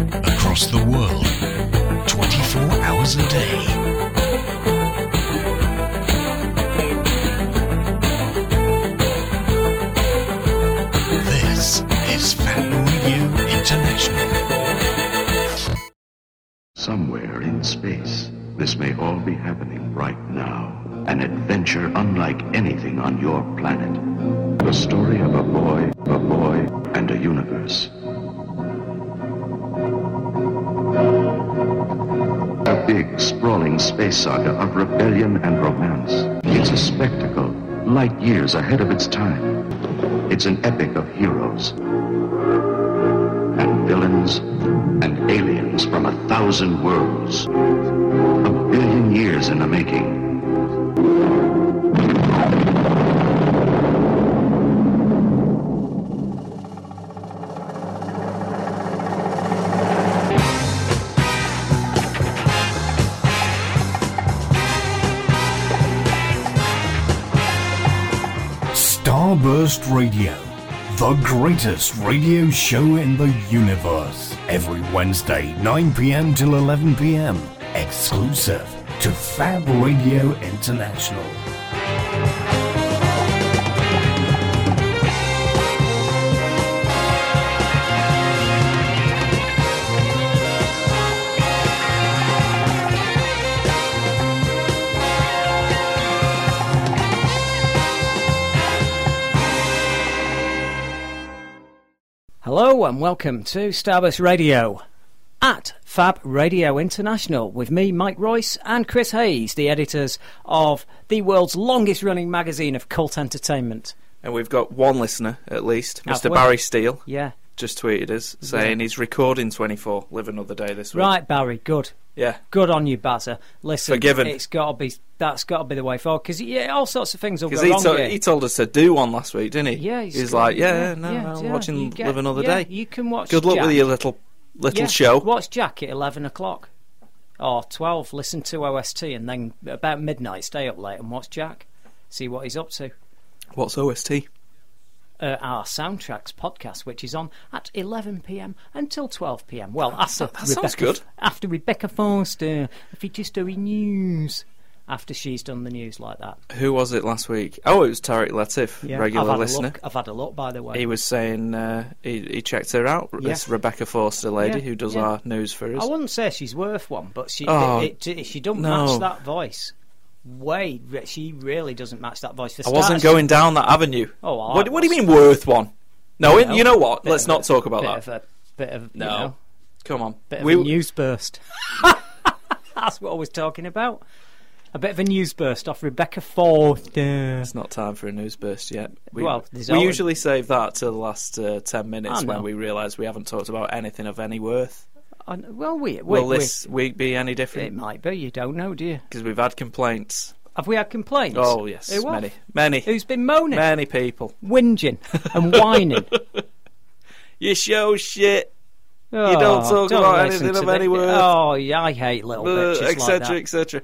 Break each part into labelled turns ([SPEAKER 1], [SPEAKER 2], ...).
[SPEAKER 1] across the world, 24 hours a day. This is Fat Radio International.
[SPEAKER 2] Somewhere in space, this may all be happening right now. An adventure unlike anything on your planet. The story of a boy, a boy, and a universe. A big, sprawling space saga of rebellion and romance. It's a spectacle, light years ahead of its time. It's an epic of heroes and villains and aliens from a thousand worlds. A billion years in the making.
[SPEAKER 3] Starburst Radio, the greatest radio show in the universe. Every Wednesday, 9 p.m. till 11 p.m. Exclusive to Fab Radio International.
[SPEAKER 4] Hello and welcome to Starburst Radio at Fab Radio International with me, Mike Royce, and Chris Hayes, the editors of the world's longest running magazine of cult entertainment.
[SPEAKER 5] And we've got one listener, at least,
[SPEAKER 4] Have
[SPEAKER 5] Mr.
[SPEAKER 4] we?
[SPEAKER 5] Barry Steele,
[SPEAKER 4] Yeah.
[SPEAKER 5] just tweeted us saying he's recording 24, live another day this week.
[SPEAKER 4] Right, Barry, good.
[SPEAKER 5] Yeah.
[SPEAKER 4] Good on you, Bazza. Listen,
[SPEAKER 5] Forgiven.
[SPEAKER 4] it's got to be that's got to be the way forward because yeah, all sorts of things will go
[SPEAKER 5] Because he,
[SPEAKER 4] wrong
[SPEAKER 5] to-
[SPEAKER 4] here.
[SPEAKER 5] he told us to do one last week, didn't he?
[SPEAKER 4] yeah,
[SPEAKER 5] he's, like, yeah, no, no, I'm
[SPEAKER 4] yeah, you
[SPEAKER 5] watching
[SPEAKER 4] get-
[SPEAKER 5] Live Another
[SPEAKER 4] yeah,
[SPEAKER 5] Day.
[SPEAKER 4] You can watch.
[SPEAKER 5] Good luck
[SPEAKER 4] Jack.
[SPEAKER 5] with your little little
[SPEAKER 4] Yeah,
[SPEAKER 5] show.
[SPEAKER 4] Watch Jack at 11 o'clock or 12. Listen to OST and then about midnight, stay up late and watch Jack. See what he's up to.
[SPEAKER 5] What's OST?
[SPEAKER 4] Uh, our soundtracks podcast, which is on at 11 p.m. until 12 p.m. Well, after
[SPEAKER 5] that sounds
[SPEAKER 4] Rebecca,
[SPEAKER 5] good.
[SPEAKER 4] After Rebecca Forster, if you're just doing news, after she's done the news like that.
[SPEAKER 5] Who was it last week? Oh, it was Tariq Latif,
[SPEAKER 4] I've
[SPEAKER 5] regular
[SPEAKER 4] had
[SPEAKER 5] listener.
[SPEAKER 4] A look, I've had a look, by the way.
[SPEAKER 5] He was saying uh, he, he checked her out,
[SPEAKER 4] Yeah.
[SPEAKER 5] this Rebecca Forster lady
[SPEAKER 4] Yeah,
[SPEAKER 5] who does
[SPEAKER 4] yeah. Oh,
[SPEAKER 5] our news for us.
[SPEAKER 4] I wouldn't say she's worth one, but she
[SPEAKER 5] Oh,
[SPEAKER 4] it, it, she don't
[SPEAKER 5] no.
[SPEAKER 4] match that voice. Way she really doesn't match that voice. For
[SPEAKER 5] I wasn't
[SPEAKER 4] starters,
[SPEAKER 5] going down that avenue.
[SPEAKER 4] Oh, well,
[SPEAKER 5] what,
[SPEAKER 4] I
[SPEAKER 5] what do you
[SPEAKER 4] was.
[SPEAKER 5] mean worth one? No,
[SPEAKER 4] know,
[SPEAKER 5] you know what?
[SPEAKER 4] bit
[SPEAKER 5] Let's
[SPEAKER 4] of
[SPEAKER 5] not
[SPEAKER 4] a-
[SPEAKER 5] talk about
[SPEAKER 4] bit
[SPEAKER 5] that.
[SPEAKER 4] Of a, bit of
[SPEAKER 5] No.
[SPEAKER 4] you know,
[SPEAKER 5] Come on.
[SPEAKER 4] bit of
[SPEAKER 5] We-
[SPEAKER 4] a news burst. That's what I was talking about. A bit of a news burst off Rebecca Ford.
[SPEAKER 5] It's not time for a news burst yet. We,
[SPEAKER 4] Well, there's Oh,
[SPEAKER 5] we
[SPEAKER 4] Owen.
[SPEAKER 5] usually save that to the last uh, 10
[SPEAKER 4] I
[SPEAKER 5] minutes
[SPEAKER 4] know.
[SPEAKER 5] when we realise we haven't talked about anything of any worth.
[SPEAKER 4] And- Well, we, we,
[SPEAKER 5] Will this week be any
[SPEAKER 4] we- it
[SPEAKER 5] different?
[SPEAKER 4] might be. You don't know, do you?
[SPEAKER 5] Because we've had complaints.
[SPEAKER 4] Have we had complaints?
[SPEAKER 5] Oh, yes.
[SPEAKER 4] Who have?
[SPEAKER 5] many. Many.
[SPEAKER 4] Who's been moaning,
[SPEAKER 5] many people.
[SPEAKER 4] whinging, and whining?
[SPEAKER 5] You show shit,
[SPEAKER 4] Oh,
[SPEAKER 5] don't talk about
[SPEAKER 4] listen
[SPEAKER 5] anything
[SPEAKER 4] to
[SPEAKER 5] of
[SPEAKER 4] the-
[SPEAKER 5] any worth.
[SPEAKER 4] Oh, yeah, I hate little bitches like
[SPEAKER 5] etc.,
[SPEAKER 4] that.
[SPEAKER 5] etc.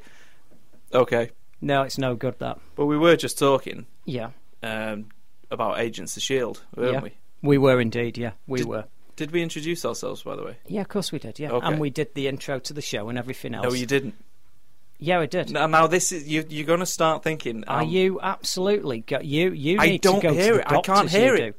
[SPEAKER 5] Okay.
[SPEAKER 4] No, it's no good. That.
[SPEAKER 5] But we were just talking
[SPEAKER 4] Yeah,
[SPEAKER 5] um, about Agents of S.H.I.E.L.D., E weren't
[SPEAKER 4] yeah.
[SPEAKER 5] we?
[SPEAKER 4] We were indeed. Yeah, we were.
[SPEAKER 5] Did we introduce ourselves, by the way?
[SPEAKER 4] Yeah, of course we did. Yeah,
[SPEAKER 5] Okay.
[SPEAKER 4] and we did the intro to the show and everything else.
[SPEAKER 5] No, you didn't.
[SPEAKER 4] Yeah, I did.
[SPEAKER 5] Now, now this is you, you're going to start thinking.
[SPEAKER 4] Are
[SPEAKER 5] um,
[SPEAKER 4] you absolutely? Go, you you
[SPEAKER 5] I
[SPEAKER 4] need
[SPEAKER 5] don't
[SPEAKER 4] to go
[SPEAKER 5] hear
[SPEAKER 4] to the
[SPEAKER 5] it. I can't
[SPEAKER 4] doctors, you
[SPEAKER 5] hear it.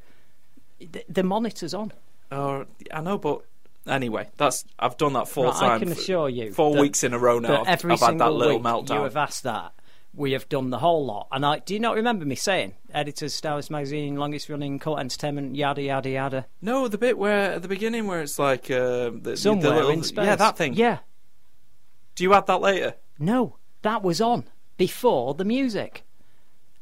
[SPEAKER 4] do. The, the monitor's on.
[SPEAKER 5] Or, uh, I know, but anyway, that's I've done that four
[SPEAKER 4] Right, I
[SPEAKER 5] times.
[SPEAKER 4] can assure you
[SPEAKER 5] four
[SPEAKER 4] that-
[SPEAKER 5] weeks in a row now.
[SPEAKER 4] But
[SPEAKER 5] I've,
[SPEAKER 4] every
[SPEAKER 5] I've had
[SPEAKER 4] single
[SPEAKER 5] that little
[SPEAKER 4] week
[SPEAKER 5] meltdown.
[SPEAKER 4] you have asked that, we have done the whole lot. And I do you not remember me saying, editors, Star Wars magazine, longest running cult entertainment, yada yada yada.
[SPEAKER 5] No, the bit where at the beginning where it's like uh, the,
[SPEAKER 4] Somewhere
[SPEAKER 5] the little,
[SPEAKER 4] in space.
[SPEAKER 5] Yeah, that thing.
[SPEAKER 4] Yeah,
[SPEAKER 5] Do you add that later?
[SPEAKER 4] no, that was on before the music,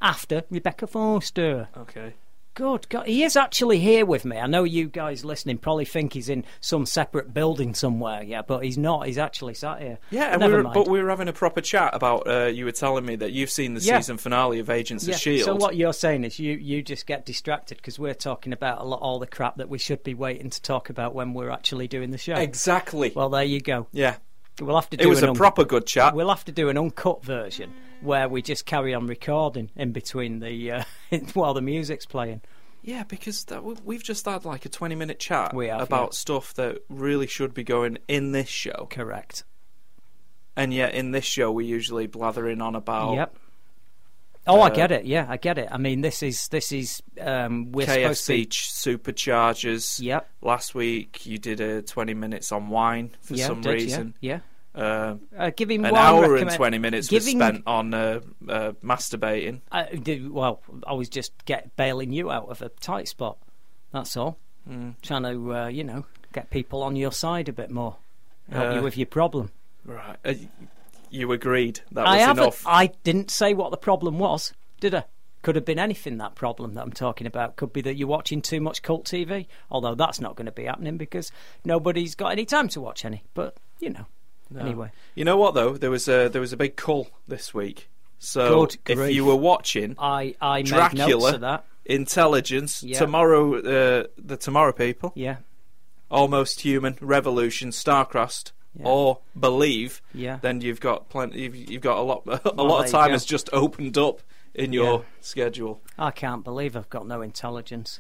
[SPEAKER 4] after Rebecca Forster.
[SPEAKER 5] Okay.
[SPEAKER 4] Good God, he is actually here with me. I know you guys listening probably think he's in some separate building somewhere, yeah, but he's not. He's actually sat here.
[SPEAKER 5] Yeah, and we
[SPEAKER 4] never
[SPEAKER 5] were,
[SPEAKER 4] mind.
[SPEAKER 5] but we were having a proper chat about. Uh, you were telling me that you've seen the
[SPEAKER 4] Yeah.
[SPEAKER 5] season finale of Agents
[SPEAKER 4] yeah.
[SPEAKER 5] of Shield.
[SPEAKER 4] So what you're saying is you you just get distracted because we're talking about a lot all the crap that we should be waiting to talk about when we're actually doing the show.
[SPEAKER 5] Exactly.
[SPEAKER 4] Well, there you go.
[SPEAKER 5] yeah,
[SPEAKER 4] We'll have to do
[SPEAKER 5] it was
[SPEAKER 4] an
[SPEAKER 5] a
[SPEAKER 4] un-
[SPEAKER 5] proper good chat.
[SPEAKER 4] We'll have to do an uncut version where we just carry on recording in between the uh, while the music's playing.
[SPEAKER 5] Yeah, because that, we- we've just had like a 20 minute chat
[SPEAKER 4] We have,
[SPEAKER 5] about
[SPEAKER 4] yeah.
[SPEAKER 5] stuff that really should be going in this show.
[SPEAKER 4] Correct.
[SPEAKER 5] And yet, in this show, we usually blathering on about
[SPEAKER 4] Yep. Oh, I
[SPEAKER 5] Uh,
[SPEAKER 4] get it. Yeah, I get it. I mean, this is this is um, we're supposed to.
[SPEAKER 5] KFC ch- superchargers.
[SPEAKER 4] Yep.
[SPEAKER 5] Last week, you did a 20 minutes on wine for
[SPEAKER 4] yeah,
[SPEAKER 5] some
[SPEAKER 4] did, yeah,
[SPEAKER 5] reason.
[SPEAKER 4] Yeah.
[SPEAKER 5] Uh,
[SPEAKER 4] Uh, give him
[SPEAKER 5] an
[SPEAKER 4] one
[SPEAKER 5] hour and
[SPEAKER 4] recommend-
[SPEAKER 5] 20 minutes
[SPEAKER 4] giving,
[SPEAKER 5] was spent on uh, uh, masturbating.
[SPEAKER 4] I did, well, I was just get bailing you out of a tight spot. That's all.
[SPEAKER 5] Hmm.
[SPEAKER 4] Trying to, uh, you know, get people on your side a bit more. Help you
[SPEAKER 5] Uh,
[SPEAKER 4] with your problem.
[SPEAKER 5] Right. Uh, y- you agreed that
[SPEAKER 4] I
[SPEAKER 5] was
[SPEAKER 4] haven't.
[SPEAKER 5] enough.
[SPEAKER 4] I didn't say what the problem was, did I? Could have been anything. That problem that I'm talking about could be that you're watching too much cult TV. Although that's not going to be happening because nobody's got any time to watch any. But you know, anyway.
[SPEAKER 5] You know what though? There was a there was a big cull this week. So
[SPEAKER 4] Good
[SPEAKER 5] if
[SPEAKER 4] grief.
[SPEAKER 5] you were watching
[SPEAKER 4] I I made notes
[SPEAKER 5] Dracula,
[SPEAKER 4] of that.
[SPEAKER 5] Intelligence,
[SPEAKER 4] Yeah.
[SPEAKER 5] Tomorrow, uh, the Tomorrow People,
[SPEAKER 4] Yeah,
[SPEAKER 5] Almost Human, Revolution, Starcrossed,
[SPEAKER 4] Yeah.
[SPEAKER 5] or Believe,
[SPEAKER 4] Yeah.
[SPEAKER 5] then you've got plenty. You've, you've got a lot. A
[SPEAKER 4] Well,
[SPEAKER 5] lot
[SPEAKER 4] there
[SPEAKER 5] of
[SPEAKER 4] you
[SPEAKER 5] time
[SPEAKER 4] go.
[SPEAKER 5] has just opened up in your
[SPEAKER 4] Yeah.
[SPEAKER 5] schedule.
[SPEAKER 4] I can't believe I've got no intelligence.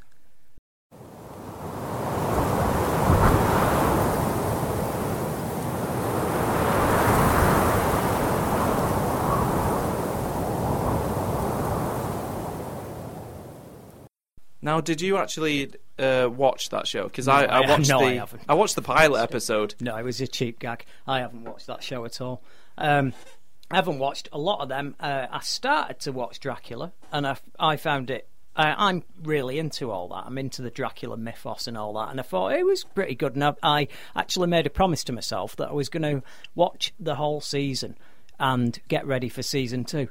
[SPEAKER 5] Now, did you actually uh, watch that show? Because I,
[SPEAKER 4] I-
[SPEAKER 5] I watched
[SPEAKER 4] no,
[SPEAKER 5] the
[SPEAKER 4] I haven't.
[SPEAKER 5] watched the pilot episode.
[SPEAKER 4] No, it was a cheap gag. I haven't watched that show at all. Um, I haven't watched a lot of them. Uh, I started to watch Dracula, and I, I found it. I, I'm really into all that. I'm into the Dracula mythos and all that, and I thought it was pretty good. And I, I actually made a promise to myself that I was going to watch the whole season and get ready for season two.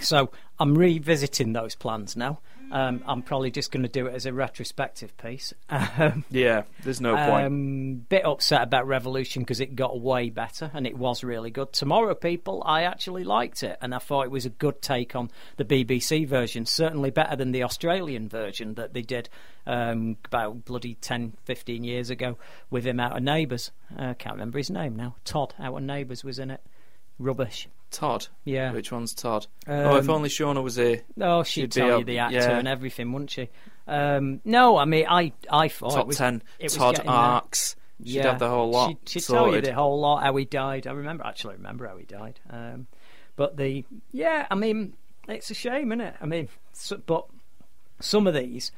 [SPEAKER 4] So I'm revisiting those plans now. Um, I'm probably just going to do it as a retrospective piece. Um,
[SPEAKER 5] Yeah, there's no point.
[SPEAKER 4] um, bit upset about Revolution because it got way better and it was really good. Tomorrow People, I actually liked it and I thought it was a good take on the BBC version, certainly better than the Australian version that they did um, about bloody 10, 15 years ago with him out of Neighbours. I can't remember his name now. Todd out of Neighbours was in it. Rubbish.
[SPEAKER 5] Todd.
[SPEAKER 4] Yeah.
[SPEAKER 5] Which one's Todd? oh, if
[SPEAKER 4] Um,
[SPEAKER 5] only Shauna was here.
[SPEAKER 4] Oh, she'd,
[SPEAKER 5] She'd be
[SPEAKER 4] tell
[SPEAKER 5] up-
[SPEAKER 4] you the actor
[SPEAKER 5] yeah.
[SPEAKER 4] and everything, wouldn't she? Um, no, I mean, I, I thought
[SPEAKER 5] top
[SPEAKER 4] it was,
[SPEAKER 5] ten
[SPEAKER 4] it was
[SPEAKER 5] Todd
[SPEAKER 4] getting there.
[SPEAKER 5] arcs. She'd have the whole lot.
[SPEAKER 4] She'd, she'd tell you
[SPEAKER 5] sorted.
[SPEAKER 4] the whole lot how he died. I remember actually remember how he died. Um, but the yeah, I mean, it's a shame, isn't it? I mean, s but some of these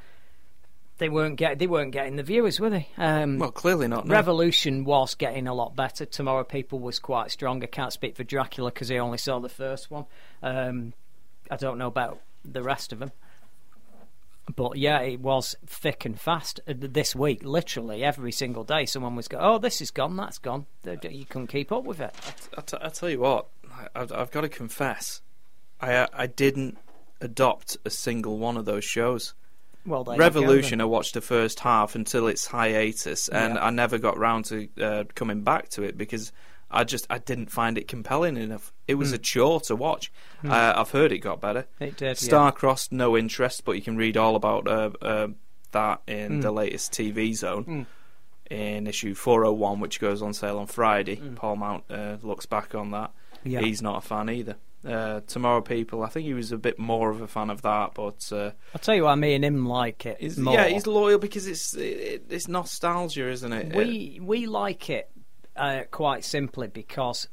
[SPEAKER 4] they weren't get they weren't getting the viewers, were they? Um,
[SPEAKER 5] Well, clearly not. No.
[SPEAKER 4] Revolution was getting a lot better. Tomorrow People was quite strong. I can't speak for Dracula because I only saw the first one. Um, I don't know about the rest of them. But yeah, it was thick and fast Uh, th- this week. Literally every single day, someone was going, "Oh, this is gone, that's gone." They- they- You couldn't keep up with it.
[SPEAKER 5] I, t- I tell you what, I, I've, I've got to confess, I uh, I didn't adopt a single one of those shows.
[SPEAKER 4] Well, there you go then.
[SPEAKER 5] Revolution, I watched the first half until its hiatus, and I never got round to uh, coming back to it because I just I didn't find it compelling enough. It was a chore to watch. Uh, I've heard it got better.
[SPEAKER 4] Hmm. It did, yeah.
[SPEAKER 5] Starcrossed, no interest, but you can read all about uh, uh, that in
[SPEAKER 4] Hmm.
[SPEAKER 5] the latest TV Zone. In issue 401, which goes on sale on Friday, Paul Mount uh, looks back on that.
[SPEAKER 4] Hmm. Yeah.
[SPEAKER 5] He's not a fan either. Uh, Tomorrow People, I think he was a bit more of a fan of that, but uh,
[SPEAKER 4] I'll tell you what, me and him like it
[SPEAKER 5] He's-
[SPEAKER 4] more.
[SPEAKER 5] yeah, he's loyal because it's it, it's nostalgia, isn't it?
[SPEAKER 4] we we like it uh, quite simply because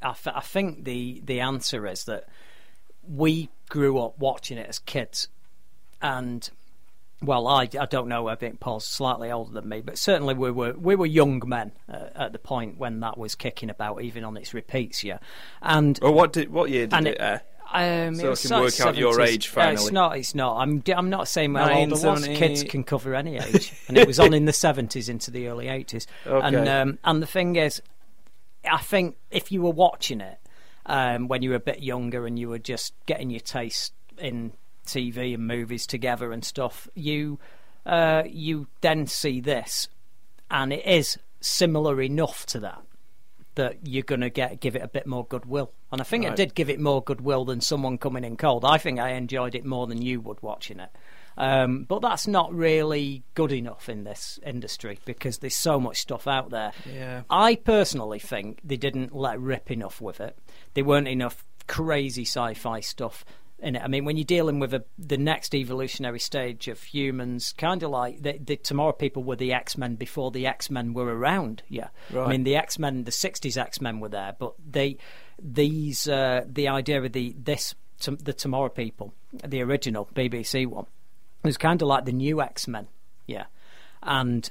[SPEAKER 4] I, th- I think the the answer is that we grew up watching it as kids, and well, I I don't know. I think Paul's slightly older than me, but certainly we were we were young men uh, at the point when that was kicking about, even on its repeats. Yeah, and
[SPEAKER 5] Or Uh, what did what year did
[SPEAKER 4] and
[SPEAKER 5] it?
[SPEAKER 4] it-
[SPEAKER 5] air?
[SPEAKER 4] um,
[SPEAKER 5] So
[SPEAKER 4] it
[SPEAKER 5] I
[SPEAKER 4] was
[SPEAKER 5] can
[SPEAKER 4] sort of
[SPEAKER 5] work out your
[SPEAKER 4] 70s.
[SPEAKER 5] age
[SPEAKER 4] No, it's
[SPEAKER 5] finally.
[SPEAKER 4] not. It's not. I'm. I'm not saying how old I was.
[SPEAKER 5] 1970.
[SPEAKER 4] Kids can cover any age, and it was on in the seventies into the early eighties. And
[SPEAKER 5] Okay.
[SPEAKER 4] um, and the thing is, I think if you were watching it um, when you were a bit younger and you were just getting your taste in TV and movies together and stuff, you uh, you then see this, and it is similar enough to that that you're going to get give it a bit more goodwill. And I think it
[SPEAKER 5] Right.
[SPEAKER 4] did give it more goodwill than someone coming in cold. I think I enjoyed it more than you would watching it. Um, but that's not really good enough in this industry because there's so much stuff out there.
[SPEAKER 5] Yeah.
[SPEAKER 4] I personally think they didn't let rip enough with it. They weren't enough crazy sci-fi stuff. in it. I mean, when you're dealing with a, the next evolutionary stage of humans, kind of like the, the tomorrow people were the X Men before the X Men were around. Yeah,
[SPEAKER 5] Right.
[SPEAKER 4] I mean the X Men, the '60s X Men were there, but they these uh, the idea of the this tom- the tomorrow people, the original BBC one, was kind of like the new X Men. Yeah, and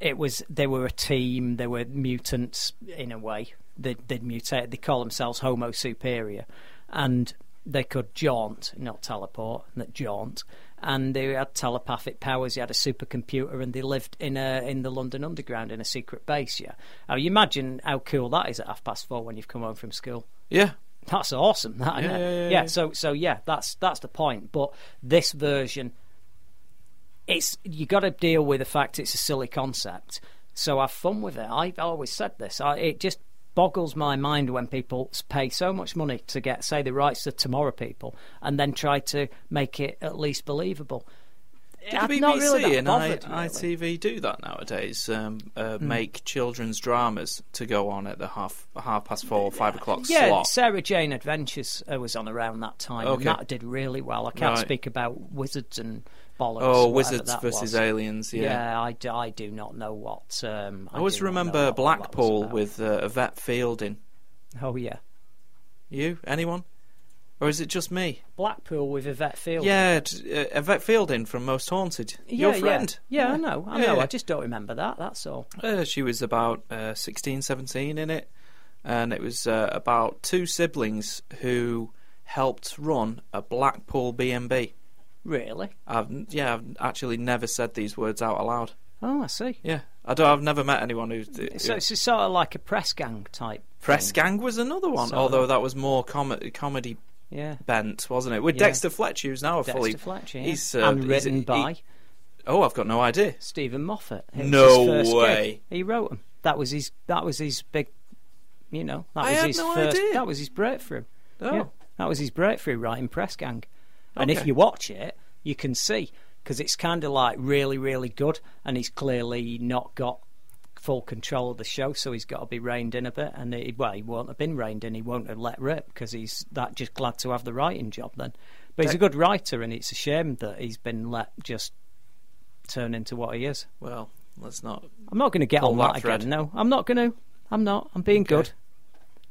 [SPEAKER 4] it was they were a team. They were mutants in a way. They, they'd mutate. They call themselves Homo Superior, and they could jaunt, not teleport, not jaunt. And they had telepathic powers. They had a supercomputer, and they lived in a in the London Underground in a secret base. Yeah, now you imagine how cool that is at half past four when you've come home from school.
[SPEAKER 5] Yeah.
[SPEAKER 4] That's awesome. That, innit?
[SPEAKER 5] Yeah, yeah, yeah, yeah.
[SPEAKER 4] So so yeah, that's that's the point. But this version, it's you got to deal with the fact it's a silly concept. So have fun with it. I've always said this. I, it just boggles my mind when people s- pay so much money to get say the rights to Tomorrow People and then try to make it at least believable.
[SPEAKER 5] Did
[SPEAKER 4] I'm
[SPEAKER 5] the BBC
[SPEAKER 4] not really that
[SPEAKER 5] and
[SPEAKER 4] bothered,
[SPEAKER 5] I,
[SPEAKER 4] really. Hmm.
[SPEAKER 5] ITV do that nowadays. Um, uh, Make children's dramas to go on at the half half past four, five o'clock
[SPEAKER 4] Yeah,
[SPEAKER 5] slot.
[SPEAKER 4] Sarah Jane Adventures uh, was on around that time,
[SPEAKER 5] Okay.
[SPEAKER 4] and that did really well. I can't
[SPEAKER 5] Right.
[SPEAKER 4] speak about wizards and bollocks.
[SPEAKER 5] oh,
[SPEAKER 4] whatever
[SPEAKER 5] wizards
[SPEAKER 4] that
[SPEAKER 5] versus
[SPEAKER 4] was.
[SPEAKER 5] aliens. Yeah.
[SPEAKER 4] Yeah, I, d- I do not know what. Um,
[SPEAKER 5] I always
[SPEAKER 4] do not know
[SPEAKER 5] remember
[SPEAKER 4] what that was
[SPEAKER 5] Blackpool
[SPEAKER 4] about.
[SPEAKER 5] with uh, Yvette Fielding.
[SPEAKER 4] Oh yeah,
[SPEAKER 5] You? Anyone? Or is it just me?
[SPEAKER 4] Blackpool with Yvette Field.
[SPEAKER 5] Yeah, t- uh, Yvette Fielding from Most Haunted. Your friend.
[SPEAKER 4] Yeah, I know. I
[SPEAKER 5] Yeah.
[SPEAKER 4] know. I just don't remember that. That's all.
[SPEAKER 5] Uh, she was about uh, 16, 17 in it, and it was uh, about two siblings who helped run a Blackpool B&B.
[SPEAKER 4] Really?
[SPEAKER 5] I've n- yeah, I've actually never said these words out aloud.
[SPEAKER 4] Oh, I see.
[SPEAKER 5] Yeah, I don't. I've never met anyone who.
[SPEAKER 4] So
[SPEAKER 5] who-
[SPEAKER 4] it's sort of like a press gang type.
[SPEAKER 5] Press Gang was another one,
[SPEAKER 4] So-
[SPEAKER 5] although that was more com- comedy
[SPEAKER 4] Yeah.
[SPEAKER 5] bent, wasn't it? With
[SPEAKER 4] Yeah.
[SPEAKER 5] Dexter Fletcher, who's now a fully
[SPEAKER 4] Dexter Fletcher. Yeah.
[SPEAKER 5] he's uh,
[SPEAKER 4] and
[SPEAKER 5] he's-
[SPEAKER 4] written
[SPEAKER 5] he-
[SPEAKER 4] by
[SPEAKER 5] oh, I've got no idea.
[SPEAKER 4] Stephen Moffat. It was
[SPEAKER 5] No
[SPEAKER 4] his first gig.
[SPEAKER 5] way.
[SPEAKER 4] He wrote them. That was his. That was his big. You know. That
[SPEAKER 5] I
[SPEAKER 4] was
[SPEAKER 5] had
[SPEAKER 4] his
[SPEAKER 5] no
[SPEAKER 4] first.
[SPEAKER 5] idea.
[SPEAKER 4] That was his breakthrough.
[SPEAKER 5] Oh.
[SPEAKER 4] Yeah, that was his breakthrough writing press gang. And if
[SPEAKER 5] Okay.
[SPEAKER 4] you watch it, you can see because it's kind of like really, really good, and he's clearly not got full control of the show, so he's got to be reined in a bit. And he, well, he won't have been reined in; he won't have let rip because he's that just glad to have the writing job then. But he's a good writer, and it's a shame that he's been let just turn into what he is.
[SPEAKER 5] Well, let's not.
[SPEAKER 4] I'm not going to get
[SPEAKER 5] Pull
[SPEAKER 4] on
[SPEAKER 5] that
[SPEAKER 4] that
[SPEAKER 5] thread.
[SPEAKER 4] again. No, I'm not going to. I'm not. I'm being good.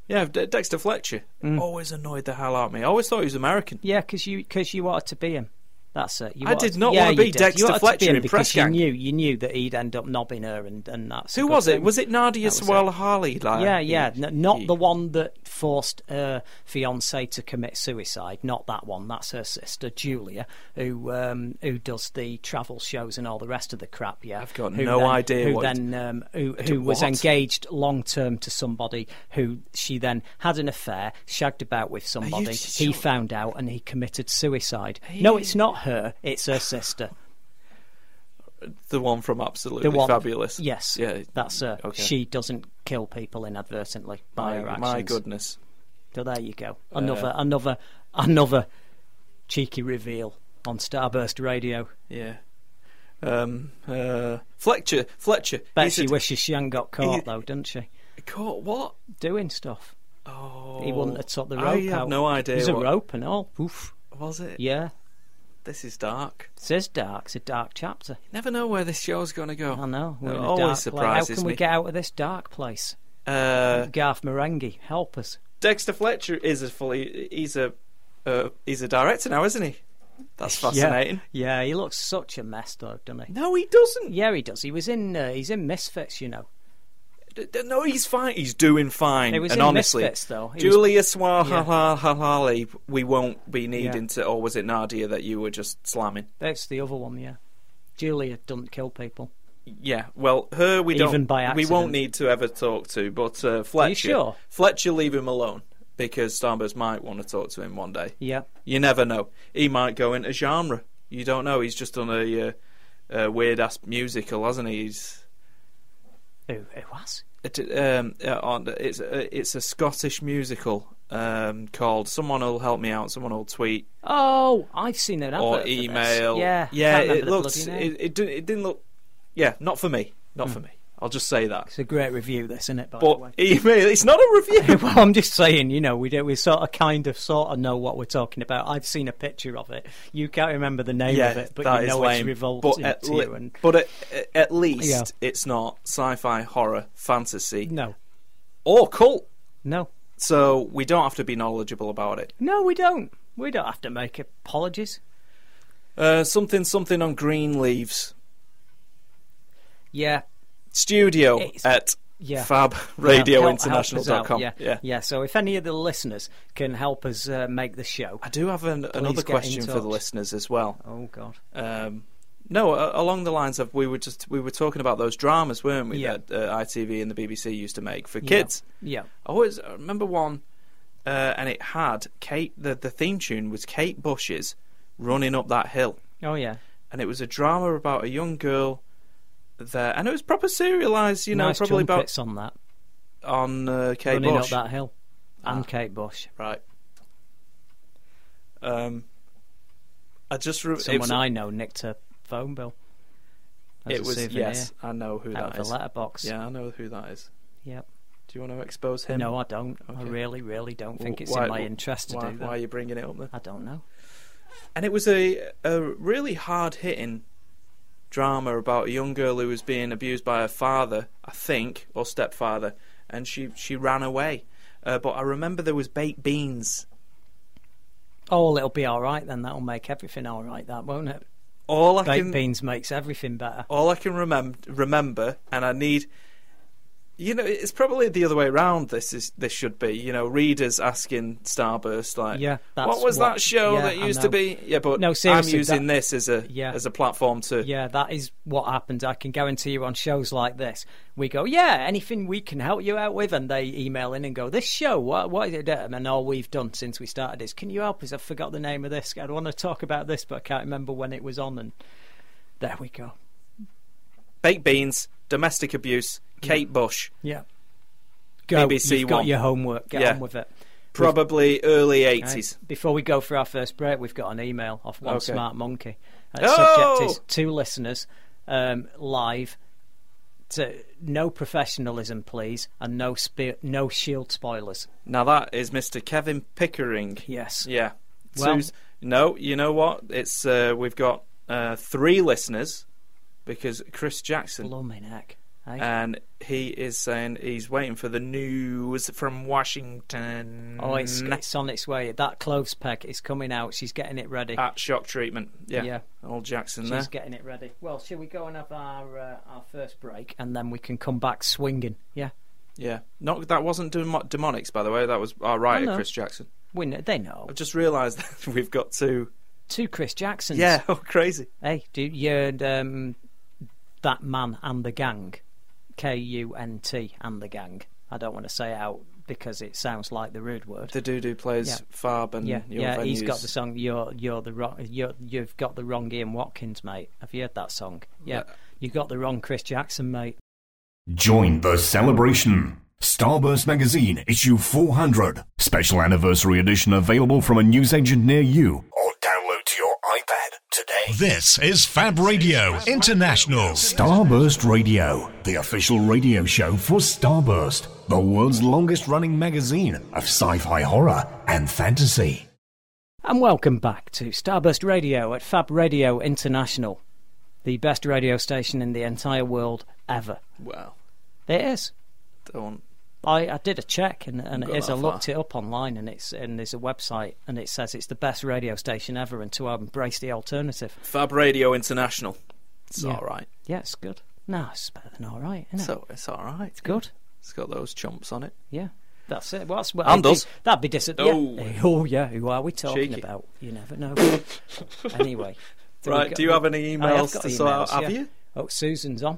[SPEAKER 5] Yeah, De- Dexter Fletcher
[SPEAKER 4] Mm.
[SPEAKER 5] always annoyed the hell out of me. I always thought he was American.
[SPEAKER 4] Yeah, because you because you wanted to be him. That's it. You
[SPEAKER 5] I
[SPEAKER 4] wanted-
[SPEAKER 5] did not
[SPEAKER 4] yeah,
[SPEAKER 5] want to
[SPEAKER 4] you
[SPEAKER 5] be
[SPEAKER 4] did.
[SPEAKER 5] Dexter
[SPEAKER 4] you wanted to
[SPEAKER 5] Fletcher
[SPEAKER 4] be him
[SPEAKER 5] in
[SPEAKER 4] because
[SPEAKER 5] Press
[SPEAKER 4] you
[SPEAKER 5] Gang.
[SPEAKER 4] knew you knew that he'd end up nobbing her, and and that's a
[SPEAKER 5] Who
[SPEAKER 4] good
[SPEAKER 5] was it?
[SPEAKER 4] thing.
[SPEAKER 5] Was it Nadia
[SPEAKER 4] That was it.
[SPEAKER 5] Sawala Harley? Like,
[SPEAKER 4] Yeah, yeah,
[SPEAKER 5] Uh, he-
[SPEAKER 4] N- not
[SPEAKER 5] he-
[SPEAKER 4] the one that forced her fiance to commit suicide. Not that one. That's her sister Julia, who um, who does the travel shows and all the rest of the crap. Yeah,
[SPEAKER 5] I've got
[SPEAKER 4] who
[SPEAKER 5] no
[SPEAKER 4] then-
[SPEAKER 5] idea
[SPEAKER 4] Who
[SPEAKER 5] what-
[SPEAKER 4] then um, who who was
[SPEAKER 5] what?
[SPEAKER 4] engaged long term to somebody who she then had an affair, shagged about with somebody. He found out and he committed suicide. No, it's not her. It's her sister.
[SPEAKER 5] the one from Absolutely
[SPEAKER 4] The one,
[SPEAKER 5] Fabulous.
[SPEAKER 4] Yes,
[SPEAKER 5] yeah,
[SPEAKER 4] that's her.
[SPEAKER 5] okay.
[SPEAKER 4] She doesn't kill people inadvertently by her
[SPEAKER 5] My,
[SPEAKER 4] actions.
[SPEAKER 5] my goodness.
[SPEAKER 4] So there you go.
[SPEAKER 5] Uh,
[SPEAKER 4] Another, another, another cheeky reveal on Starburst Radio.
[SPEAKER 5] Yeah. Um. Uh. Fletcher. Fletcher.
[SPEAKER 4] Bet
[SPEAKER 5] he's
[SPEAKER 4] she
[SPEAKER 5] a-
[SPEAKER 4] wishes she hadn't got caught
[SPEAKER 5] he-
[SPEAKER 4] though, doesn't she?
[SPEAKER 5] Caught what?
[SPEAKER 4] Doing stuff.
[SPEAKER 5] Oh.
[SPEAKER 4] He wouldn't have took the rope
[SPEAKER 5] I have
[SPEAKER 4] out.
[SPEAKER 5] no idea.
[SPEAKER 4] There's a
[SPEAKER 5] what-
[SPEAKER 4] rope and all. Oof.
[SPEAKER 5] Was it?
[SPEAKER 4] Yeah.
[SPEAKER 5] This is dark.
[SPEAKER 4] It says dark. It's a dark chapter.
[SPEAKER 5] Never know where this show's going to go.
[SPEAKER 4] I know. We're
[SPEAKER 5] It
[SPEAKER 4] in a
[SPEAKER 5] always
[SPEAKER 4] dark place.
[SPEAKER 5] surprises
[SPEAKER 4] How can
[SPEAKER 5] me.
[SPEAKER 4] we get out of this dark place?
[SPEAKER 5] Uh,
[SPEAKER 4] Garth Marenghi, help us.
[SPEAKER 5] Dexter Fletcher is a fully. He's a. Uh, he's a director now, isn't he? That's
[SPEAKER 4] Yeah.
[SPEAKER 5] fascinating.
[SPEAKER 4] Yeah. he looks such a mess though, doesn't he?
[SPEAKER 5] No, he doesn't.
[SPEAKER 4] Yeah, he does. He was in. Uh, he's in Misfits, you know.
[SPEAKER 5] D- d- No, he's fine. He's doing fine.
[SPEAKER 4] It was
[SPEAKER 5] and
[SPEAKER 4] in
[SPEAKER 5] honestly,
[SPEAKER 4] Misfits, though. He was-
[SPEAKER 5] Julia Swahalali, we won't be needing
[SPEAKER 4] Yeah.
[SPEAKER 5] to. Or was it Nadia that you were just slamming?
[SPEAKER 4] That's the other one. Yeah, Julia doesn't kill people.
[SPEAKER 5] Yeah. Well, her we don't.
[SPEAKER 4] Even by
[SPEAKER 5] We won't
[SPEAKER 4] accident.
[SPEAKER 5] need to ever talk to. But uh, Fletcher,
[SPEAKER 4] sure?
[SPEAKER 5] Fletcher, leave him alone because Starburst might want to talk to him one day.
[SPEAKER 4] Yeah.
[SPEAKER 5] You never know. He might go into genre. You don't know. He's just done a, uh, a weird ass musical, hasn't he? He's,
[SPEAKER 4] Who, who was?
[SPEAKER 5] it, um, uh, on, it's uh, it's a Scottish musical um, called. Someone will help me out. Someone will tweet
[SPEAKER 4] Oh, I've seen an advert
[SPEAKER 5] or
[SPEAKER 4] for this.
[SPEAKER 5] email.
[SPEAKER 4] Yeah,
[SPEAKER 5] yeah.
[SPEAKER 4] can't remember
[SPEAKER 5] It
[SPEAKER 4] the
[SPEAKER 5] looks.
[SPEAKER 4] bloody name. Hmm.
[SPEAKER 5] It, it, didn't- it didn't look. Yeah, not for me. Not for me. I'll just say that.
[SPEAKER 4] It's a great review, this, isn't it? By the way.
[SPEAKER 5] But email, it's not a review.
[SPEAKER 4] well, I'm just saying, you know, we do, we sort of, kind of, sort of know what we're talking about. I've seen a picture of it. You can't remember the name of it, but
[SPEAKER 5] that
[SPEAKER 4] you
[SPEAKER 5] is
[SPEAKER 4] know it's
[SPEAKER 5] lame.
[SPEAKER 4] revolting
[SPEAKER 5] but at
[SPEAKER 4] to
[SPEAKER 5] le-
[SPEAKER 4] you. And
[SPEAKER 5] but at, at least
[SPEAKER 4] Yeah.
[SPEAKER 5] it's not sci-fi, horror, fantasy,
[SPEAKER 4] no,
[SPEAKER 5] or cult.
[SPEAKER 4] no,
[SPEAKER 5] So we don't have to be knowledgeable about it.
[SPEAKER 4] no, we don't. We don't have to make apologies.
[SPEAKER 5] Uh, something, something on green leaves.
[SPEAKER 4] Yeah,
[SPEAKER 5] Studio
[SPEAKER 4] It's-
[SPEAKER 5] at
[SPEAKER 4] yeah. help- help
[SPEAKER 5] fabradiointernational.com.
[SPEAKER 4] us out, yeah, yeah. So if any of the listeners can help us uh, make the show.
[SPEAKER 5] I do have an, another
[SPEAKER 4] get in
[SPEAKER 5] question for
[SPEAKER 4] touch.
[SPEAKER 5] the listeners as well.
[SPEAKER 4] Oh God.
[SPEAKER 5] Um, no, a- along the lines of we were just we were talking about those dramas, weren't we?
[SPEAKER 4] Yeah.
[SPEAKER 5] That uh, ITV and the BBC used to make for
[SPEAKER 4] Yeah.
[SPEAKER 5] kids.
[SPEAKER 4] Yeah.
[SPEAKER 5] I always I remember one, uh, and it had Kate. The the theme tune was Kate Bush's "Running Up That Hill,"
[SPEAKER 4] Oh yeah.
[SPEAKER 5] and it was a drama about a young girl. There and it was proper serialized, you know,
[SPEAKER 4] nice
[SPEAKER 5] probably about
[SPEAKER 4] trumpets on that.
[SPEAKER 5] on uh, Kate
[SPEAKER 4] running
[SPEAKER 5] Bush, Ah.
[SPEAKER 4] up that hill. And Kate Bush.
[SPEAKER 5] right? Um, I just re- it
[SPEAKER 4] Someone
[SPEAKER 5] was-
[SPEAKER 4] I know nicked a phone bill. As
[SPEAKER 5] It
[SPEAKER 4] a
[SPEAKER 5] was
[SPEAKER 4] souvenir
[SPEAKER 5] yes, I know who
[SPEAKER 4] out
[SPEAKER 5] that
[SPEAKER 4] of the
[SPEAKER 5] is.
[SPEAKER 4] letterbox.
[SPEAKER 5] Yeah, I know who that is.
[SPEAKER 4] Yep.
[SPEAKER 5] Do you want to expose him?
[SPEAKER 4] No, I don't. I
[SPEAKER 5] Okay.
[SPEAKER 4] really, really don't
[SPEAKER 5] Well,
[SPEAKER 4] think it's
[SPEAKER 5] why-
[SPEAKER 4] in my interest to
[SPEAKER 5] why,
[SPEAKER 4] do that.
[SPEAKER 5] Why are you bringing it up then?
[SPEAKER 4] I don't know.
[SPEAKER 5] And it was a a really hard hitting drama about a young girl who was being abused by her father, I think, or stepfather, and she she ran away. Uh, but I remember there was baked beans.
[SPEAKER 4] Oh, it'll be all right then. That'll make everything all right, that won't it?
[SPEAKER 5] All I
[SPEAKER 4] Baked
[SPEAKER 5] can
[SPEAKER 4] beans makes everything better.
[SPEAKER 5] all I can remember remember, and I need. You know, it's probably the other way around. This is this should be. You know, readers asking Starburst like,
[SPEAKER 4] Yeah, that's
[SPEAKER 5] what was
[SPEAKER 4] what-
[SPEAKER 5] that show
[SPEAKER 4] yeah,
[SPEAKER 5] that
[SPEAKER 4] I
[SPEAKER 5] used
[SPEAKER 4] know.
[SPEAKER 5] to be?" Yeah, but
[SPEAKER 4] No,
[SPEAKER 5] I'm
[SPEAKER 4] seriously,
[SPEAKER 5] using
[SPEAKER 4] that-
[SPEAKER 5] this as a
[SPEAKER 4] Yeah.
[SPEAKER 5] as a platform to.
[SPEAKER 4] Yeah, that is what happens. I can guarantee you on shows like this, we go, yeah, anything we can help you out with, and they email in and go, this show, what, what is it? And all we've done since we started is, can you help us? I forgot the name of this. I want to talk about this, but I can't remember when it was on. And there we go.
[SPEAKER 5] baked beans, domestic abuse, Kate Bush,
[SPEAKER 4] Yeah. Go.
[SPEAKER 5] BBC
[SPEAKER 4] You've got
[SPEAKER 5] One.
[SPEAKER 4] your homework. Get
[SPEAKER 5] Yeah.
[SPEAKER 4] on with it.
[SPEAKER 5] probably early
[SPEAKER 4] Right.
[SPEAKER 5] eighties.
[SPEAKER 4] Before we go for our first break, we've got an email off one
[SPEAKER 5] Okay.
[SPEAKER 4] smart monkey. Uh,
[SPEAKER 5] Oh!
[SPEAKER 4] Subject is two listeners um, live. To no professionalism, please, and no spe- no shield spoilers.
[SPEAKER 5] Now that is Mr. Kevin Pickering.
[SPEAKER 4] Yes.
[SPEAKER 5] Yeah.
[SPEAKER 4] Well-
[SPEAKER 5] Sue's- no, you know what? It's uh, we've got uh, three listeners because Chris Jackson.
[SPEAKER 4] Blooming heck. eh?
[SPEAKER 5] and he is saying he's waiting for the news from Washington.
[SPEAKER 4] oh, it's, it's on its way. That clothes peg is coming out. She's getting it ready.
[SPEAKER 5] at shock treatment. Yeah,
[SPEAKER 4] Yeah.
[SPEAKER 5] old Jackson
[SPEAKER 4] She's
[SPEAKER 5] there.
[SPEAKER 4] getting it ready. Well, shall we go and have our uh, our first break, and then we can come back swinging? Yeah.
[SPEAKER 5] yeah, not that wasn't Dem- demonics by the way. That was our writer
[SPEAKER 4] know.
[SPEAKER 5] Chris Jackson.
[SPEAKER 4] We know, they know.
[SPEAKER 5] I've just realised that we've got two.
[SPEAKER 4] Two Chris Jacksons.
[SPEAKER 5] Yeah, oh crazy.
[SPEAKER 4] Hey, do you and um, that man and the gang? K U N T and the gang. I don't want to say it out because it sounds like the rude word.
[SPEAKER 5] The doo doo plays
[SPEAKER 4] Yeah.
[SPEAKER 5] Farb and
[SPEAKER 4] yeah,
[SPEAKER 5] your
[SPEAKER 4] yeah.
[SPEAKER 5] venues.
[SPEAKER 4] He's got the song. You're you're the wrong. You're, you've got the wrong Ian Watkins, mate. Have you heard that song? Yeah, you got the wrong Chris Jackson, mate.
[SPEAKER 3] Join the celebration. Starburst Magazine, issue 400. Special anniversary edition available from a newsagent near you. Or download to your iPad today.
[SPEAKER 1] This is Fab Radio International.
[SPEAKER 3] Starburst Radio, the official radio show for Starburst, the world's longest running magazine of sci fi horror and fantasy.
[SPEAKER 4] And welcome back to Starburst Radio at Fab Radio International, the best radio station in the entire world ever.
[SPEAKER 5] Well,
[SPEAKER 4] It is.
[SPEAKER 5] don't.
[SPEAKER 4] I, I did a check and, and it
[SPEAKER 5] Got
[SPEAKER 4] is. I
[SPEAKER 5] that
[SPEAKER 4] looked it up online and it's and there's a website and it says it's the best radio station ever and to embrace the alternative.
[SPEAKER 5] Fab Radio International. It's
[SPEAKER 4] Yeah.
[SPEAKER 5] all right.
[SPEAKER 4] Yeah, it's good. No, it's better than all right, isn't it?
[SPEAKER 5] So it's all right.
[SPEAKER 4] it's good.
[SPEAKER 5] It's got those chumps on it.
[SPEAKER 4] Yeah, that's it. Well, that's, well,
[SPEAKER 5] And
[SPEAKER 4] it'd be-
[SPEAKER 5] us.
[SPEAKER 4] That'd be disappointing.
[SPEAKER 5] Oh.
[SPEAKER 4] Yeah. Oh yeah, who are we talking
[SPEAKER 5] Cheeky.
[SPEAKER 4] about? You never know. anyway, we
[SPEAKER 5] right.
[SPEAKER 4] go-
[SPEAKER 5] Do you have any
[SPEAKER 4] I have
[SPEAKER 5] emails
[SPEAKER 4] got
[SPEAKER 5] to sort out?
[SPEAKER 4] emails,
[SPEAKER 5] Have
[SPEAKER 4] yeah.
[SPEAKER 5] you?
[SPEAKER 4] Oh, Susan's on.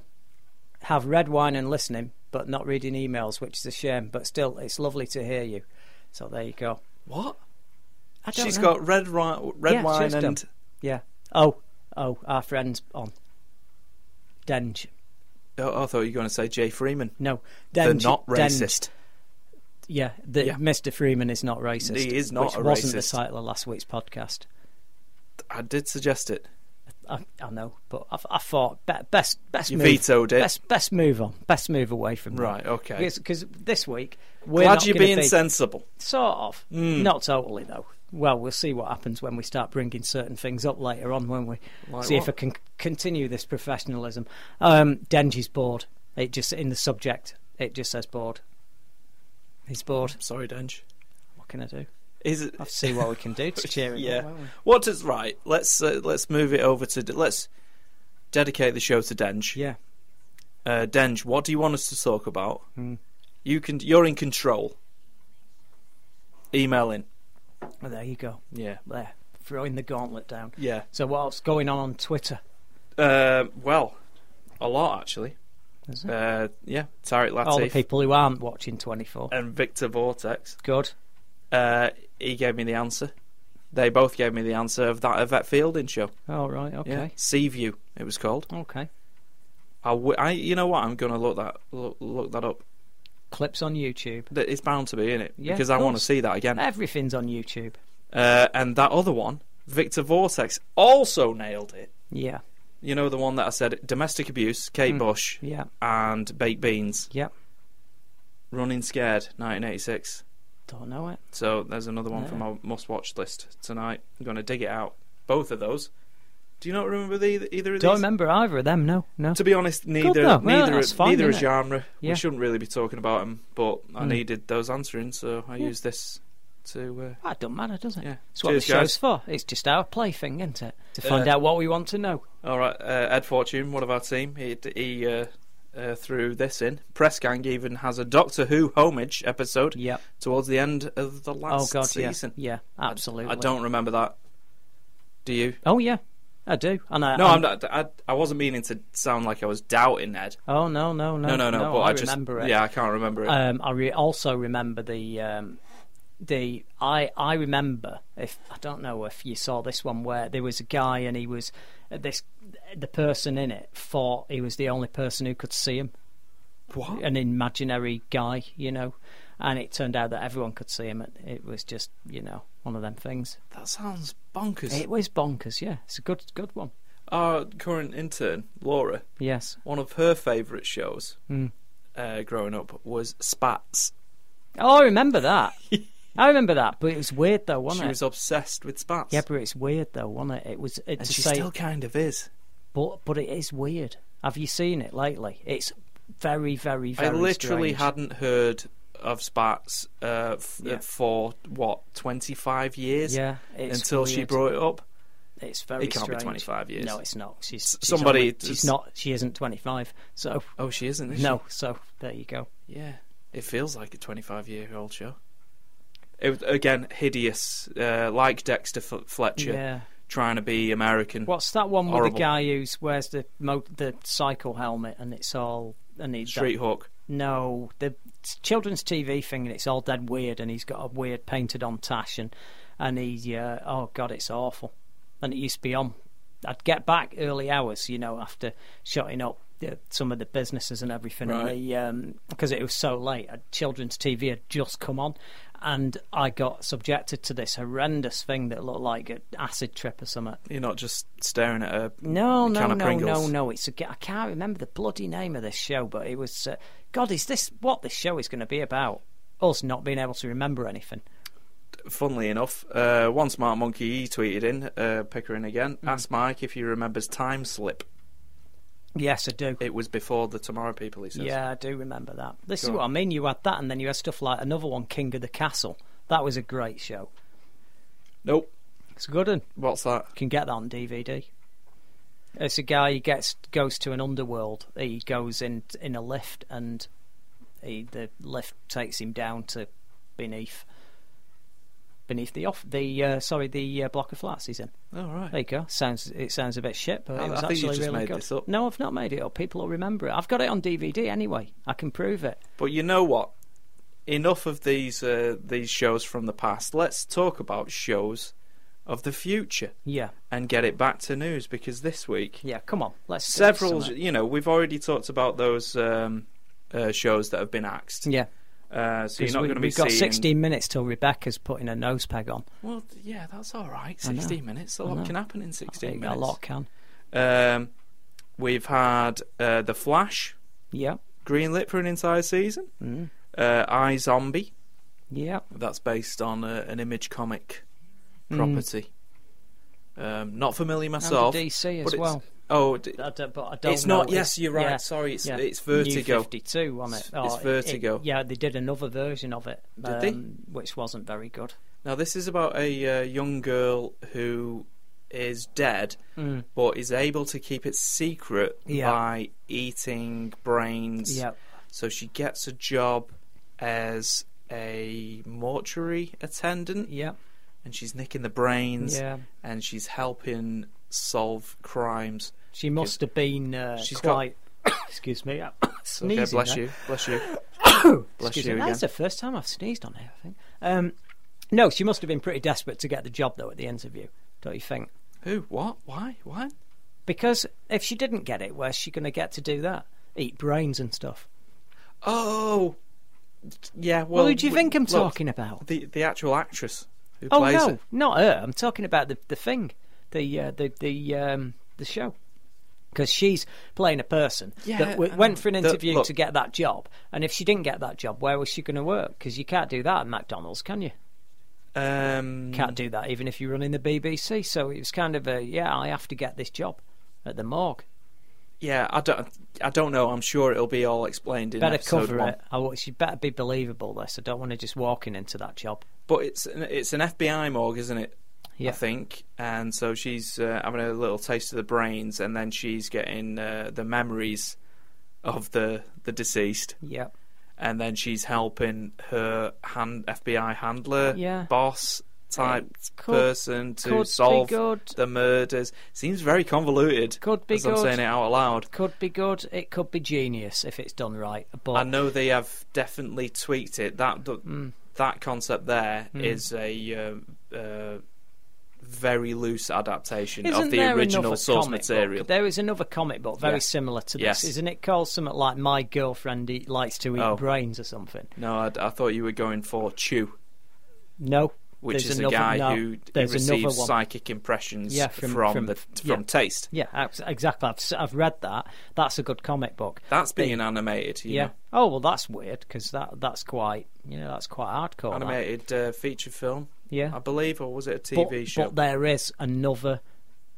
[SPEAKER 4] Have red wine and listening, but not reading emails, which is a shame. But still, it's lovely to hear you. So there you go.
[SPEAKER 5] What?
[SPEAKER 4] I don't
[SPEAKER 5] She's
[SPEAKER 4] know.
[SPEAKER 5] got red, ri- red
[SPEAKER 4] Yeah,
[SPEAKER 5] wine
[SPEAKER 4] she's done.
[SPEAKER 5] and
[SPEAKER 4] Yeah. Oh, oh, our friend's on. Denge.
[SPEAKER 5] Oh, I thought you were going to say Jay Freeman.
[SPEAKER 4] No,
[SPEAKER 5] They're
[SPEAKER 4] Denge.
[SPEAKER 5] not
[SPEAKER 4] Denge.
[SPEAKER 5] racist.
[SPEAKER 4] Yeah, the,
[SPEAKER 5] Yeah.
[SPEAKER 4] Mr. Freeman is not racist.
[SPEAKER 5] He is not
[SPEAKER 4] which
[SPEAKER 5] a
[SPEAKER 4] wasn't the
[SPEAKER 5] racist.
[SPEAKER 4] title of last week's podcast.
[SPEAKER 5] I did suggest it.
[SPEAKER 4] I, I know, but I, I thought be, best best
[SPEAKER 5] You
[SPEAKER 4] move,
[SPEAKER 5] vetoed it.
[SPEAKER 4] Best best move on. Best move away from that.
[SPEAKER 5] Right, okay.
[SPEAKER 4] Because this week we're
[SPEAKER 5] Glad
[SPEAKER 4] not
[SPEAKER 5] you're
[SPEAKER 4] gonna
[SPEAKER 5] being
[SPEAKER 4] be,
[SPEAKER 5] sensible.
[SPEAKER 4] Sort of.
[SPEAKER 5] Hmm.
[SPEAKER 4] Not totally though. Well, we'll see what happens when we start bringing certain things up later on, when we see if I
[SPEAKER 5] what?
[SPEAKER 4] can continue this professionalism. Um, Denji's bored. It just in the subject. It just says bored. He's bored.
[SPEAKER 5] Sorry, Dench.
[SPEAKER 4] What can I do?
[SPEAKER 5] Is it?
[SPEAKER 4] I'll see what we can do to cheer him. up,
[SPEAKER 5] Yeah.
[SPEAKER 4] won't we?
[SPEAKER 5] What does right? Let's uh, let's move it over to let's dedicate the show to Dench.
[SPEAKER 4] Yeah.
[SPEAKER 5] Uh, Dench, what do you want us to talk about?
[SPEAKER 4] Hmm.
[SPEAKER 5] You can. You're in control. Emailing.
[SPEAKER 4] Well, there you go.
[SPEAKER 5] Yeah.
[SPEAKER 4] There, throwing the gauntlet down.
[SPEAKER 5] Yeah.
[SPEAKER 4] So what's going on on Twitter?
[SPEAKER 5] Um well, a lot actually.
[SPEAKER 4] Is it?
[SPEAKER 5] Uh, yeah. Tariq
[SPEAKER 4] All the
[SPEAKER 5] Latif
[SPEAKER 4] people who aren't watching 24.
[SPEAKER 5] and Victor Vortex.
[SPEAKER 4] Good.
[SPEAKER 5] Uh, he gave me the answer. They both gave me the answer of that Yvette Fielding show.
[SPEAKER 4] All right. Okay.
[SPEAKER 5] Yeah. Sea View, it was called.
[SPEAKER 4] Okay.
[SPEAKER 5] I, w- I, you know what? I'm gonna look that look, look that up.
[SPEAKER 4] Clips on YouTube.
[SPEAKER 5] That It's bound to be in it
[SPEAKER 4] Yeah,
[SPEAKER 5] because
[SPEAKER 4] of
[SPEAKER 5] I want to
[SPEAKER 4] course. Uh,
[SPEAKER 5] see that again.
[SPEAKER 4] Everything's on YouTube.
[SPEAKER 5] Uh, and that other one, Victor Vortex, also nailed it.
[SPEAKER 4] Yeah.
[SPEAKER 5] You know the one that I said domestic abuse,
[SPEAKER 4] Mm.
[SPEAKER 5] Kate Bush,
[SPEAKER 4] Yeah.
[SPEAKER 5] and baked beans.
[SPEAKER 4] Yeah.
[SPEAKER 5] Running scared, 1986.
[SPEAKER 4] Don't know it.
[SPEAKER 5] So there's another one from
[SPEAKER 4] Yeah.
[SPEAKER 5] our must-watch list tonight. I'm gonna dig it out. Both of those. Do you not remember the, either of
[SPEAKER 4] Don't
[SPEAKER 5] these?
[SPEAKER 4] remember either of them. No. No.
[SPEAKER 5] To be honest, neither
[SPEAKER 4] though. Well,
[SPEAKER 5] neither
[SPEAKER 4] that's fine,
[SPEAKER 5] neither a
[SPEAKER 4] isn't it?
[SPEAKER 5] genre.
[SPEAKER 4] Yeah.
[SPEAKER 5] We shouldn't really be talking about them, but I
[SPEAKER 4] Mm.
[SPEAKER 5] needed those answering, so I used this to.
[SPEAKER 4] That don't matter, does it?
[SPEAKER 5] Yeah.
[SPEAKER 4] It's what
[SPEAKER 5] Cheers,
[SPEAKER 4] the show's
[SPEAKER 5] guys.
[SPEAKER 4] for. It's just our plaything, isn't it? To find
[SPEAKER 5] Uh,
[SPEAKER 4] out what we want to know.
[SPEAKER 5] Uh... All right, uh, Ed Fortune, one of our team, he he uh, uh, threw this in. Press Gang even has a Doctor Who homage episode
[SPEAKER 4] Yep.
[SPEAKER 5] towards the end of the
[SPEAKER 4] Oh
[SPEAKER 5] last
[SPEAKER 4] God.
[SPEAKER 5] season.
[SPEAKER 4] Yeah. Yeah. Absolutely.
[SPEAKER 5] I don't remember that. Do you?
[SPEAKER 4] Oh yeah. I do. And I,
[SPEAKER 5] No,
[SPEAKER 4] and-
[SPEAKER 5] I'm not. I, I wasn't meaning to sound like I was doubting Ed.
[SPEAKER 4] Oh no, no, no,
[SPEAKER 5] No, no, no. but I,
[SPEAKER 4] I,
[SPEAKER 5] just
[SPEAKER 4] remember it.
[SPEAKER 5] yeah, I can't remember it.
[SPEAKER 4] Um, I re- also remember the um, the I I remember if I don't know if you saw this one where there was a guy and he was uh, this the person in it thought he was the only person who could see him.
[SPEAKER 5] What?
[SPEAKER 4] An imaginary guy, you know, and it turned out that everyone could see him. It, it was just you know one of them things.
[SPEAKER 5] that sounds bonkers.
[SPEAKER 4] It was bonkers. Yeah, it's a good good one.
[SPEAKER 5] Our current intern, Laura,
[SPEAKER 4] Yes.
[SPEAKER 5] one of her favourite shows
[SPEAKER 4] Hmm.
[SPEAKER 5] uh, growing up was Spats.
[SPEAKER 4] Oh, I remember that. I remember that, but it was weird though, wasn't
[SPEAKER 5] She
[SPEAKER 4] it?
[SPEAKER 5] was obsessed with Spats.
[SPEAKER 4] Yeah, but it's weird though, wasn't it? It was it,
[SPEAKER 5] and
[SPEAKER 4] to
[SPEAKER 5] she
[SPEAKER 4] say,
[SPEAKER 5] still kind of is.
[SPEAKER 4] but but it is weird. Have you seen it lately? It's very, very, very.
[SPEAKER 5] I literally
[SPEAKER 4] strange.
[SPEAKER 5] hadn't heard of Spats uh, f-
[SPEAKER 4] Yeah.
[SPEAKER 5] for, what, 25 years?
[SPEAKER 4] Yeah, it's
[SPEAKER 5] Until she
[SPEAKER 4] weird.
[SPEAKER 5] brought it up.
[SPEAKER 4] It's very.
[SPEAKER 5] It can't be
[SPEAKER 4] strange.
[SPEAKER 5] 25 years.
[SPEAKER 4] No, it's not. She's, she's
[SPEAKER 5] somebody
[SPEAKER 4] only-
[SPEAKER 5] just-
[SPEAKER 4] she's not. She isn't twenty-five. So
[SPEAKER 5] Oh, she isn't, is
[SPEAKER 4] no. So there you go.
[SPEAKER 5] she? Yeah. It feels like a 25 year old show. It was, again, hideous, uh, like Dexter F- Fletcher,
[SPEAKER 4] Yeah.
[SPEAKER 5] trying to be American.
[SPEAKER 4] What's that one with
[SPEAKER 5] Horrible.
[SPEAKER 4] the guy who's wears the mo- the cycle helmet and it's all and he's
[SPEAKER 5] Street Hawk.
[SPEAKER 4] No, the children's TV thing, and it's all dead weird, and he's got a weird painted-on tash, and and he, uh, oh god, it's awful. And it used to be on. I'd get back early hours, you know, after shutting up uh, some of the businesses and everything, and
[SPEAKER 5] Right.
[SPEAKER 4] the because it was so late, uh, children's TV had just come on, and I got subjected to this horrendous thing that looked like an acid trip or something.
[SPEAKER 5] You're not just staring at a
[SPEAKER 4] No, no,
[SPEAKER 5] can of
[SPEAKER 4] no, no,
[SPEAKER 5] Pringles.
[SPEAKER 4] no. It's a g- I can't remember the bloody name of this show, but it was. Uh, God, is this what this show is going to be about? Us not being able to remember anything.
[SPEAKER 5] Funnily enough, uh, one smart monkey he tweeted in uh, Pickering again.
[SPEAKER 4] Hmm.
[SPEAKER 5] Ask Mike if he remembers time slip.
[SPEAKER 4] Yes, I do.
[SPEAKER 5] It was before the Tomorrow People. He says.
[SPEAKER 4] yeah, I do remember that. This is
[SPEAKER 5] Go
[SPEAKER 4] what I
[SPEAKER 5] on.
[SPEAKER 4] mean. You had that, and then you had stuff like another one, King of the Castle. That was a great show.
[SPEAKER 5] Nope.
[SPEAKER 4] It's a good one.
[SPEAKER 5] What's that?
[SPEAKER 4] can get that on DVD. It's a guy who gets goes to an underworld. He goes in in a lift, and he, the lift takes him down to beneath beneath the off the uh, sorry the uh, block of flats he's in.
[SPEAKER 5] All right.
[SPEAKER 4] There you go. Sounds it sounds a bit shit, but
[SPEAKER 5] I-
[SPEAKER 4] it was
[SPEAKER 5] I think you
[SPEAKER 4] actually
[SPEAKER 5] just
[SPEAKER 4] really
[SPEAKER 5] made
[SPEAKER 4] good.
[SPEAKER 5] this up.
[SPEAKER 4] No, I've not made it up. People will remember it. I've got it on DVD anyway. I can prove it.
[SPEAKER 5] But you know what? Enough of these uh, these shows from the past. Let's talk about shows of the future
[SPEAKER 4] Yeah,
[SPEAKER 5] and get it back to news because this week
[SPEAKER 4] yeah. Come on, let's do
[SPEAKER 5] several.
[SPEAKER 4] something.
[SPEAKER 5] You know, we've already talked about those um, uh, shows that have been axed.
[SPEAKER 4] Yeah,
[SPEAKER 5] Uh, so you're
[SPEAKER 4] because
[SPEAKER 5] not
[SPEAKER 4] we,
[SPEAKER 5] going to be
[SPEAKER 4] we've got
[SPEAKER 5] seeing-
[SPEAKER 4] 16 minutes till Rebecca's putting a nose peg on.
[SPEAKER 5] Well, yeah, that's all right.
[SPEAKER 4] I know.
[SPEAKER 5] 16 minutes. A
[SPEAKER 4] I know.
[SPEAKER 5] lot can happen in 16 minutes.
[SPEAKER 4] A lot can.
[SPEAKER 5] Um, we've had uh, The Flash
[SPEAKER 4] Yeah.
[SPEAKER 5] greenlit for an entire season.
[SPEAKER 4] Mm.
[SPEAKER 5] Uh, I Zombie
[SPEAKER 4] Yeah.
[SPEAKER 5] that's based on uh, an Image comic
[SPEAKER 4] Mm.
[SPEAKER 5] property. Um, not familiar
[SPEAKER 4] And
[SPEAKER 5] myself.
[SPEAKER 4] the DC
[SPEAKER 5] but
[SPEAKER 4] as
[SPEAKER 5] it's-
[SPEAKER 4] well.
[SPEAKER 5] Oh, d-
[SPEAKER 4] I don't, but I don't
[SPEAKER 5] it's
[SPEAKER 4] know.
[SPEAKER 5] not. Yes, you're right.
[SPEAKER 4] yeah,
[SPEAKER 5] Sorry, it's
[SPEAKER 4] yeah.
[SPEAKER 5] it's
[SPEAKER 4] New
[SPEAKER 5] Vertigo.
[SPEAKER 4] 52 on it.
[SPEAKER 5] It's-
[SPEAKER 4] Oh,
[SPEAKER 5] it's
[SPEAKER 4] it- it-
[SPEAKER 5] Vertigo.
[SPEAKER 4] yeah, they did another version of it. um,
[SPEAKER 5] Did they?
[SPEAKER 4] Which wasn't very good.
[SPEAKER 5] Now, this is about a uh, young girl who is dead,
[SPEAKER 4] Mm.
[SPEAKER 5] but is able to keep it secret
[SPEAKER 4] Yeah.
[SPEAKER 5] by eating brains.
[SPEAKER 4] Yeah.
[SPEAKER 5] So she gets a job as a mortuary attendant,
[SPEAKER 4] Yeah.
[SPEAKER 5] and she's nicking the brains,
[SPEAKER 4] Yeah.
[SPEAKER 5] and she's helping solve crimes.
[SPEAKER 4] She must have been uh,
[SPEAKER 5] She's got-
[SPEAKER 4] quite. excuse me. I'm sneezing.
[SPEAKER 5] okay, bless
[SPEAKER 4] there.
[SPEAKER 5] you, bless you, bless
[SPEAKER 4] Excuse
[SPEAKER 5] you
[SPEAKER 4] me.
[SPEAKER 5] again.
[SPEAKER 4] That's the first time I've sneezed on here, I think. Um, no, she must have been pretty desperate to get the job, though, at the interview, don't you think?
[SPEAKER 5] Who? What? Why? Why?
[SPEAKER 4] Because if she didn't get it, where's she going to get to do that? Eat brains and stuff.
[SPEAKER 5] Oh, yeah. Well,
[SPEAKER 4] Well, who do you
[SPEAKER 5] we-
[SPEAKER 4] think I'm
[SPEAKER 5] look,
[SPEAKER 4] talking about?
[SPEAKER 5] The the actual actress who
[SPEAKER 4] Oh
[SPEAKER 5] plays
[SPEAKER 4] no,
[SPEAKER 5] it.
[SPEAKER 4] not her. I'm talking about the the thing, the uh, the the um, the show. Because she's playing a person
[SPEAKER 5] Yeah,
[SPEAKER 4] that w-
[SPEAKER 5] I
[SPEAKER 4] went
[SPEAKER 5] know.
[SPEAKER 4] for an
[SPEAKER 5] The-
[SPEAKER 4] interview
[SPEAKER 5] look-
[SPEAKER 4] to get that job, and if she didn't get that job, where was she going to work? Because you can't do that at McDonald's, can you?
[SPEAKER 5] Um,
[SPEAKER 4] Can't do that even if you're running the BBC. So it was kind of a yeah, I have to get this job at the morgue.
[SPEAKER 5] Yeah, I don't. I don't know. I'm sure it'll be all explained in
[SPEAKER 4] Better
[SPEAKER 5] episode
[SPEAKER 4] cover
[SPEAKER 5] one.
[SPEAKER 4] it. I, wa- she better be believable. This I don't want to just walking into that job.
[SPEAKER 5] But it's an, it's an FBI morgue, isn't it?
[SPEAKER 4] Yeah.
[SPEAKER 5] I think. And so she's uh, having a little taste of the brains, and then she's getting uh, the memories of the the deceased,
[SPEAKER 4] Yeah,
[SPEAKER 5] and then she's helping her hand, FBI handler,
[SPEAKER 4] Yeah.
[SPEAKER 5] boss type
[SPEAKER 4] could-
[SPEAKER 5] person to
[SPEAKER 4] could be
[SPEAKER 5] solve
[SPEAKER 4] good.
[SPEAKER 5] the murders. Seems very convoluted.
[SPEAKER 4] Could be
[SPEAKER 5] as I'm
[SPEAKER 4] good.
[SPEAKER 5] saying it out loud.
[SPEAKER 4] could be good. It could be genius if it's done right. But
[SPEAKER 5] I know they have definitely tweaked it. That th-
[SPEAKER 4] Hmm.
[SPEAKER 5] that concept there is a uh, uh, very loose adaptation
[SPEAKER 4] Isn't
[SPEAKER 5] of the
[SPEAKER 4] there
[SPEAKER 5] original
[SPEAKER 4] another
[SPEAKER 5] source
[SPEAKER 4] comic
[SPEAKER 5] material.
[SPEAKER 4] Book? There is another comic book very
[SPEAKER 5] Yeah.
[SPEAKER 4] similar to this,
[SPEAKER 5] Yes.
[SPEAKER 4] isn't it? Called something like "My Girlfriend Eat, Likes to Eat
[SPEAKER 5] Oh.
[SPEAKER 4] Brains" or something.
[SPEAKER 5] No, I, I thought you were going for Chu,
[SPEAKER 4] No,
[SPEAKER 5] which
[SPEAKER 4] there's
[SPEAKER 5] is
[SPEAKER 4] another,
[SPEAKER 5] a guy
[SPEAKER 4] no,
[SPEAKER 5] who, who
[SPEAKER 4] there's another
[SPEAKER 5] receives
[SPEAKER 4] one.
[SPEAKER 5] psychic impressions
[SPEAKER 4] Yeah, from-
[SPEAKER 5] from
[SPEAKER 4] from-
[SPEAKER 5] the,
[SPEAKER 4] yeah.
[SPEAKER 5] from taste.
[SPEAKER 4] yeah, abs- exactly. I've, s- I've read that. That's a good comic book.
[SPEAKER 5] That's being animated. You
[SPEAKER 4] yeah.
[SPEAKER 5] know.
[SPEAKER 4] Oh well, that's weird because that that's quite you know that's quite hardcore. that.
[SPEAKER 5] Animated uh, feature film,
[SPEAKER 4] Yeah.
[SPEAKER 5] I believe, or was it a
[SPEAKER 4] but,
[SPEAKER 5] TV show?
[SPEAKER 4] but there is another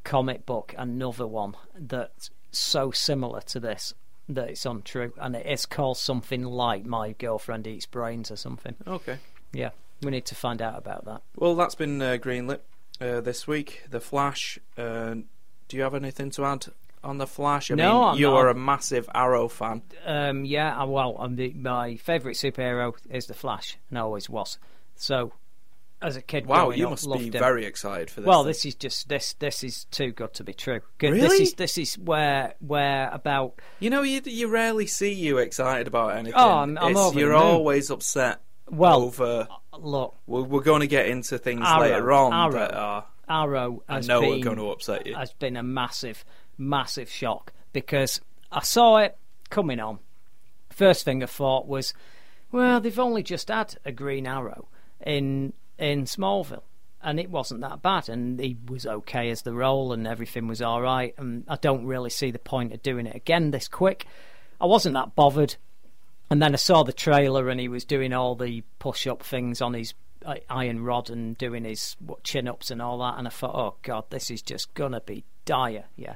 [SPEAKER 4] comic book, another one that's so similar to this that it's untrue, and it is called something like "My Girlfriend Eats Brains" or something.
[SPEAKER 5] Okay.
[SPEAKER 4] Yeah, we need to find out about that.
[SPEAKER 5] Well, that's been uh, greenlit uh, this week. The Flash. Uh, do you have anything to add on the Flash? I
[SPEAKER 4] No,
[SPEAKER 5] mean,
[SPEAKER 4] I'm
[SPEAKER 5] you
[SPEAKER 4] not.
[SPEAKER 5] are a massive Arrow fan.
[SPEAKER 4] Um, yeah, I- well, I'm the, my favourite superhero is the Flash, and I always was. So, as a kid,
[SPEAKER 5] Wow,
[SPEAKER 4] growing
[SPEAKER 5] you
[SPEAKER 4] up,
[SPEAKER 5] must
[SPEAKER 4] loved
[SPEAKER 5] be
[SPEAKER 4] him.
[SPEAKER 5] very excited for this.
[SPEAKER 4] Well,
[SPEAKER 5] then.
[SPEAKER 4] this is just this. This is too good to be true. 'Cause This
[SPEAKER 5] Really?
[SPEAKER 4] is this is where where about
[SPEAKER 5] you know, you, you rarely see you excited about anything.
[SPEAKER 4] Oh, I'm- I'm
[SPEAKER 5] It's-
[SPEAKER 4] over the
[SPEAKER 5] You're
[SPEAKER 4] moon.
[SPEAKER 5] always upset.
[SPEAKER 4] Well,
[SPEAKER 5] over.
[SPEAKER 4] look
[SPEAKER 5] We're, we're going to get into things
[SPEAKER 4] Arrow,
[SPEAKER 5] later on
[SPEAKER 4] Arrow.
[SPEAKER 5] that are.
[SPEAKER 4] Arrow
[SPEAKER 5] I
[SPEAKER 4] has
[SPEAKER 5] know
[SPEAKER 4] been
[SPEAKER 5] are going to upset you.
[SPEAKER 4] has been a massive, massive shock because I saw it coming on. First thing I thought was, well, they've only just had a Green Arrow in in Smallville, and it wasn't that bad, and he was okay as the role, and everything was all right, and I don't really see the point of doing it again this quick. I wasn't that bothered, and then I saw the trailer, and he was doing all the push-up things on his uh, iron rod and doing his what, chin-ups and all that, and I thought, oh god, this is just gonna be dire, yeah.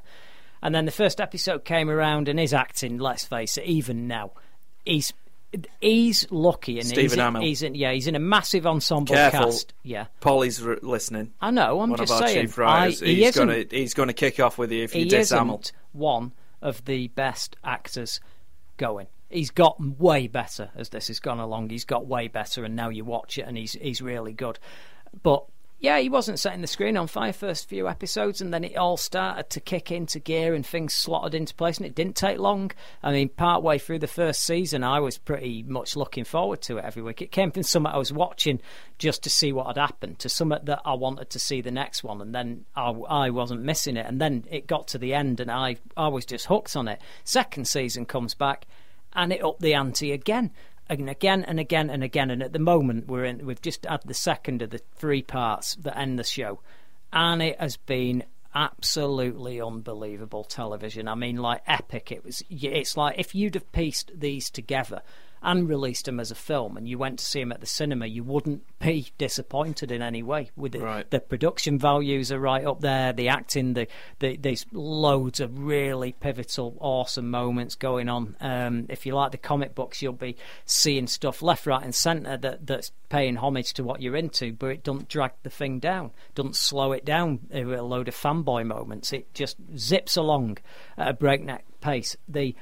[SPEAKER 4] And then the first episode came around, and his acting, let's face it, even now, he's he's lucky, and he's,
[SPEAKER 5] Stephen Amell.
[SPEAKER 4] he's in, yeah, he's in a massive ensemble
[SPEAKER 5] Careful.
[SPEAKER 4] cast, yeah.
[SPEAKER 5] Polly's r listening.
[SPEAKER 4] I know. I'm
[SPEAKER 5] One
[SPEAKER 4] just
[SPEAKER 5] of our
[SPEAKER 4] saying.
[SPEAKER 5] chief writers.
[SPEAKER 4] I, he
[SPEAKER 5] he's
[SPEAKER 4] isn't.
[SPEAKER 5] going to he's going to kick off with you if you
[SPEAKER 4] he
[SPEAKER 5] diss
[SPEAKER 4] isn't
[SPEAKER 5] Amel.
[SPEAKER 4] one of the best actors going. He's got way better as this has gone along. He's got way better, and now you watch it, and he's he's really good. But yeah, he wasn't setting the screen on fire first few episodes, and then it all started to kick into gear, and things slotted into place, and it didn't take long. I mean, part way through the first season, I was pretty much looking forward to it every week. It came from something I was watching just to see what had happened, to something that I wanted to see the next one, and then I, I wasn't missing it. And then it got to the end, and I, I was just hooked on it. Second season comes back, and it upped the ante again. And again and again and again, and at the moment we're in, we've just had the second of the three parts that end the show, and it has been absolutely unbelievable television. I mean, like epic. It was. y- It's like if you'd have pieced these together and released them as a film, and you went to see them at the cinema, you wouldn't be disappointed in any way. With the,
[SPEAKER 5] Right.
[SPEAKER 4] the production values are right up there. The acting, the, the there's loads of really pivotal, awesome moments going on. Um, if you like the comic books, you'll be seeing stuff left, right, and centre that that's paying homage to what you're into, but it doesn't drag the thing down, doesn't slow it down uh, with a load of fanboy moments. It just zips along at a breakneck pace. The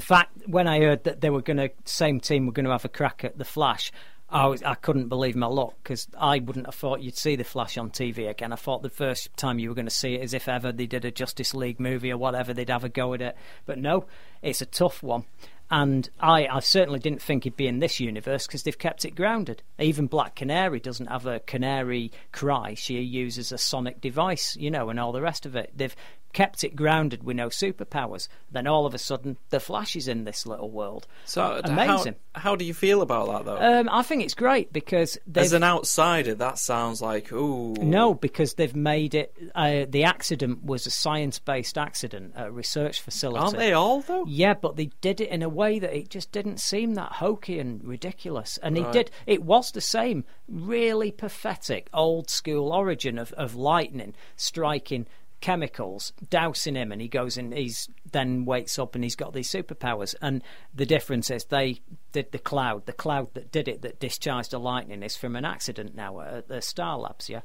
[SPEAKER 4] fact when I heard that they were going to same team were going to have a crack at the Flash, I was, I couldn't believe my luck because I wouldn't have thought you'd see the Flash on TV again. I thought the first time you were going to see it is if ever they did a Justice League movie or whatever, they'd have a go at it. But no, it's a tough one. And I, I certainly didn't think he'd be in this universe because they've kept it grounded. Even Black Canary doesn't have a canary cry. She uses a sonic device, you know, and all the rest of it. They've kept it grounded with no superpowers. Then all of a sudden, the Flash is in this little world.
[SPEAKER 5] So d-
[SPEAKER 4] amazing.
[SPEAKER 5] How, how do you feel about that though?
[SPEAKER 4] Um, I think it's great because
[SPEAKER 5] As
[SPEAKER 4] there's
[SPEAKER 5] an outsider, that sounds like ooh.
[SPEAKER 4] no, because they've made it. Uh, the accident was a science-based accident at a research facility.
[SPEAKER 5] aren't they all though?
[SPEAKER 4] Yeah, but they did it in a way that it just didn't seem that hokey and ridiculous. And it did. It was the same really pathetic old school origin of, of lightning striking chemicals, dousing him, and he goes and he's then wakes up and he's got these superpowers. And the difference is they did the cloud. The cloud that did it, that discharged the lightning, is from an accident now at, at the Star Labs. Yeah.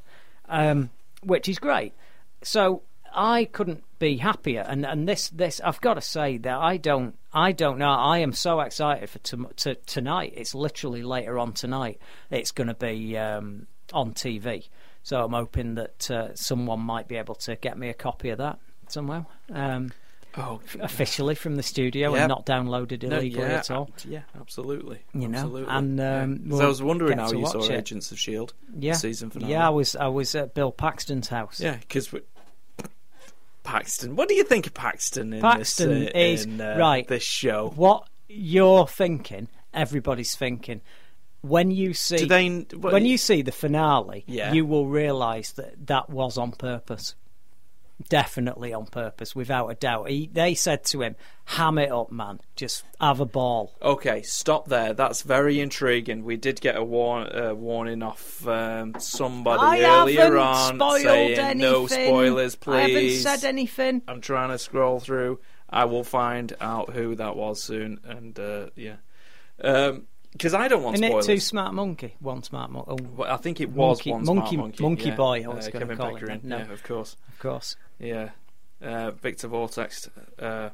[SPEAKER 4] Um, which is great. So I couldn't be happier. And and this this I've got to say that I don't I don't know. I am so excited for tom to, tonight. It's literally later on tonight. It's going to be um, on TV. So I'm hoping that uh, someone might be able to get me a copy of that somehow. Um,
[SPEAKER 5] Oh,
[SPEAKER 4] officially from the studio
[SPEAKER 5] Yeah.
[SPEAKER 4] and not downloaded
[SPEAKER 5] no,
[SPEAKER 4] illegally
[SPEAKER 5] yeah,
[SPEAKER 4] at all.
[SPEAKER 5] ab- Yeah, absolutely.
[SPEAKER 4] You know,
[SPEAKER 5] absolutely.
[SPEAKER 4] and, um,
[SPEAKER 5] yeah. 'Cause
[SPEAKER 4] we'll
[SPEAKER 5] I was wondering
[SPEAKER 4] get
[SPEAKER 5] how
[SPEAKER 4] to
[SPEAKER 5] you saw
[SPEAKER 4] watch it.
[SPEAKER 5] Agents of Shield.
[SPEAKER 4] Yeah,
[SPEAKER 5] the E season finale.
[SPEAKER 4] Yeah, I was I was at Bill Paxton's house.
[SPEAKER 5] Yeah, because Paxton. What do you think of Paxton in
[SPEAKER 4] Paxton
[SPEAKER 5] this? uh,
[SPEAKER 4] is-
[SPEAKER 5] in, uh,
[SPEAKER 4] right.
[SPEAKER 5] This show.
[SPEAKER 4] what you're thinking, everybody's thinking. When you see
[SPEAKER 5] Do they? n- What,
[SPEAKER 4] when you see the finale,
[SPEAKER 5] Yeah.
[SPEAKER 4] you will realise that that was on purpose. Definitely on purpose, without a doubt. He, they said to him, "Ham it up, man. Just have a ball."
[SPEAKER 5] Okay, stop there. That's very intriguing. We did get a warn, uh, warning off um, somebody
[SPEAKER 4] I haven't
[SPEAKER 5] earlier on
[SPEAKER 4] spoiled
[SPEAKER 5] saying
[SPEAKER 4] anything.
[SPEAKER 5] no spoilers, please. Oh,
[SPEAKER 4] I haven't said anything.
[SPEAKER 5] I'm trying to scroll through. I will find out who that was soon, and uh, yeah, because I don't want
[SPEAKER 4] Isn't it
[SPEAKER 5] spoilers.
[SPEAKER 4] two smart monkey, one smart monkey? Oh,
[SPEAKER 5] Well, I think it was
[SPEAKER 4] Monkey-
[SPEAKER 5] one smart
[SPEAKER 4] monkey-
[SPEAKER 5] monkey,
[SPEAKER 4] monkey
[SPEAKER 5] yeah.
[SPEAKER 4] boy, I was
[SPEAKER 5] uh,
[SPEAKER 4] gonna
[SPEAKER 5] Kevin
[SPEAKER 4] call him
[SPEAKER 5] Peckering,
[SPEAKER 4] that. No.
[SPEAKER 5] yeah, of course,
[SPEAKER 4] of course.
[SPEAKER 5] yeah. Uh, Victor Vortex, uh,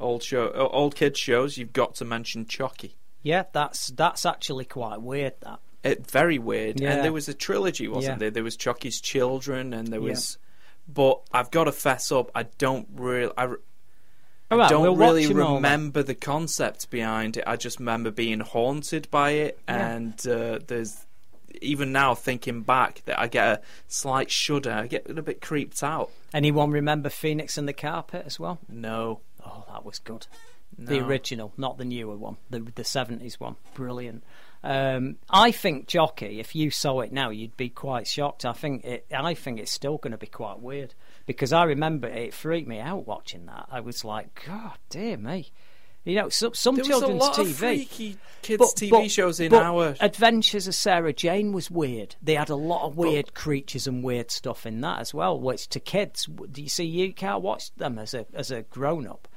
[SPEAKER 5] old show, o- old kid shows. You've got to mention Chucky.
[SPEAKER 4] Yeah, that's that's actually quite weird. That
[SPEAKER 5] It very weird.
[SPEAKER 4] Yeah.
[SPEAKER 5] And there was a trilogy, wasn't
[SPEAKER 4] Yeah.
[SPEAKER 5] there? There was Chucky's Children, and there
[SPEAKER 4] Yeah.
[SPEAKER 5] was. But I've got to fess up. I don't really. I, re- I
[SPEAKER 4] All right,
[SPEAKER 5] don't
[SPEAKER 4] we'll watch
[SPEAKER 5] really
[SPEAKER 4] them all then.
[SPEAKER 5] remember the concept behind it. I just remember being haunted by it,
[SPEAKER 4] Yeah.
[SPEAKER 5] and uh, there's even now thinking back that I get a slight shudder. I get a little bit creeped out.
[SPEAKER 4] Anyone remember Phoenix and the Carpet as well?
[SPEAKER 5] No,
[SPEAKER 4] Oh, that was good. The
[SPEAKER 5] No.
[SPEAKER 4] original, not the newer one, the the seventies one. Brilliant. Um, I think Jockey. If you saw it now, you'd be quite shocked. I think it. I think it's still going to be quite weird because I remember it freaked me out watching that. I was like, God, dear me. You know, some, some
[SPEAKER 5] there was a
[SPEAKER 4] children's
[SPEAKER 5] lot
[SPEAKER 4] TV
[SPEAKER 5] of freaky kids'
[SPEAKER 4] but-
[SPEAKER 5] TV
[SPEAKER 4] but-
[SPEAKER 5] shows in
[SPEAKER 4] but
[SPEAKER 5] our.
[SPEAKER 4] Adventures of Sarah Jane was weird. They had a lot of weird creatures and weird stuff in that as well. Which to kids, w- do you see? You can't watch them as a as a grown up.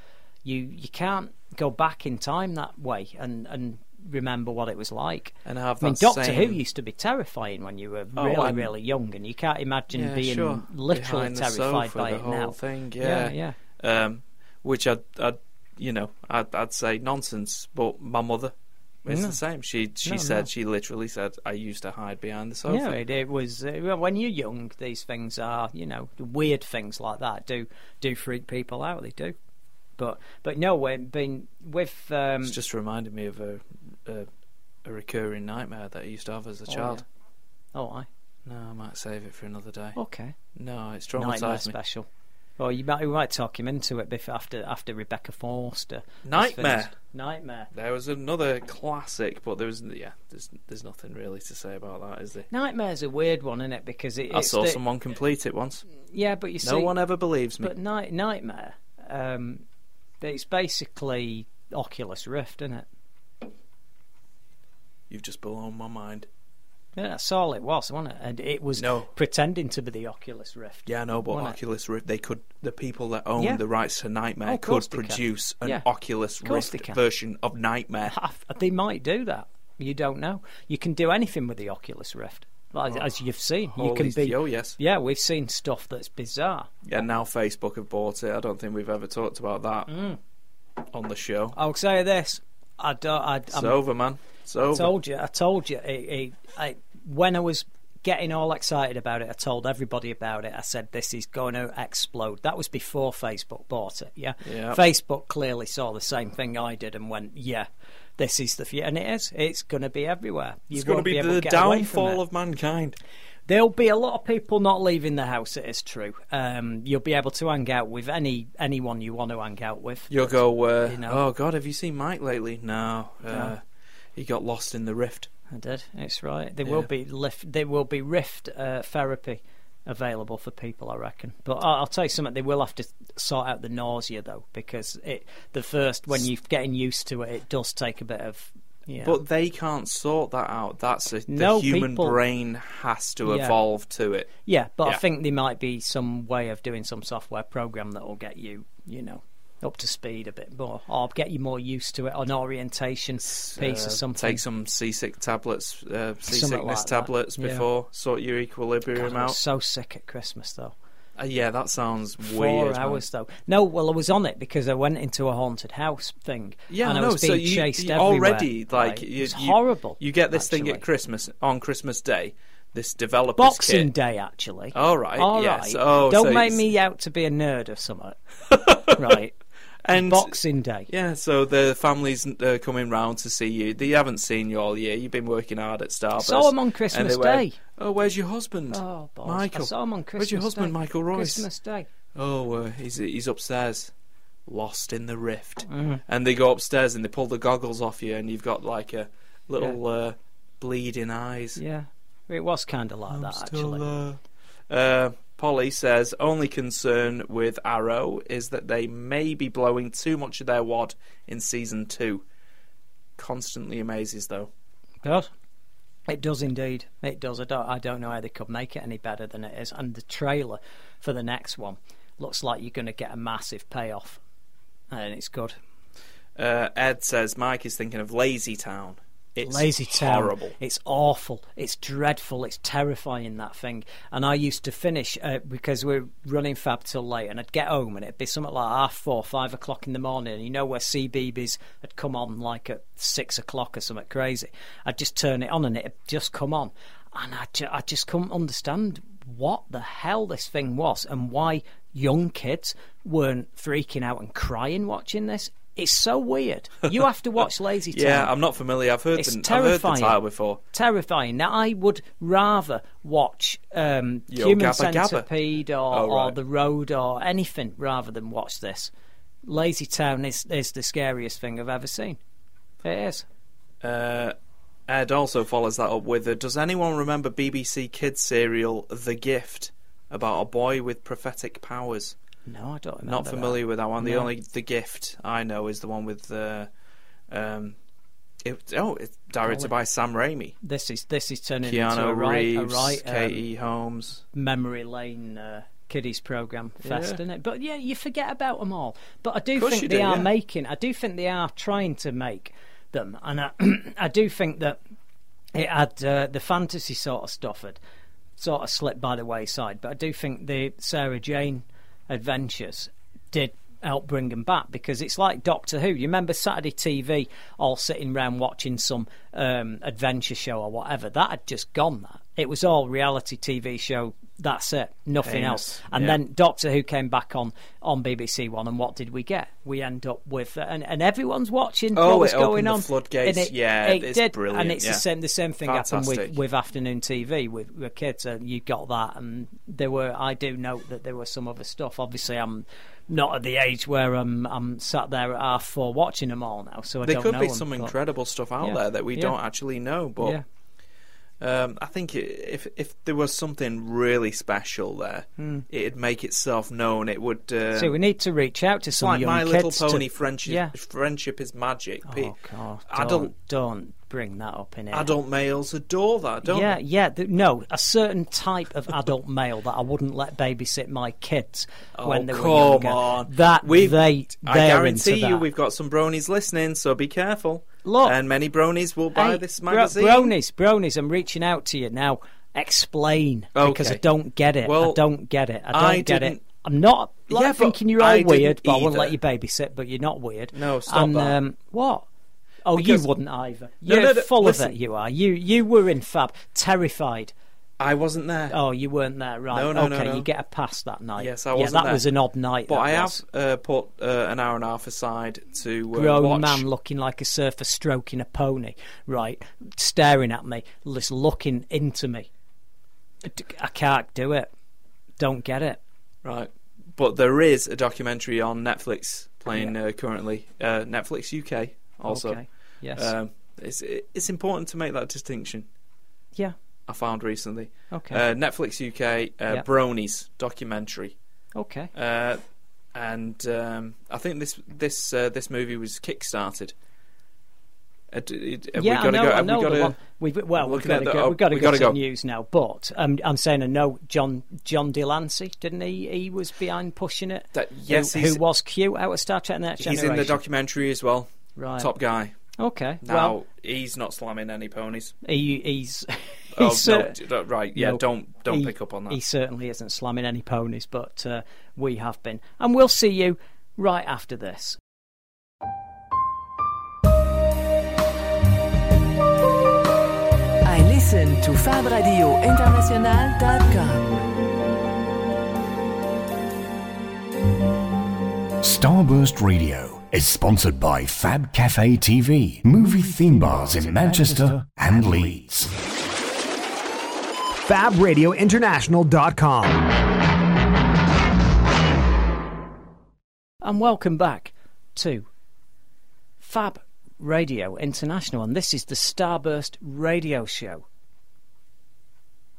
[SPEAKER 4] You you can't go back in time that way and and remember what it was like.
[SPEAKER 5] And have
[SPEAKER 4] I mean,
[SPEAKER 5] that
[SPEAKER 4] Doctor
[SPEAKER 5] same-
[SPEAKER 4] Who used to be terrifying when you were
[SPEAKER 5] Oh,
[SPEAKER 4] really
[SPEAKER 5] I'm-
[SPEAKER 4] really young, and you can't imagine
[SPEAKER 5] Yeah,
[SPEAKER 4] being
[SPEAKER 5] sure.
[SPEAKER 4] literally
[SPEAKER 5] Behind the
[SPEAKER 4] terrified
[SPEAKER 5] sofa,
[SPEAKER 4] by
[SPEAKER 5] the
[SPEAKER 4] it
[SPEAKER 5] whole
[SPEAKER 4] now.
[SPEAKER 5] Thing,
[SPEAKER 4] Yeah, yeah.
[SPEAKER 5] um, which I'd, I'd you know I'd, I'd say nonsense, but my mother is
[SPEAKER 4] No.
[SPEAKER 5] the same. She she
[SPEAKER 4] No,
[SPEAKER 5] said
[SPEAKER 4] no.
[SPEAKER 5] she literally said I used to hide behind the sofa.
[SPEAKER 4] Yeah, it, it was uh, well, when you're young. These things are, you know, weird things like that do do freak people out. They do, but but no, we've been with um,
[SPEAKER 5] It's just reminded me of a, a a recurring nightmare that I used to have as a
[SPEAKER 4] Oh,
[SPEAKER 5] child.
[SPEAKER 4] oh, I
[SPEAKER 5] No, I might save it for another day.
[SPEAKER 4] okay,
[SPEAKER 5] No, it's
[SPEAKER 4] Oh. nightmare
[SPEAKER 5] traumatized me.
[SPEAKER 4] special. Or you might, we might talk him into it before, after after Rebecca Forster. has
[SPEAKER 5] Nightmare.
[SPEAKER 4] finished. Nightmare.
[SPEAKER 5] There was another classic, but there was yeah. There's there's nothing really to say about that, is there?
[SPEAKER 4] Nightmare's a weird one, isn't it? Because it,
[SPEAKER 5] I
[SPEAKER 4] it's
[SPEAKER 5] saw
[SPEAKER 4] the-
[SPEAKER 5] someone complete it once.
[SPEAKER 4] Yeah, but you see,
[SPEAKER 5] No one ever believes me.
[SPEAKER 4] but night nightmare. Um, it's basically Oculus Rift, isn't it?
[SPEAKER 5] You've just blown my mind.
[SPEAKER 4] Yeah, that's all it was, wasn't it? And it was
[SPEAKER 5] No.
[SPEAKER 4] pretending to be the Oculus Rift.
[SPEAKER 5] Yeah, no, but
[SPEAKER 4] Wasn't it?
[SPEAKER 5] Oculus Rift, they could. The people that own
[SPEAKER 4] Yeah.
[SPEAKER 5] the rights to Nightmare
[SPEAKER 4] Oh, of course
[SPEAKER 5] could
[SPEAKER 4] they can.
[SPEAKER 5] produce an
[SPEAKER 4] Yeah.
[SPEAKER 5] Oculus
[SPEAKER 4] Of course they
[SPEAKER 5] Rift
[SPEAKER 4] can.
[SPEAKER 5] version of Nightmare.
[SPEAKER 4] I- Ah, They might do that. You don't know. You can do anything with the Oculus Rift, like, as you've seen. You can
[SPEAKER 5] Oh. Holy-
[SPEAKER 4] be.
[SPEAKER 5] Oh yes.
[SPEAKER 4] Yeah, we've seen stuff that's bizarre.
[SPEAKER 5] Yeah, now Facebook have bought it. I don't think we've ever talked about that
[SPEAKER 4] Mm.
[SPEAKER 5] on the show.
[SPEAKER 4] I'll say this. I don't. I,
[SPEAKER 5] It's
[SPEAKER 4] I'm
[SPEAKER 5] over, man. It's over.
[SPEAKER 4] Um, I told you. I told you. It, it, I, when I was getting all excited about it, I told everybody about it. I said, "This is going to explode." That was before Facebook bought it. Yeah.
[SPEAKER 5] Yeah.
[SPEAKER 4] Facebook clearly saw the same thing I did and went, "Yeah, this is the future," and it is. It's going to be everywhere. You
[SPEAKER 5] it's going to
[SPEAKER 4] won't
[SPEAKER 5] be,
[SPEAKER 4] able
[SPEAKER 5] the
[SPEAKER 4] to get away from
[SPEAKER 5] downfall
[SPEAKER 4] it.
[SPEAKER 5] of mankind.
[SPEAKER 4] There'll be a lot of people not leaving the house. It is true. Um, you'll be able to hang out with any anyone you want to hang out with.
[SPEAKER 5] You'll go, uh,
[SPEAKER 4] You know.
[SPEAKER 5] oh God, have you seen Mike lately? No, uh, he got lost in the rift.
[SPEAKER 4] I did. It's right. There will
[SPEAKER 5] Yeah.
[SPEAKER 4] be lift. There will be rift uh, therapy available for people, I reckon. But I'll, I'll tell you something. They will have to sort out the nausea though, because it the first when you're getting used to it, it does take a bit of. Yeah.
[SPEAKER 5] But they can't sort that out. That's a,
[SPEAKER 4] No,
[SPEAKER 5] the human
[SPEAKER 4] people-
[SPEAKER 5] brain has to
[SPEAKER 4] Yeah.
[SPEAKER 5] evolve to it.
[SPEAKER 4] yeah, but I
[SPEAKER 5] yeah.
[SPEAKER 4] think there might be some way of doing some software program that will get you, you know, up to speed a bit more, or get you more used to it, an orientation piece
[SPEAKER 5] Uh,
[SPEAKER 4] or something.
[SPEAKER 5] Take some seasick tablets, uh,
[SPEAKER 4] Something
[SPEAKER 5] seasickness
[SPEAKER 4] like that.
[SPEAKER 5] tablets
[SPEAKER 4] Yeah.
[SPEAKER 5] before sort your equilibrium
[SPEAKER 4] God, I was
[SPEAKER 5] out.
[SPEAKER 4] so sick at Christmas though.
[SPEAKER 5] Uh, yeah, that sounds
[SPEAKER 4] four
[SPEAKER 5] weird. man.
[SPEAKER 4] hours though. No, well, I was on it because I went into a haunted house thing.
[SPEAKER 5] Yeah,
[SPEAKER 4] and
[SPEAKER 5] I
[SPEAKER 4] I
[SPEAKER 5] know.
[SPEAKER 4] was
[SPEAKER 5] so
[SPEAKER 4] being
[SPEAKER 5] you,
[SPEAKER 4] chased
[SPEAKER 5] you
[SPEAKER 4] everywhere.
[SPEAKER 5] already like
[SPEAKER 4] Right.
[SPEAKER 5] you,
[SPEAKER 4] it's
[SPEAKER 5] you-
[SPEAKER 4] horrible.
[SPEAKER 5] You get this thing at
[SPEAKER 4] actually.
[SPEAKER 5] Christmas on Christmas Day. This developer's
[SPEAKER 4] Boxing
[SPEAKER 5] kit.
[SPEAKER 4] Day, actually.
[SPEAKER 5] All right,
[SPEAKER 4] All
[SPEAKER 5] yes.
[SPEAKER 4] right.
[SPEAKER 5] Oh,
[SPEAKER 4] Don't
[SPEAKER 5] so
[SPEAKER 4] make
[SPEAKER 5] it's-
[SPEAKER 4] me out to be a nerd or something. right.
[SPEAKER 5] and
[SPEAKER 4] Boxing Day.
[SPEAKER 5] Yeah, so the family's uh, coming round to see you. They haven't seen you all year. You've been working hard at Starbucks.
[SPEAKER 4] Saw him on
[SPEAKER 5] And they
[SPEAKER 4] Christmas
[SPEAKER 5] went,
[SPEAKER 4] Day.
[SPEAKER 5] Oh, where's your husband?
[SPEAKER 4] Oh, balls.
[SPEAKER 5] Michael.
[SPEAKER 4] I saw him on Christmas
[SPEAKER 5] Where's your husband,
[SPEAKER 4] Day.
[SPEAKER 5] Michael Royce?
[SPEAKER 4] Christmas Day.
[SPEAKER 5] Oh, uh, he's he's upstairs, lost in the rift.
[SPEAKER 4] Mm-hmm.
[SPEAKER 5] And they go upstairs and they pull the goggles off you, and you've got like a little uh, bleeding eyes.
[SPEAKER 4] Yeah. It was kind of like that, actually.
[SPEAKER 5] Uh, Polly says only concern with Arrow is that they may be blowing too much of their wad in season two. Constantly amazes though.
[SPEAKER 4] Does. It does indeed. It does. I don't, I don't know how they could make it any better than it is. And the trailer for the next one looks like you're going to get a massive payoff. And it's good.
[SPEAKER 5] Uh, Ed says Mike is thinking of Lazy Town. It's
[SPEAKER 4] Lazy Town.
[SPEAKER 5] Horrible.
[SPEAKER 4] It's awful. It's dreadful. It's terrifying, that thing. And I used to finish uh, because we're running fab till late, and I'd get home and it'd be something like half four, five o'clock in the morning. And you know where CBBS had come on like at six o'clock or something crazy. I'd just turn it on and it'd just come on. And I, ju- I just couldn't understand what the hell this thing was and why young kids weren't freaking out and crying watching this. It's so weird. You have to watch Lazy Town
[SPEAKER 5] Yeah, I'm not familiar. I've heard
[SPEAKER 4] It's
[SPEAKER 5] the, I've heard the
[SPEAKER 4] terrifying.
[SPEAKER 5] title before.
[SPEAKER 4] terrifying. Now, I would rather watch um,
[SPEAKER 5] Yo,
[SPEAKER 4] Human
[SPEAKER 5] Gabba Gabba.
[SPEAKER 4] Centipede or,
[SPEAKER 5] Oh,
[SPEAKER 4] or
[SPEAKER 5] right.
[SPEAKER 4] The Road or anything rather than watch this. Lazy Town is, is the scariest thing I've ever seen. It is.
[SPEAKER 5] Uh, Ed also follows that up with uh, Does anyone remember BBC Kids serial The Gift about a boy with prophetic powers?
[SPEAKER 4] No, I don't remember.
[SPEAKER 5] Not familiar with that one. The
[SPEAKER 4] No.
[SPEAKER 5] only The Gift I know is the one with the. Um, it, oh, it's directed by Sam Raimi.
[SPEAKER 4] That. This is this is turning into a
[SPEAKER 5] Keanu
[SPEAKER 4] right, a
[SPEAKER 5] Reeves,
[SPEAKER 4] right um,
[SPEAKER 5] Katie Holmes.
[SPEAKER 4] memory lane uh, kiddies program fest,
[SPEAKER 5] Yeah.
[SPEAKER 4] isn't it? But yeah, you forget about them all. But I do
[SPEAKER 5] course
[SPEAKER 4] think
[SPEAKER 5] you
[SPEAKER 4] they
[SPEAKER 5] do,
[SPEAKER 4] are
[SPEAKER 5] yeah.
[SPEAKER 4] making. I do think they are trying to make them, and I, I do think that it had uh, the fantasy sort of stuff had sort of slipped by the wayside. But I do think the Sarah Jane adventures did help bring them back because it's like Doctor Who. You remember Saturday TV all sitting round watching some um, adventure show or whatever? That had just gone. That it was all reality TV show That's it. Nothing else.
[SPEAKER 5] Famous,
[SPEAKER 4] And
[SPEAKER 5] yeah.
[SPEAKER 4] then Doctor Who came back on on BBC One, and what did we get? We end up with uh, and, and everyone's watching
[SPEAKER 5] Oh,
[SPEAKER 4] what was
[SPEAKER 5] it opened
[SPEAKER 4] going
[SPEAKER 5] the
[SPEAKER 4] on.
[SPEAKER 5] floodgates.
[SPEAKER 4] And it-
[SPEAKER 5] Yeah,
[SPEAKER 4] it
[SPEAKER 5] it's
[SPEAKER 4] did.
[SPEAKER 5] brilliant,
[SPEAKER 4] And it's
[SPEAKER 5] yeah.
[SPEAKER 4] the same. The same thing happened with
[SPEAKER 5] Fantastic.
[SPEAKER 4] with afternoon TV with, with kids. And you got that, and there were. I do note that there was some other stuff. Obviously, I'm not at the age where I'm I'm sat there at half four watching them all now, so I
[SPEAKER 5] There
[SPEAKER 4] don't
[SPEAKER 5] could
[SPEAKER 4] know
[SPEAKER 5] be
[SPEAKER 4] them,
[SPEAKER 5] some
[SPEAKER 4] but-
[SPEAKER 5] incredible stuff out
[SPEAKER 4] Yeah.
[SPEAKER 5] there that we
[SPEAKER 4] Yeah.
[SPEAKER 5] don't actually know, but
[SPEAKER 4] Yeah.
[SPEAKER 5] Um, I think i- if if there was something really special there, it'd make itself known. It would. Uh,
[SPEAKER 4] Hmm. So we need to reach out to
[SPEAKER 5] it's
[SPEAKER 4] some
[SPEAKER 5] like
[SPEAKER 4] young
[SPEAKER 5] My
[SPEAKER 4] kids.
[SPEAKER 5] Little
[SPEAKER 4] to-
[SPEAKER 5] Pony, friendship,
[SPEAKER 4] Yeah.
[SPEAKER 5] friendship is magic. Pe-
[SPEAKER 4] Oh God!
[SPEAKER 5] Adult
[SPEAKER 4] Don't, don't bring that up in here.
[SPEAKER 5] adult males adore that, don't
[SPEAKER 4] yeah,
[SPEAKER 5] they?
[SPEAKER 4] yeah. Th- no, a certain type of adult male that I wouldn't let babysit my kids
[SPEAKER 5] Oh,
[SPEAKER 4] when they
[SPEAKER 5] come
[SPEAKER 4] were younger.
[SPEAKER 5] on!
[SPEAKER 4] That
[SPEAKER 5] We've-
[SPEAKER 4] they,
[SPEAKER 5] I
[SPEAKER 4] they're
[SPEAKER 5] guarantee
[SPEAKER 4] into
[SPEAKER 5] you,
[SPEAKER 4] that.
[SPEAKER 5] we've got some bronies listening, so be careful.
[SPEAKER 4] Look.
[SPEAKER 5] and many bronies will buy
[SPEAKER 4] Hey,
[SPEAKER 5] this
[SPEAKER 4] bro-
[SPEAKER 5] magazine.
[SPEAKER 4] bronies, bronies. I'm reaching out to you now. Explain because I
[SPEAKER 5] Okay.
[SPEAKER 4] don't get it. I
[SPEAKER 5] Well,
[SPEAKER 4] don't get it. I don't
[SPEAKER 5] I
[SPEAKER 4] get it.
[SPEAKER 5] didn't-
[SPEAKER 4] I'm not like
[SPEAKER 5] Yeah, but
[SPEAKER 4] thinking you're all
[SPEAKER 5] I didn't
[SPEAKER 4] weird, but I wouldn't let you
[SPEAKER 5] either.
[SPEAKER 4] babysit. But you're not weird.
[SPEAKER 5] No, stop
[SPEAKER 4] and,
[SPEAKER 5] that.
[SPEAKER 4] Um, what? Oh,
[SPEAKER 5] Because-
[SPEAKER 4] you wouldn't either.
[SPEAKER 5] No,
[SPEAKER 4] You're
[SPEAKER 5] no, no,
[SPEAKER 4] full
[SPEAKER 5] listen.
[SPEAKER 4] of it. You are. You you were in Fab, terrified.
[SPEAKER 5] I wasn't there.
[SPEAKER 4] Oh, you weren't there, right?
[SPEAKER 5] No, no, no,
[SPEAKER 4] okay,
[SPEAKER 5] no.
[SPEAKER 4] you get a pass that night.
[SPEAKER 5] Yes, I
[SPEAKER 4] yeah,
[SPEAKER 5] wasn't
[SPEAKER 4] that
[SPEAKER 5] there.
[SPEAKER 4] was an odd night.
[SPEAKER 5] But
[SPEAKER 4] that
[SPEAKER 5] I
[SPEAKER 4] was.
[SPEAKER 5] have uh, put uh, an hour and a half aside to uh,
[SPEAKER 4] grown
[SPEAKER 5] watch.
[SPEAKER 4] man looking like a surfer stroking a pony, right? Staring at me, just looking into me. I d- I can't do it. Don't get it.
[SPEAKER 5] Right. But there is a documentary on Netflix playing uh, currently, uh, Netflix UK also.
[SPEAKER 4] Okay. Yes.
[SPEAKER 5] Um, it's it's important to make that distinction.
[SPEAKER 4] yeah.
[SPEAKER 5] I found recently.
[SPEAKER 4] Okay.
[SPEAKER 5] Uh, Netflix UK uh,
[SPEAKER 4] Yep.
[SPEAKER 5] Bronies documentary,
[SPEAKER 4] okay.
[SPEAKER 5] uh, and um, I think this this uh, this movie was kickstarted. Uh, d- d- have
[SPEAKER 4] yeah,
[SPEAKER 5] we gotta
[SPEAKER 4] I know.
[SPEAKER 5] go,
[SPEAKER 4] I
[SPEAKER 5] have
[SPEAKER 4] know
[SPEAKER 5] we
[SPEAKER 4] the
[SPEAKER 5] gotta,
[SPEAKER 4] one. We've, well, we've
[SPEAKER 5] looking
[SPEAKER 4] got
[SPEAKER 5] at
[SPEAKER 4] to
[SPEAKER 5] the-
[SPEAKER 4] go.
[SPEAKER 5] oh,
[SPEAKER 4] we've got to
[SPEAKER 5] we
[SPEAKER 4] go
[SPEAKER 5] gotta
[SPEAKER 4] to
[SPEAKER 5] go.
[SPEAKER 4] news now. But um, I'm saying I know John John Delancey didn't he? He was behind pushing it.
[SPEAKER 5] That-
[SPEAKER 4] Who-
[SPEAKER 5] yes,
[SPEAKER 4] who,
[SPEAKER 5] he's-
[SPEAKER 4] was Q out of Star Trek: The Next
[SPEAKER 5] He's
[SPEAKER 4] Generation?
[SPEAKER 5] in the documentary as well.
[SPEAKER 4] Right.
[SPEAKER 5] Top guy.
[SPEAKER 4] Okay.
[SPEAKER 5] Now
[SPEAKER 4] Well,
[SPEAKER 5] he's not slamming any ponies.
[SPEAKER 4] he, he's.
[SPEAKER 5] Oh
[SPEAKER 4] he's
[SPEAKER 5] no,
[SPEAKER 4] uh,
[SPEAKER 5] d- d- right? Yeah,
[SPEAKER 4] No,
[SPEAKER 5] don't don't
[SPEAKER 4] he-
[SPEAKER 5] pick up on that.
[SPEAKER 4] He certainly isn't slamming any ponies, but uh, we have been. And we'll see you right after this.
[SPEAKER 6] I listen to FabRadioInternational.com.
[SPEAKER 3] Starburst Radio is sponsored by Fab Cafe TV, movie theme bars in Manchester and Leeds.
[SPEAKER 7] FabRadioInternational.com.
[SPEAKER 4] And welcome back to Fab Radio International. And this is the Starburst Radio Show.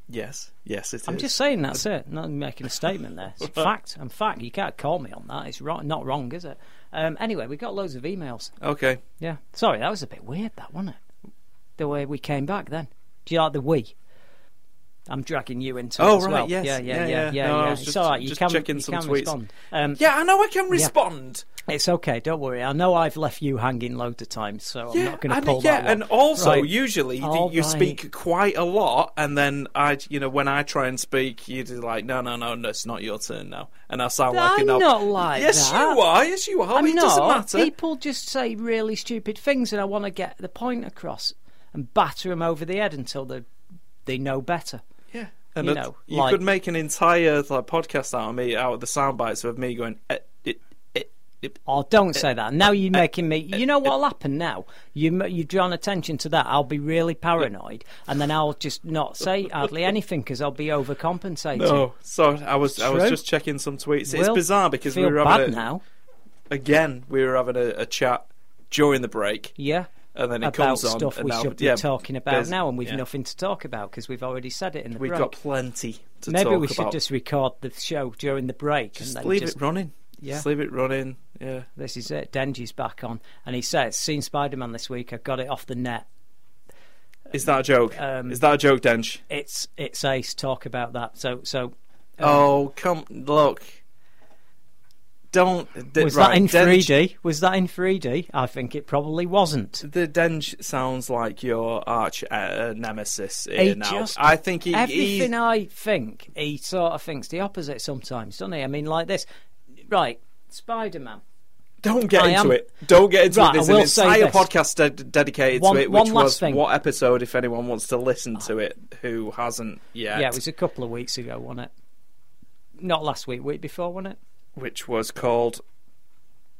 [SPEAKER 5] Yes, yes, it is.
[SPEAKER 4] I'm just saying that's it. Not making a statement there. It's fact. In fact, you can't call me on that. It's wrong, not wrong, is it? Um, anyway, we got loads of emails.
[SPEAKER 5] okay.
[SPEAKER 4] Yeah. Sorry, that was a bit weird, that wasn't it? The way we came back then. Do you like the we? I'm dragging you into it
[SPEAKER 5] Oh,
[SPEAKER 4] as
[SPEAKER 5] right,
[SPEAKER 4] well.
[SPEAKER 5] yes.
[SPEAKER 4] Yeah, yeah, yeah,
[SPEAKER 5] Yeah,
[SPEAKER 4] yeah.
[SPEAKER 5] yeah. No, I was
[SPEAKER 4] It's
[SPEAKER 5] just-
[SPEAKER 4] all right. You
[SPEAKER 5] just
[SPEAKER 4] can,
[SPEAKER 5] checking
[SPEAKER 4] you
[SPEAKER 5] some
[SPEAKER 4] can
[SPEAKER 5] tweets.
[SPEAKER 4] respond. Um,
[SPEAKER 5] Yeah, I know I can respond.
[SPEAKER 4] It's okay. Don't worry. I know I've left you hanging loads of times, so I'm
[SPEAKER 5] yeah,
[SPEAKER 4] not going to
[SPEAKER 5] and,
[SPEAKER 4] pull
[SPEAKER 5] yeah,
[SPEAKER 4] that. one.
[SPEAKER 5] and also
[SPEAKER 4] Right.
[SPEAKER 5] usually th-
[SPEAKER 4] All
[SPEAKER 5] you
[SPEAKER 4] right.
[SPEAKER 5] speak quite a lot, and then I, you know, when I try and speak, you're just like, no, no, no, no, it's not your turn now, and I sound like
[SPEAKER 4] I'm
[SPEAKER 5] an ob-
[SPEAKER 4] not like
[SPEAKER 5] Yes,
[SPEAKER 4] that.
[SPEAKER 5] you are. Yes, you are.
[SPEAKER 4] I'm
[SPEAKER 5] Oh, it
[SPEAKER 4] not.
[SPEAKER 5] doesn't matter.
[SPEAKER 4] People just say really stupid things, and I want to get the point across and batter them over the head until they they know better.
[SPEAKER 5] Yeah, and
[SPEAKER 4] you
[SPEAKER 5] it-
[SPEAKER 4] know,
[SPEAKER 5] you
[SPEAKER 4] like-
[SPEAKER 5] could make an entire like podcast out of me, out of the sound bites of me going. Eh, it, it, it.
[SPEAKER 4] Oh,
[SPEAKER 5] Uh,
[SPEAKER 4] don't say that. Now you're making me. You know what'll happen now? You, m- you've drawn attention to that. I'll be really paranoid, and then I'll just not say hardly anything because I'll be overcompensating.
[SPEAKER 5] No, so I was I was
[SPEAKER 4] True.
[SPEAKER 5] just checking some tweets. it's
[SPEAKER 4] Will
[SPEAKER 5] bizarre because we
[SPEAKER 4] feel
[SPEAKER 5] were
[SPEAKER 4] bad
[SPEAKER 5] having a,
[SPEAKER 4] now.
[SPEAKER 5] again we were having a, a chat during the break.
[SPEAKER 4] Yeah.
[SPEAKER 5] uh, and then it
[SPEAKER 4] about
[SPEAKER 5] comes on,
[SPEAKER 4] stuff
[SPEAKER 5] and
[SPEAKER 4] we
[SPEAKER 5] now-
[SPEAKER 4] should be
[SPEAKER 5] yeah,
[SPEAKER 4] talking about
[SPEAKER 5] there's-
[SPEAKER 4] now, and we've
[SPEAKER 5] yeah.
[SPEAKER 4] nothing to talk about because we've already said it in the
[SPEAKER 5] We've
[SPEAKER 4] break.
[SPEAKER 5] got plenty to
[SPEAKER 4] Maybe
[SPEAKER 5] talk
[SPEAKER 4] we should
[SPEAKER 5] about.
[SPEAKER 4] just record the show during the break and
[SPEAKER 5] Just
[SPEAKER 4] then
[SPEAKER 5] leave
[SPEAKER 4] just
[SPEAKER 5] it running.
[SPEAKER 4] Yeah.
[SPEAKER 5] Just leave it running. Yeah.
[SPEAKER 4] This is it. Denji's back on, and he says, "Seen Spider-Man this week. I got it off the net.
[SPEAKER 5] Is that a joke?
[SPEAKER 4] Um,
[SPEAKER 5] Is that a joke, Dench?
[SPEAKER 4] It's it's ace. Talk about that. So so
[SPEAKER 5] oh, come look. Don't. d-
[SPEAKER 4] was
[SPEAKER 5] right,
[SPEAKER 4] that in
[SPEAKER 5] Dench-
[SPEAKER 4] 3D? Was that in 3D? I think it probably wasn't.
[SPEAKER 5] The Dench sounds like your arch uh, nemesis here
[SPEAKER 4] He
[SPEAKER 5] now.
[SPEAKER 4] just-
[SPEAKER 5] I think he.
[SPEAKER 4] Everything
[SPEAKER 5] he
[SPEAKER 4] I think, he sort of thinks the opposite sometimes, doesn't he? I mean, like this, right? Spider-Man.
[SPEAKER 5] Don't get
[SPEAKER 4] I
[SPEAKER 5] into
[SPEAKER 4] am-
[SPEAKER 5] it. Don't get into
[SPEAKER 4] Right,
[SPEAKER 5] it. There's
[SPEAKER 4] I
[SPEAKER 5] an
[SPEAKER 4] will say
[SPEAKER 5] entire
[SPEAKER 4] this.
[SPEAKER 5] podcast ded- dedicated
[SPEAKER 4] One-
[SPEAKER 5] to it,
[SPEAKER 4] one
[SPEAKER 5] which
[SPEAKER 4] last
[SPEAKER 5] was
[SPEAKER 4] thing. Ah.
[SPEAKER 5] what episode, if anyone wants to listen to it, who hasn't yet.
[SPEAKER 4] Yeah, it was a couple of weeks ago, wasn't it? Not last week, week before, wasn't it?
[SPEAKER 5] which was called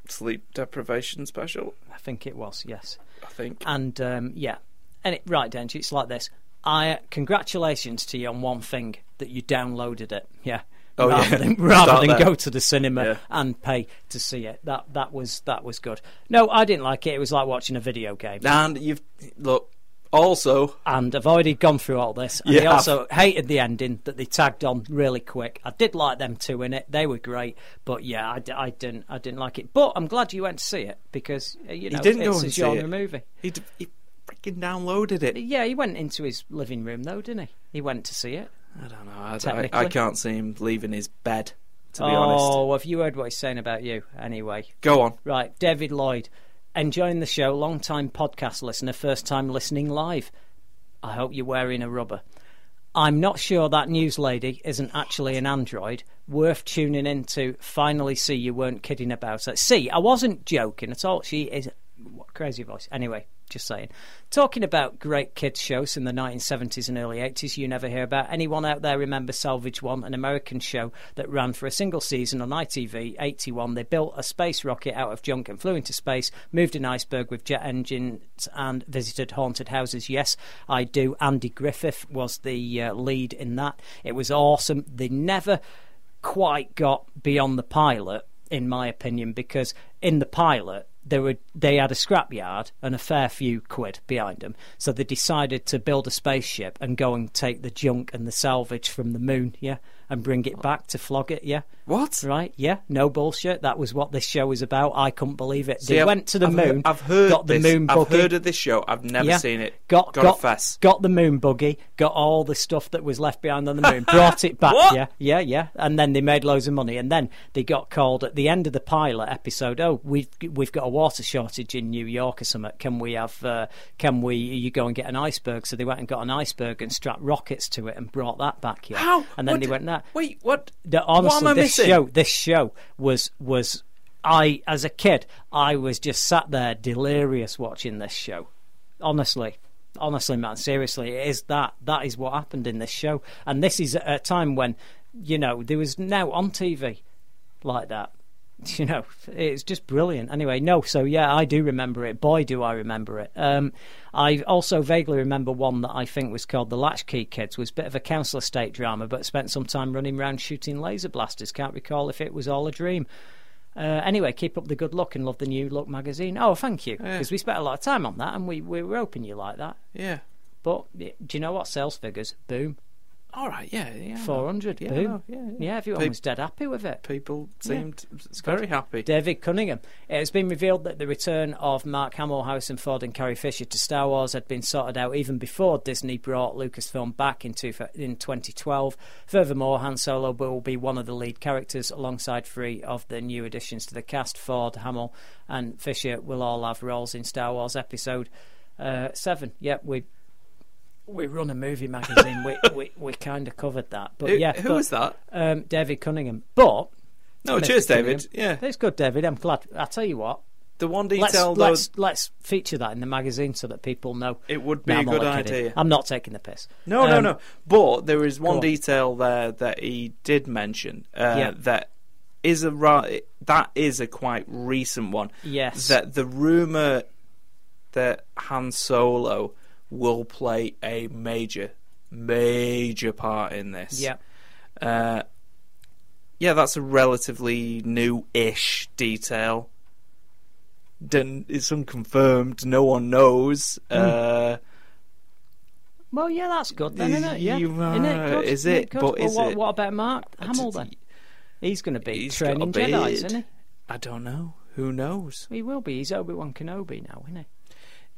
[SPEAKER 5] Sleep Deprivation Special,
[SPEAKER 4] I think it was, yes.
[SPEAKER 5] I think.
[SPEAKER 4] And um, yeah, and it, right, Denji, it's like this. I congratulations to you on one thing that you downloaded it. Yeah.
[SPEAKER 5] Oh,
[SPEAKER 4] rather
[SPEAKER 5] yeah.
[SPEAKER 4] than, rather
[SPEAKER 5] Start
[SPEAKER 4] than
[SPEAKER 5] there.
[SPEAKER 4] go to the cinema
[SPEAKER 5] Yeah.
[SPEAKER 4] and pay to see it, that that was that was good. No, I didn't like it. It was like watching a video game.
[SPEAKER 5] And you've look also
[SPEAKER 4] and I've already gone through all this. And
[SPEAKER 5] You
[SPEAKER 4] I
[SPEAKER 5] have.
[SPEAKER 4] also hated the ending that they tagged on really quick. I did like them two in it; they were great. But yeah, I, d- I didn't, I didn't like it. But I'm glad you went to see it because uh, you know
[SPEAKER 5] didn't
[SPEAKER 4] it's
[SPEAKER 5] go
[SPEAKER 4] a
[SPEAKER 5] and see
[SPEAKER 4] genre
[SPEAKER 5] it.
[SPEAKER 4] movie.
[SPEAKER 5] he, d- he freaking downloaded it.
[SPEAKER 4] Yeah, he went into his living room though, didn't he? He went to see it.
[SPEAKER 5] I don't know. I, I,
[SPEAKER 4] Technically.
[SPEAKER 5] I can't see him leaving his bed. To
[SPEAKER 4] oh,
[SPEAKER 5] be honest,
[SPEAKER 4] have you heard what he's saying about you? Anyway,
[SPEAKER 5] go on.
[SPEAKER 4] right, David Lloyd, enjoying the show, long time podcast listener, first time listening live. I hope you're wearing a rubber. I'm not sure that news lady isn't actually an android. Worth tuning in to finally see you weren't kidding about it. See, I wasn't joking at all. She is what crazy voice. Anyway, just saying. Talking about great kids shows in the 1970s and early 80s, you never hear about. Anyone out there remember Salvage One, an American show that ran for a single season on ITV 81? They built a space rocket out of junk and flew into space, moved an iceberg with jet engines, and visited haunted houses. Yes, I do. Andy Griffith was the uh, lead in that. It was awesome. They never quite got beyond the pilot, in my opinion, because in the pilot there were they had a scrapyard and a fair few quid behind them, so they decided to build a spaceship and go and take the junk and the salvage from the moon, yeah, and bring it back to flog it, yeah.
[SPEAKER 5] What?
[SPEAKER 4] Right, yeah, no bullshit. That was what this show was about. I couldn't believe it.
[SPEAKER 5] See,
[SPEAKER 4] they
[SPEAKER 5] I've-
[SPEAKER 4] went to the
[SPEAKER 5] I've,
[SPEAKER 4] moon.
[SPEAKER 5] I've heard
[SPEAKER 4] got the
[SPEAKER 5] this.
[SPEAKER 4] moon
[SPEAKER 5] I've
[SPEAKER 4] buggy.
[SPEAKER 5] heard of this show. I've never seen it.
[SPEAKER 4] Got
[SPEAKER 5] got,
[SPEAKER 4] got,
[SPEAKER 5] a fess.
[SPEAKER 4] got the moon buggy, got all the stuff that was left behind on the moon, brought it back.
[SPEAKER 5] What?
[SPEAKER 4] Yeah, yeah, yeah. And then they made loads of money. And then they got called at the end of the pilot episode. Oh, we've we've got a water shortage in New York or something. Can we have? Uh, can we? You go and get an iceberg. So they went and got an iceberg and strapped rockets to it and brought that back. Yeah.
[SPEAKER 5] How?
[SPEAKER 4] And then
[SPEAKER 5] What
[SPEAKER 4] they
[SPEAKER 5] did-
[SPEAKER 4] went that.
[SPEAKER 5] Wait, what?
[SPEAKER 4] The, honestly,
[SPEAKER 5] what am I
[SPEAKER 4] this
[SPEAKER 5] missing?
[SPEAKER 4] show, this show was was I as a kid, I was just sat there delirious watching this show. Honestly, honestly, man, seriously, it is that that is what happened in this show, and this is at a time when you know there was now on TV like that. You know, it's just brilliant. Anyway, no, so yeah, I do remember it. Boy, do I remember it. Um, I also vaguely remember one that I think was called The Latchkey Kids. was a bit of a council estate drama, but spent some time running around shooting laser blasters. Can't recall if it was all a dream. Uh, anyway, keep up the good luck and love the new Look magazine. Oh, thank you, because we spent a lot of time on that, and we, we were hoping you like that.
[SPEAKER 5] Yeah.
[SPEAKER 4] But y- do you know what? Sales figures, boom,
[SPEAKER 5] All right. Yeah. Yeah. I know.
[SPEAKER 4] four hundred,
[SPEAKER 5] Oh, Yeah, I
[SPEAKER 4] boom.
[SPEAKER 5] know, yeah, yeah.
[SPEAKER 4] everyone
[SPEAKER 5] Pe-
[SPEAKER 4] was dead happy with it.
[SPEAKER 5] People seemed very happy.
[SPEAKER 4] David Cunningham. It has been revealed that the return of Mark Hamill, Harrison Ford, and Carrie Fisher to Star Wars had been sorted out even before Disney brought Lucasfilm back in, two, in 2012. Furthermore, Han Solo will be one of the lead characters alongside three of the new additions to the cast. Ford, Hamill, and Fisher will all have roles in Star Wars Episode uh, 7. Yep, we. We run a movie magazine. we we, we kind of covered that, but
[SPEAKER 5] Who-
[SPEAKER 4] yeah,
[SPEAKER 5] who
[SPEAKER 4] but,
[SPEAKER 5] was that?
[SPEAKER 4] Um, David Cunningham. But
[SPEAKER 5] No,
[SPEAKER 4] Mr.
[SPEAKER 5] cheers,
[SPEAKER 4] Cunningham.
[SPEAKER 5] David. Yeah.
[SPEAKER 4] That's good, David. I'm glad. I tell you what,
[SPEAKER 5] The one
[SPEAKER 4] let's
[SPEAKER 5] detail though,
[SPEAKER 4] let's, let's feature that in the magazine so that people know.
[SPEAKER 5] It would be
[SPEAKER 4] No,
[SPEAKER 5] a
[SPEAKER 4] I'm
[SPEAKER 5] good
[SPEAKER 4] only kidding.
[SPEAKER 5] idea.
[SPEAKER 4] I'm not taking the piss.
[SPEAKER 5] No, no,
[SPEAKER 4] Um,
[SPEAKER 5] no. But there is one
[SPEAKER 4] on.
[SPEAKER 5] detail there that he did mention uh,
[SPEAKER 4] Yeah.
[SPEAKER 5] that is a ra- that is a quite recent one.
[SPEAKER 4] Yes.
[SPEAKER 5] That the rumor that Han Solo will play a major, major part in this.
[SPEAKER 4] Yeah,
[SPEAKER 5] Uh, yeah, that's a relatively new-ish detail. Didn't, it's unconfirmed. No one knows.
[SPEAKER 4] Hmm.
[SPEAKER 5] Uh,
[SPEAKER 4] well, yeah, that's good then,
[SPEAKER 5] Is-
[SPEAKER 4] isn't it? Yeah,
[SPEAKER 5] you are-
[SPEAKER 4] Isn't it good?
[SPEAKER 5] is
[SPEAKER 4] Isn't
[SPEAKER 5] it?
[SPEAKER 4] good?
[SPEAKER 5] But
[SPEAKER 4] Well,
[SPEAKER 5] is
[SPEAKER 4] what,
[SPEAKER 5] it-
[SPEAKER 4] what about Mark Hamill then? He's going to be
[SPEAKER 5] He's got a
[SPEAKER 4] training Jedi,
[SPEAKER 5] beard.
[SPEAKER 4] isn't he?
[SPEAKER 5] I don't know. Who knows?
[SPEAKER 4] He will be. He's Obi Wan Kenobi now, isn't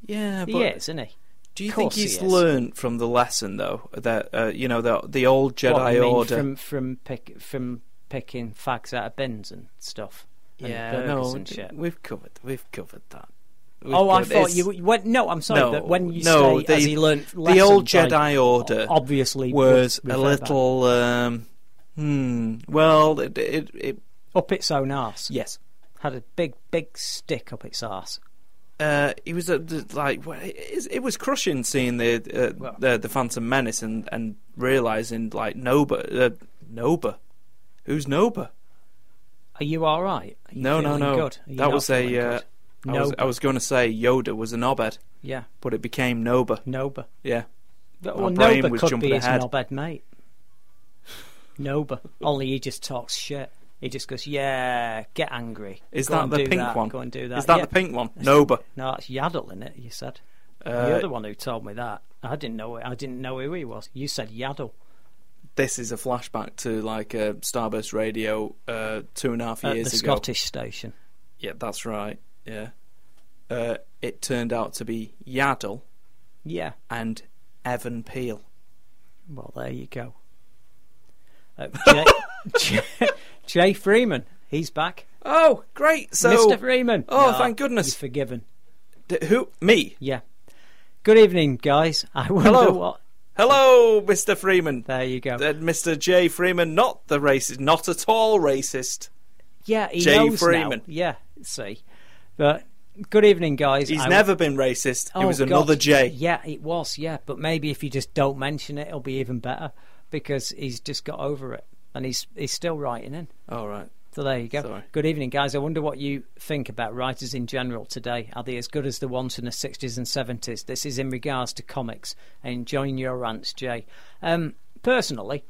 [SPEAKER 5] Yeah,
[SPEAKER 4] he?
[SPEAKER 5] but
[SPEAKER 4] He is, isn't he?
[SPEAKER 5] do you think
[SPEAKER 4] course he
[SPEAKER 5] he's
[SPEAKER 4] is.
[SPEAKER 5] learned from the lesson though? That uh, you know the the old Jedi
[SPEAKER 4] what, you mean
[SPEAKER 5] Order.
[SPEAKER 4] from from pick from picking fags out of bins and stuff. and
[SPEAKER 5] yeah,
[SPEAKER 4] burgers
[SPEAKER 5] no,
[SPEAKER 4] and shit.
[SPEAKER 5] we've covered we've covered that. We've
[SPEAKER 4] Oh, I
[SPEAKER 5] covered-
[SPEAKER 4] thought
[SPEAKER 5] it's-
[SPEAKER 4] you you went. No, I'm sorry,
[SPEAKER 5] no,
[SPEAKER 4] but when you
[SPEAKER 5] no,
[SPEAKER 4] say as
[SPEAKER 5] the-
[SPEAKER 4] he learnt
[SPEAKER 5] the
[SPEAKER 4] lesson
[SPEAKER 5] old
[SPEAKER 4] by-
[SPEAKER 5] Jedi Order
[SPEAKER 4] obviously
[SPEAKER 5] was
[SPEAKER 4] would
[SPEAKER 5] a
[SPEAKER 4] refer back.
[SPEAKER 5] little. Um, hmm. Well, it, it, it
[SPEAKER 4] up its own arse.
[SPEAKER 5] yes.
[SPEAKER 4] had a big, big stick up its arse.
[SPEAKER 5] uh, he was uh, th- like wha- it it was crushing seeing the uh,
[SPEAKER 4] Well-
[SPEAKER 5] the, the Phantom Menace and, and realizing like Noba uh, Noba, who's Noba?
[SPEAKER 4] Are you all right? Are you
[SPEAKER 5] No, no,
[SPEAKER 4] feeling
[SPEAKER 5] no.
[SPEAKER 4] Good? Are you
[SPEAKER 5] That
[SPEAKER 4] not
[SPEAKER 5] was a.
[SPEAKER 4] feeling
[SPEAKER 5] Uh,
[SPEAKER 4] good?
[SPEAKER 5] I was, I
[SPEAKER 4] Noba.
[SPEAKER 5] was going to say Yoda was a knobhead,
[SPEAKER 4] yeah,
[SPEAKER 5] but it became Noba.
[SPEAKER 4] Noba.
[SPEAKER 5] Yeah,
[SPEAKER 4] Well,
[SPEAKER 5] brain
[SPEAKER 4] Noba
[SPEAKER 5] was
[SPEAKER 4] could
[SPEAKER 5] jumping
[SPEAKER 4] be his
[SPEAKER 5] ahead.
[SPEAKER 4] knobhead mate. Noba. Only he just talks shit. He just goes, yeah, get angry.
[SPEAKER 5] is
[SPEAKER 4] Go
[SPEAKER 5] that
[SPEAKER 4] and
[SPEAKER 5] the
[SPEAKER 4] do
[SPEAKER 5] pink
[SPEAKER 4] that.
[SPEAKER 5] one?
[SPEAKER 4] Go and do that.
[SPEAKER 5] Is that
[SPEAKER 4] Yeah.
[SPEAKER 5] the pink one? Noba.
[SPEAKER 4] No, it's Yaddle in it. You said the
[SPEAKER 5] Uh,
[SPEAKER 4] other one who told me that. I didn't know. I didn't know who he was. You said Yaddle.
[SPEAKER 5] this is a flashback to like uh, Starburst Radio uh, two and a half
[SPEAKER 4] at
[SPEAKER 5] years
[SPEAKER 4] the
[SPEAKER 5] ago.
[SPEAKER 4] Scottish station.
[SPEAKER 5] Yeah, that's right. Yeah, uh, it turned out to be Yaddle
[SPEAKER 4] Yeah.
[SPEAKER 5] and Evan Peel.
[SPEAKER 4] Well, there you go. Uh, Jay, Jay, Jay Freeman, he's back.
[SPEAKER 5] Oh, great! So,
[SPEAKER 4] Mr. Freeman.
[SPEAKER 5] Oh,
[SPEAKER 4] No,
[SPEAKER 5] thank goodness.
[SPEAKER 4] You're forgiven.
[SPEAKER 5] D- who? Me?
[SPEAKER 4] Yeah. Good evening, guys. I wonder
[SPEAKER 5] Hello.
[SPEAKER 4] what.
[SPEAKER 5] Hello, Mr. Freeman.
[SPEAKER 4] There you go.
[SPEAKER 5] Uh, Mr. J. Freeman, not the racist, not at all racist.
[SPEAKER 4] yeah, he
[SPEAKER 5] Jay
[SPEAKER 4] knows
[SPEAKER 5] Freeman.
[SPEAKER 4] now. Yeah, see. But good evening, guys.
[SPEAKER 5] He's
[SPEAKER 4] I-
[SPEAKER 5] never been racist.
[SPEAKER 4] Oh,
[SPEAKER 5] it was
[SPEAKER 4] God.
[SPEAKER 5] another J.
[SPEAKER 4] Yeah, it was. Yeah, but maybe if you just don't mention it, it'll be even better because he's just got over it and he's he's still writing in.
[SPEAKER 5] All right.
[SPEAKER 4] So there you go.
[SPEAKER 5] Sorry.
[SPEAKER 4] Good evening, guys. I wonder what you think about writers in general today. Are they as good as the ones in the 60s and 70s? This is in regards to comics. Enjoying your rants, Jay. Um, personally,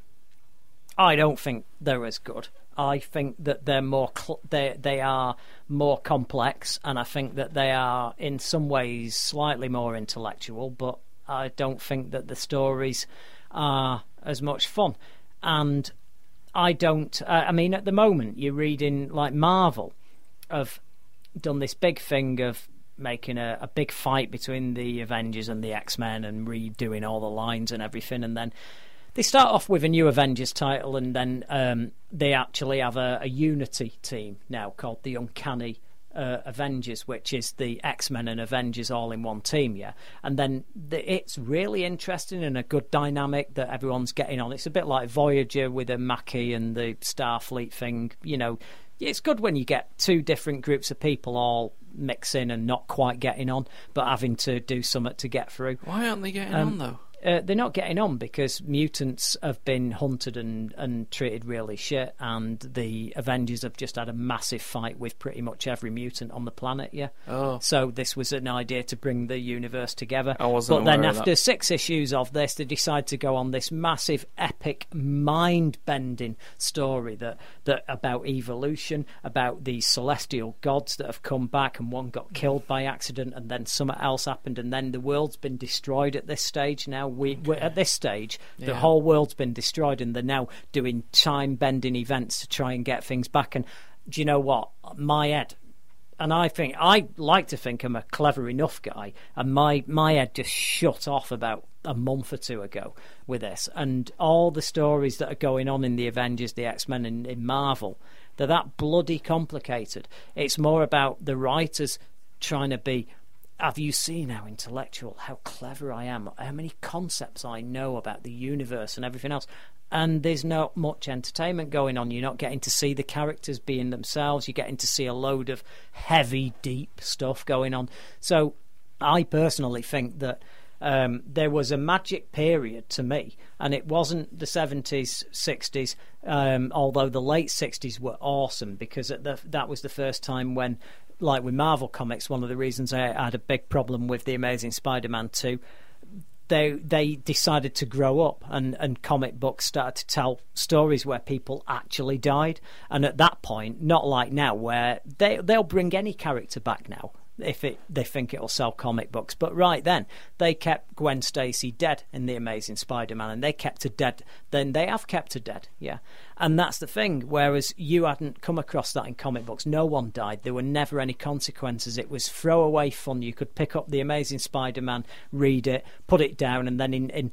[SPEAKER 4] I don't think they're as good. I think that they're more cl- they they are more complex, and I think that they are in some ways slightly more intellectual. But I don't think that the stories are as much fun. And I don't. Uh, I mean, at the moment, you're reading like Marvel have done this big thing of making a, a big fight between the Avengers and the X Men and redoing all the lines and everything, and then they start off with a new Avengers title, and then um, they actually have a, a Unity team now called the Uncanny. Uh, Avengers, which is the X Men and Avengers all in one team, yeah, and then the, it's really interesting and a good dynamic that everyone's getting on. It's a bit like Voyager with the Mackey and the Starfleet thing, you know it's good when you get two different groups of people all mixing and not quite getting on, but having to do something to get through.
[SPEAKER 5] Why aren't they getting on though?
[SPEAKER 4] Uh, they're not getting on because mutants have been hunted and, and treated really shit, and the Avengers have just had a massive fight with pretty much every mutant on the planet. Yeah.
[SPEAKER 5] Oh.
[SPEAKER 4] So this was an idea to bring the universe together.
[SPEAKER 5] I wasn't
[SPEAKER 4] But then
[SPEAKER 5] aware of that.
[SPEAKER 4] after six issues of this, they decide to go on this massive, epic, mind-bending story that that about evolution, about these celestial gods that have come back, and one got killed by accident, and then something else happened, and then the world's been destroyed. At this stage, now we we're at this stage, the
[SPEAKER 5] Yeah.
[SPEAKER 4] whole world's been destroyed, and they're now doing time-bending events to try and get things back. And do you know what? My head and I think I like to think I'm a clever enough guy, and my my head just shut off about a month or two ago with this, and all the stories that are going on in the Avengers, the X Men, and in Marvel, they're that bloody complicated. It's more about the writers trying to be. Have you seen how intellectual, how clever I am, how many concepts I know about the universe and everything else? and there's not much entertainment going on. You're not getting to see the characters being themselves. You're getting to see a load of heavy, deep stuff going on. So, I personally think that um, there was a magic period to me, and it wasn't the 70s, 60s. Um, although the late 60s were awesome because at the, that was the first time when. Like with Marvel Comics, one of the reasons I had a big problem with The Amazing Spider Man 2 they they decided to grow up and, and comic books started to tell stories where people actually died and at that point not like now where they they'll bring any character back now if it they think it'll sell comic books but right then they kept Gwen Stacy dead in the amazing spider-man and they kept her dead then they have kept her dead yeah and that's the thing whereas you hadn't come across that in comic books no one died there were never any consequences it was throwaway fun you could pick up the amazing spider-man read it put it down and then in, in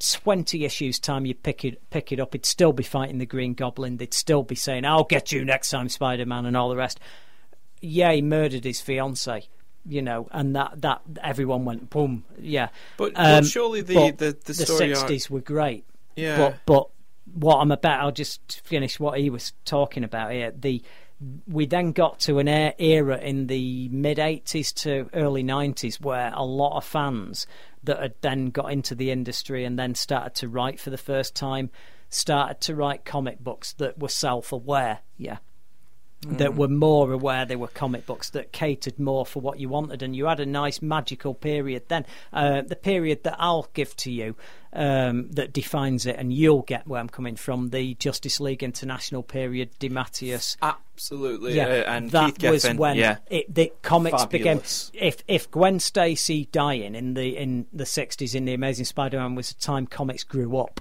[SPEAKER 4] 20 issues time you pick it pick it up it'd still be fighting the green goblin they'd still be saying i'll get you next time spider-man and all the rest yeah he murdered his fiance you know and that that everyone went boom yeah
[SPEAKER 5] But- but
[SPEAKER 4] Um,
[SPEAKER 5] surely the-
[SPEAKER 4] but
[SPEAKER 5] the- the story arc-
[SPEAKER 4] 60s were great
[SPEAKER 5] Yeah.
[SPEAKER 4] but but what I'm about, I'll just finish what he was talking about here. The we then got to an e- era in the mid 80s to early 90s where a lot of fans that had then got into the industry and then started to write for the first time started to write comic books that were self aware. Yeah. That were more aware they were comic books that catered more for what you wanted, and you had a nice magical period then. Uh, the period that I'll give to you um, that defines it, and you'll get where I'm coming from the Justice League International period, Dematteis,
[SPEAKER 5] Absolutely.
[SPEAKER 4] yeah,
[SPEAKER 5] uh, and
[SPEAKER 4] that
[SPEAKER 5] Keith
[SPEAKER 4] was
[SPEAKER 5] Geffen,
[SPEAKER 4] when
[SPEAKER 5] yeah.
[SPEAKER 4] it, the comics
[SPEAKER 5] Fabulous.
[SPEAKER 4] became. If if Gwen Stacy dying in the in the sixties in the Amazing Spider-Man was the time comics grew up,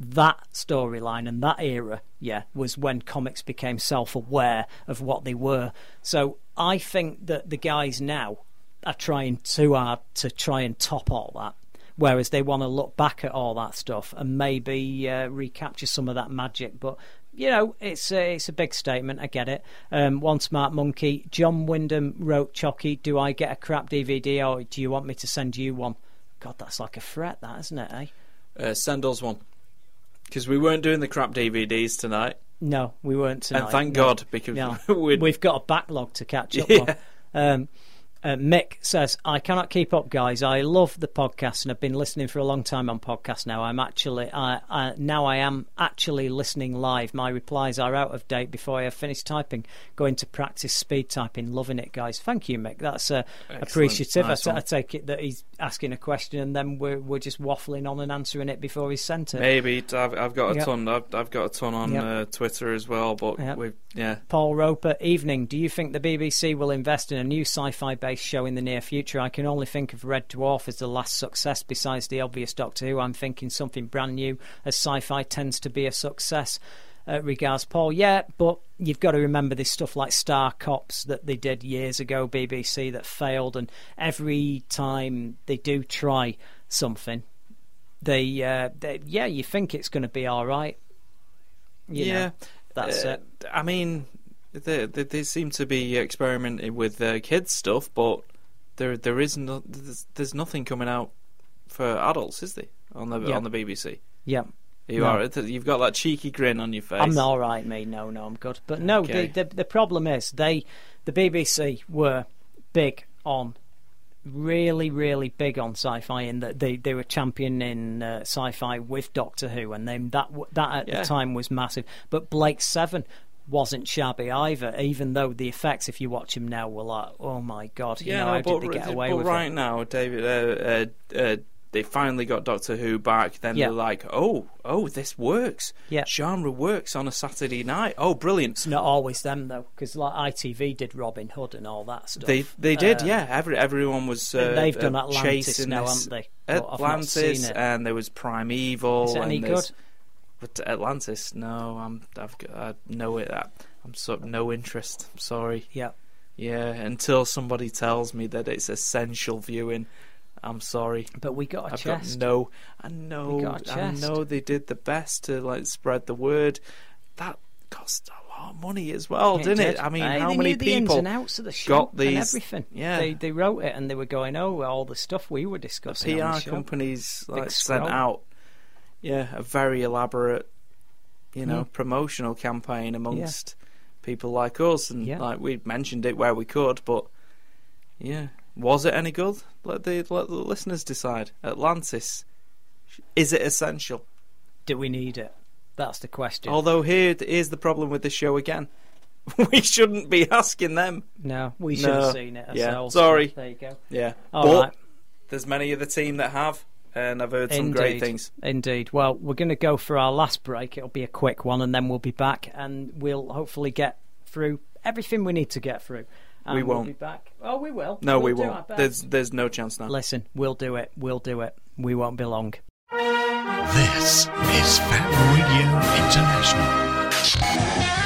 [SPEAKER 4] that storyline and that era, yeah, was when comics became self-aware of what they were. So I think that the guys now are trying too hard to try and top all that. Whereas they want to look back at all that stuff and maybe uh, recapture some of that magic, but you know, it's a, it's a big statement. I get it. Um, One smart monkey. John Wyndham wrote Chucky. Do I get a crap DVD or do you want me to send you one? God, that's like a threat, that isn't it? Eh?
[SPEAKER 5] Uh, Sendel's one. Because we weren't doing the crap DVDs tonight.
[SPEAKER 4] No, we weren't tonight.
[SPEAKER 5] And thank
[SPEAKER 4] No.
[SPEAKER 5] God, because
[SPEAKER 4] No.
[SPEAKER 5] we'd,
[SPEAKER 4] We've got a backlog to catch up
[SPEAKER 5] Yeah.
[SPEAKER 4] on. Um, uh, Mick says, I cannot keep up, guys. I love the podcast and I've been listening for a long time on podcast now. I'm actually, I, I, now I am actually listening live. My replies are out of date before I have finished typing. Going to practice speed typing. Loving it, guys. Thank you, Mick. That's uh, appreciative. I
[SPEAKER 5] Nice
[SPEAKER 4] ta-
[SPEAKER 5] one.
[SPEAKER 4] I take it that he's asking a question and then we're, we're just waffling on and answering it before he's sent it.
[SPEAKER 5] maybe. I've, I've got a
[SPEAKER 4] Yep.
[SPEAKER 5] ton. I've, I've got a ton on
[SPEAKER 4] Yep.
[SPEAKER 5] uh, Twitter as well, but
[SPEAKER 4] Yep.
[SPEAKER 5] we've, yeah.
[SPEAKER 4] Paul Roper, evening. Do you think the BBC will invest in a new sci fi based show in the near future? I can only think of Red Dwarf as the last success besides the obvious Doctor Who. I'm thinking something brand new, as sci fi tends to be a success. Uh, regards, Paul. Yeah, but you've got to remember this stuff like Star Cops that they did years ago, BBC, that failed. And every time they do try something, they, uh, they yeah, you think it's going to be all right. You know,
[SPEAKER 5] yeah.
[SPEAKER 4] that's
[SPEAKER 5] Uh,
[SPEAKER 4] it.
[SPEAKER 5] I mean, they, they, they seem to be experimenting with uh, kids stuff, but there there is no, there's, there's nothing coming out for adults, is there? On the
[SPEAKER 4] Yeah.
[SPEAKER 5] on the BBC,
[SPEAKER 4] Yeah.
[SPEAKER 5] you
[SPEAKER 4] No.
[SPEAKER 5] are you've got that cheeky grin on your face.
[SPEAKER 4] I'm all right, mate. No, no, I'm good. But no,
[SPEAKER 5] Okay.
[SPEAKER 4] the, the the problem is they, the BBC were big on, really, really big on sci-fi in that they, they were championing uh, sci-fi with Doctor Who, and then that w- that at
[SPEAKER 5] Yeah.
[SPEAKER 4] the time was massive. But Blake Seven wasn't shabby either, even though the effects, if you watch them now, were like, oh my god, you
[SPEAKER 5] Yeah,
[SPEAKER 4] know,
[SPEAKER 5] no,
[SPEAKER 4] how did
[SPEAKER 5] but,
[SPEAKER 4] they get
[SPEAKER 5] but
[SPEAKER 4] away with
[SPEAKER 5] right
[SPEAKER 4] it?
[SPEAKER 5] now, David, uh, uh, uh, they finally got Doctor Who back. Then
[SPEAKER 4] Yeah.
[SPEAKER 5] they're like, oh, oh, this works.
[SPEAKER 4] Yeah.
[SPEAKER 5] genre works on a Saturday night. Oh, brilliant.
[SPEAKER 4] It's not always them though, because like ITV did Robin Hood and all that stuff.
[SPEAKER 5] They they did,
[SPEAKER 4] Um,
[SPEAKER 5] yeah. Every everyone was uh,
[SPEAKER 4] And they've done
[SPEAKER 5] uh,
[SPEAKER 4] Atlantis
[SPEAKER 5] chasing
[SPEAKER 4] now,
[SPEAKER 5] this.
[SPEAKER 4] haven't they? But I've not
[SPEAKER 5] Atlantis,
[SPEAKER 4] seen it.
[SPEAKER 5] and there was Primeval.
[SPEAKER 4] Is it
[SPEAKER 5] and
[SPEAKER 4] any
[SPEAKER 5] there's-
[SPEAKER 4] good?
[SPEAKER 5] But Atlantis, no, I'm I've got, I know it. I, I'm so no interest. I'm sorry.
[SPEAKER 4] Yeah.
[SPEAKER 5] Yeah, until somebody tells me that it's essential viewing, I'm sorry.
[SPEAKER 4] But we got a
[SPEAKER 5] I've
[SPEAKER 4] chest.
[SPEAKER 5] got no. I know.
[SPEAKER 4] got a
[SPEAKER 5] I
[SPEAKER 4] chest.
[SPEAKER 5] know they did the best to like spread the word. That cost a lot of money as well,
[SPEAKER 4] It
[SPEAKER 5] didn't
[SPEAKER 4] did.
[SPEAKER 5] it? I mean,
[SPEAKER 4] Aye,
[SPEAKER 5] how
[SPEAKER 4] they
[SPEAKER 5] many
[SPEAKER 4] knew the ins
[SPEAKER 5] people
[SPEAKER 4] and outs of the show
[SPEAKER 5] got
[SPEAKER 4] and
[SPEAKER 5] these-
[SPEAKER 4] everything?
[SPEAKER 5] yeah.
[SPEAKER 4] they they wrote it and they were going, oh, all the stuff we were discussing. on the
[SPEAKER 5] PR
[SPEAKER 4] show."
[SPEAKER 5] companies like,
[SPEAKER 4] scroll.
[SPEAKER 5] sent out, yeah, a very elaborate, you know,
[SPEAKER 4] Hmm.
[SPEAKER 5] promotional campaign amongst people like us, and
[SPEAKER 4] Yeah.
[SPEAKER 5] like we mentioned it where we could, but yeah, was it any good? Let the let the listeners decide. Atlantis, is it essential?
[SPEAKER 4] Do we need it? That's the question.
[SPEAKER 5] Although here th- is the problem with the show again. We shouldn't be asking them.
[SPEAKER 4] no, we should have
[SPEAKER 5] No.
[SPEAKER 4] seen it
[SPEAKER 5] Yeah.
[SPEAKER 4] ourselves.
[SPEAKER 5] Sorry.
[SPEAKER 4] There you go.
[SPEAKER 5] Yeah,
[SPEAKER 4] All
[SPEAKER 5] but
[SPEAKER 4] right.
[SPEAKER 5] there's many of the team that have, and I've heard some great things.
[SPEAKER 4] Indeed. Well, we're going to go for our last break. It'll be a quick one, and then we'll be back, and we'll hopefully get through everything we need to get through. And
[SPEAKER 5] We
[SPEAKER 4] We'll
[SPEAKER 5] won't.
[SPEAKER 4] be back. Oh, we will.
[SPEAKER 5] No,
[SPEAKER 4] We'll
[SPEAKER 5] we
[SPEAKER 4] do our
[SPEAKER 5] won't.
[SPEAKER 4] best.
[SPEAKER 5] There's there's no chance now.
[SPEAKER 4] Listen, we'll do it. We'll do it. We won't be long.
[SPEAKER 1] This is Fab Radio International.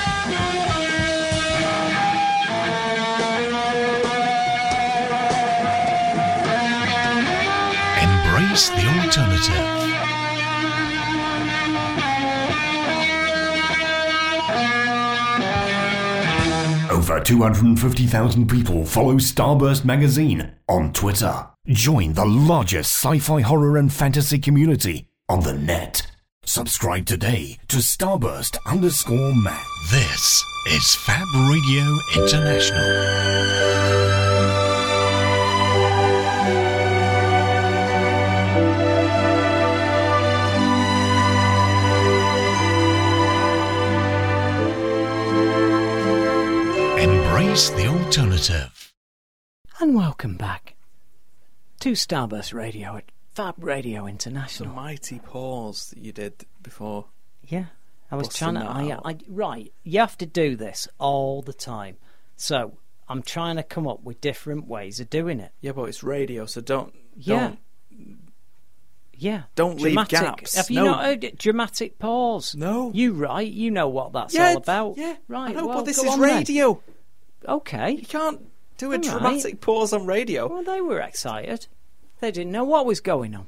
[SPEAKER 1] Embrace the alternative.
[SPEAKER 3] Over 250,000 people follow Starburst Magazine on Twitter. Join the largest sci fi horror and fantasy community on the net. Subscribe today to Starburst underscore mag.
[SPEAKER 1] This is Fab Radio International. Embrace the alternative.
[SPEAKER 4] And welcome back to Starburst Radio at Fab Radio
[SPEAKER 5] The
[SPEAKER 4] International.
[SPEAKER 5] mighty pause that you did before.
[SPEAKER 4] Oh, Yeah, I was trying
[SPEAKER 5] Busting
[SPEAKER 4] to.
[SPEAKER 5] that
[SPEAKER 4] I,
[SPEAKER 5] out.
[SPEAKER 4] I, right, you have to do this all the time. So I'm trying to come up with different ways of doing it.
[SPEAKER 5] Yeah, but it's radio, so don't.
[SPEAKER 4] Yeah.
[SPEAKER 5] don't-
[SPEAKER 4] Yeah,
[SPEAKER 5] Don't leave
[SPEAKER 4] dramatic.
[SPEAKER 5] gaps.
[SPEAKER 4] Have you
[SPEAKER 5] No.
[SPEAKER 4] not heard it? Dramatic pause.
[SPEAKER 5] No.
[SPEAKER 4] you right. You know what that's
[SPEAKER 5] yeah,
[SPEAKER 4] all about.
[SPEAKER 5] Yeah,
[SPEAKER 4] right.
[SPEAKER 5] I know,
[SPEAKER 4] well,
[SPEAKER 5] but this
[SPEAKER 4] go
[SPEAKER 5] is
[SPEAKER 4] on then.
[SPEAKER 5] radio.
[SPEAKER 4] Okay.
[SPEAKER 5] You can't do a
[SPEAKER 4] All right.
[SPEAKER 5] dramatic pause on radio.
[SPEAKER 4] Well, they were excited. They didn't know what was going on.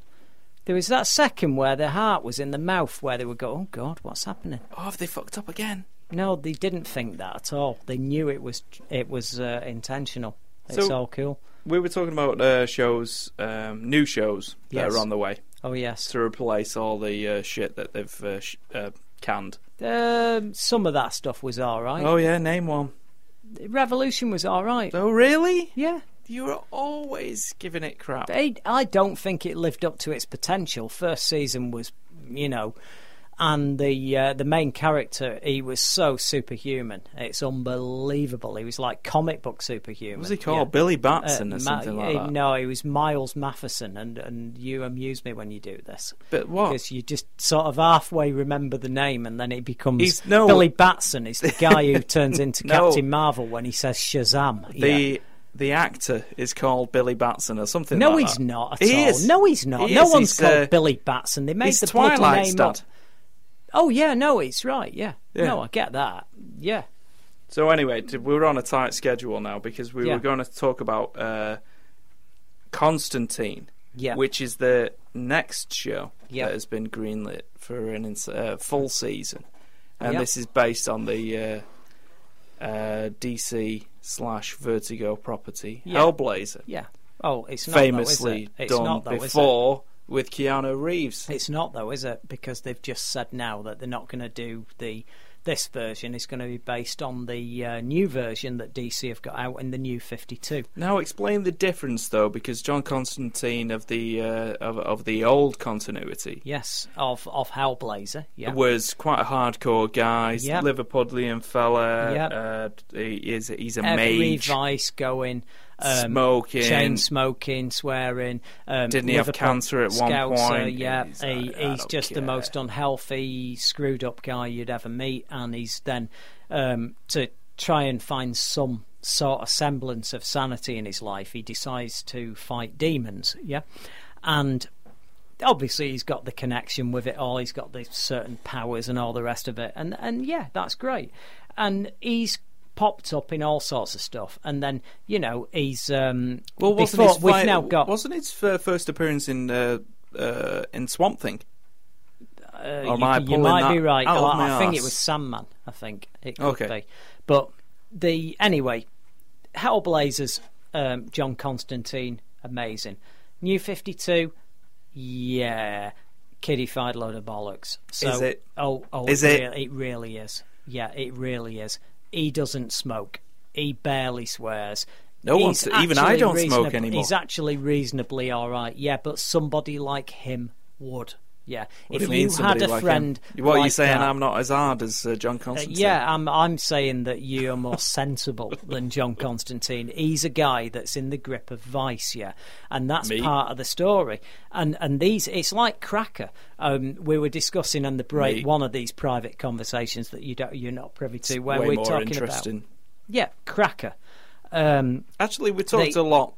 [SPEAKER 4] There was that second where their heart was in the mouth, where they would go, "Oh God, what's happening?"
[SPEAKER 5] Oh, have they fucked up again?
[SPEAKER 4] No, they didn't think that at all. They knew it was it was uh, intentional. It's
[SPEAKER 5] So-
[SPEAKER 4] all cool.
[SPEAKER 5] We were talking about uh, shows, um, new shows
[SPEAKER 4] Yes.
[SPEAKER 5] that are on the way
[SPEAKER 4] Oh yes,
[SPEAKER 5] to replace all the uh, shit that they've uh, sh- uh, canned.
[SPEAKER 4] um, some of that stuff was all right.
[SPEAKER 5] Oh yeah, name one.
[SPEAKER 4] Revolution was all right.
[SPEAKER 5] Oh really?
[SPEAKER 4] Yeah,
[SPEAKER 5] You are always giving it crap.
[SPEAKER 4] I, I don't think it lived up to its potential. First season was, you know, and the uh, the main character he was so superhuman. It's unbelievable. He was like comic book superhuman.
[SPEAKER 5] What was he called? Billy Batson or
[SPEAKER 4] Ma-
[SPEAKER 5] something like
[SPEAKER 4] uh,
[SPEAKER 5] that.
[SPEAKER 4] No, he was Miles Matheson, and, and you amuse me when you do this.
[SPEAKER 5] But what?
[SPEAKER 4] Because you just sort of halfway remember the name, and then it becomes
[SPEAKER 5] He's- no.
[SPEAKER 4] Billy Batson is the guy who turns into
[SPEAKER 5] No.
[SPEAKER 4] Captain Marvel when he says Shazam.
[SPEAKER 5] The
[SPEAKER 4] Yeah.
[SPEAKER 5] the actor is called Billy Batson or something.
[SPEAKER 4] No,
[SPEAKER 5] like
[SPEAKER 4] he's
[SPEAKER 5] that.
[SPEAKER 4] not at
[SPEAKER 5] he
[SPEAKER 4] all.
[SPEAKER 5] Is.
[SPEAKER 4] No, he's not.
[SPEAKER 5] He
[SPEAKER 4] no
[SPEAKER 5] is.
[SPEAKER 4] one's
[SPEAKER 5] He's,
[SPEAKER 4] called
[SPEAKER 5] uh,
[SPEAKER 4] Billy Batson. They made
[SPEAKER 5] he's
[SPEAKER 4] the bloody
[SPEAKER 5] Twilight
[SPEAKER 4] name
[SPEAKER 5] Stud.
[SPEAKER 4] up. Oh yeah, no, he's right. Yeah.
[SPEAKER 5] Yeah.
[SPEAKER 4] no, I get that. Yeah,
[SPEAKER 5] So anyway, t- we were on a tight schedule now because we
[SPEAKER 4] Yeah.
[SPEAKER 5] were going to talk about uh, Constantine,
[SPEAKER 4] Yeah.
[SPEAKER 5] which is the next show
[SPEAKER 4] Yeah.
[SPEAKER 5] that has been greenlit for an ins- uh, full season, and
[SPEAKER 4] Yeah.
[SPEAKER 5] this is based on the uh, uh, DC slash Vertigo property
[SPEAKER 4] Yeah.
[SPEAKER 5] Hellblazer,
[SPEAKER 4] yeah. Oh, it's not though, is
[SPEAKER 5] famously
[SPEAKER 4] it? It's
[SPEAKER 5] done
[SPEAKER 4] not, though, is it?
[SPEAKER 5] before with Keanu Reeves.
[SPEAKER 4] It's not though, is it? Because they've just said now that they're not going to do the this version is going to be based on the uh, new version that DC have got out in the new 52.
[SPEAKER 5] Now explain the difference though, because John Constantine of the uh, of of the old continuity
[SPEAKER 4] Yes, of of Hellblazer. Yeah.
[SPEAKER 5] was quite a hardcore guy, he's
[SPEAKER 4] Yep.
[SPEAKER 5] Liverpudlian fella.
[SPEAKER 4] Yep.
[SPEAKER 5] Uh, he is he's a
[SPEAKER 4] Every
[SPEAKER 5] mage.
[SPEAKER 4] vice going. Um,
[SPEAKER 5] Smoking.
[SPEAKER 4] chain smoking, swearing. Um,
[SPEAKER 5] Didn't he have
[SPEAKER 4] Liverpool
[SPEAKER 5] cancer at one
[SPEAKER 4] scouser,
[SPEAKER 5] point?
[SPEAKER 4] Yeah,
[SPEAKER 5] He's
[SPEAKER 4] he's,
[SPEAKER 5] like,
[SPEAKER 4] he,
[SPEAKER 5] "I
[SPEAKER 4] he's
[SPEAKER 5] don't
[SPEAKER 4] just
[SPEAKER 5] care."
[SPEAKER 4] the most unhealthy, screwed up guy you'd ever meet, and he's then um, to try and find some sort of semblance of sanity in his life. He decides to fight demons. Yeah, and obviously he's got the connection with it all. He's got the certain powers and all the rest of it, and and yeah, that's great. And he's popped up in all sorts of stuff, and then you know he's um
[SPEAKER 5] Well, wasn't
[SPEAKER 4] before
[SPEAKER 5] his
[SPEAKER 4] we've
[SPEAKER 5] fi-
[SPEAKER 4] now got
[SPEAKER 5] wasn't his fir- first appearance in uh, uh, in Swamp Thing?
[SPEAKER 4] uh,
[SPEAKER 5] or
[SPEAKER 4] you,
[SPEAKER 5] am I
[SPEAKER 4] you
[SPEAKER 5] pulling
[SPEAKER 4] might
[SPEAKER 5] that
[SPEAKER 4] be right.
[SPEAKER 5] out of
[SPEAKER 4] Well, I,
[SPEAKER 5] my
[SPEAKER 4] think
[SPEAKER 5] arse?
[SPEAKER 4] it was Sandman. I think it could
[SPEAKER 5] Okay.
[SPEAKER 4] be, but the anyway, Hellblazers, um, John Constantine, amazing. New Fifty Two, yeah, kiddified load of bollocks. So,
[SPEAKER 5] Is it?
[SPEAKER 4] Oh, oh,
[SPEAKER 5] Is
[SPEAKER 4] it?
[SPEAKER 5] it?
[SPEAKER 4] Really, it really is. Yeah, it really is. He doesn't smoke. He barely swears.
[SPEAKER 5] No one
[SPEAKER 4] He's
[SPEAKER 5] s- even I
[SPEAKER 4] actually
[SPEAKER 5] don't smoke
[SPEAKER 4] reasonab-
[SPEAKER 5] anymore.
[SPEAKER 4] He's actually reasonably all right. Yeah, but somebody like him would. Yeah,
[SPEAKER 5] What
[SPEAKER 4] if
[SPEAKER 5] do you mean
[SPEAKER 4] you
[SPEAKER 5] somebody
[SPEAKER 4] had a
[SPEAKER 5] like
[SPEAKER 4] friend,
[SPEAKER 5] him? What are you
[SPEAKER 4] like
[SPEAKER 5] saying?
[SPEAKER 4] that-
[SPEAKER 5] I'm not as hard as uh, John
[SPEAKER 4] Uh,
[SPEAKER 5] Constantine.
[SPEAKER 4] yeah, I'm. I'm saying that you are more sensible than John Constantine. He's a guy that's in the grip of vice, yeah, and that's
[SPEAKER 5] Me?
[SPEAKER 4] part of the story. And and these, it's like cracker. Um, we were discussing on the break
[SPEAKER 5] Me.
[SPEAKER 4] one of these private conversations that you don't, you're not privy to, where
[SPEAKER 5] way
[SPEAKER 4] we're
[SPEAKER 5] more
[SPEAKER 4] talking
[SPEAKER 5] interesting.
[SPEAKER 4] about. Yeah, cracker. Um,
[SPEAKER 5] Actually, we talked
[SPEAKER 4] They-
[SPEAKER 5] a lot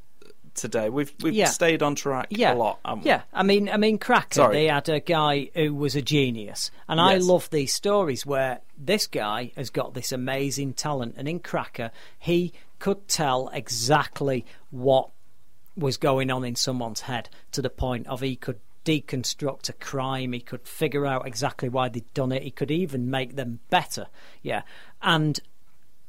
[SPEAKER 5] today. We've we've
[SPEAKER 4] Yeah.
[SPEAKER 5] stayed on track
[SPEAKER 4] yeah,
[SPEAKER 5] a lot. haven't we?
[SPEAKER 4] yeah. I mean, I mean, Cracker.
[SPEAKER 5] Sorry.
[SPEAKER 4] They had a guy who was a genius, and I
[SPEAKER 5] Yes.
[SPEAKER 4] love these stories where this guy has got this amazing talent, and in Cracker, he could tell exactly what was going on in someone's head to the point of he could deconstruct a crime he could figure out exactly why they'd done it he could even make them better yeah and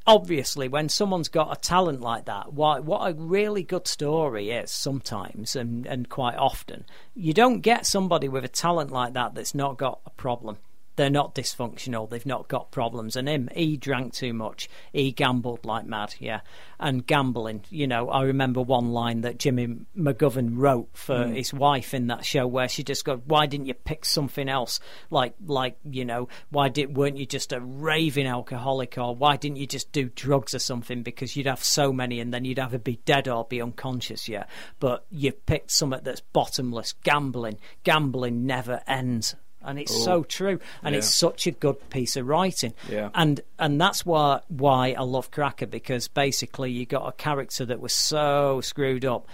[SPEAKER 4] obviously when someone's got a talent like that why what a really good story is sometimes and and quite often you don't get somebody with a talent like that that's not got a problem They're not dysfunctional. They've not got problems. And him, he drank too much. He gambled like mad. Yeah, and gambling. You know, I remember one line that Jimmy McGovern wrote for his wife in that show where she just goes, "Why didn't you pick something else? Like, like you know, why did weren't you just a raving alcoholic or why didn't you just do drugs or something? Because you'd have so many and then you'd either be dead or be unconscious. Yeah, but you picked something that's bottomless. Gambling, gambling never ends." And it's so true, and it's such a good piece of writing
[SPEAKER 5] Yeah.
[SPEAKER 4] and and that's why why I love Cracker because basically you got a character that was so screwed up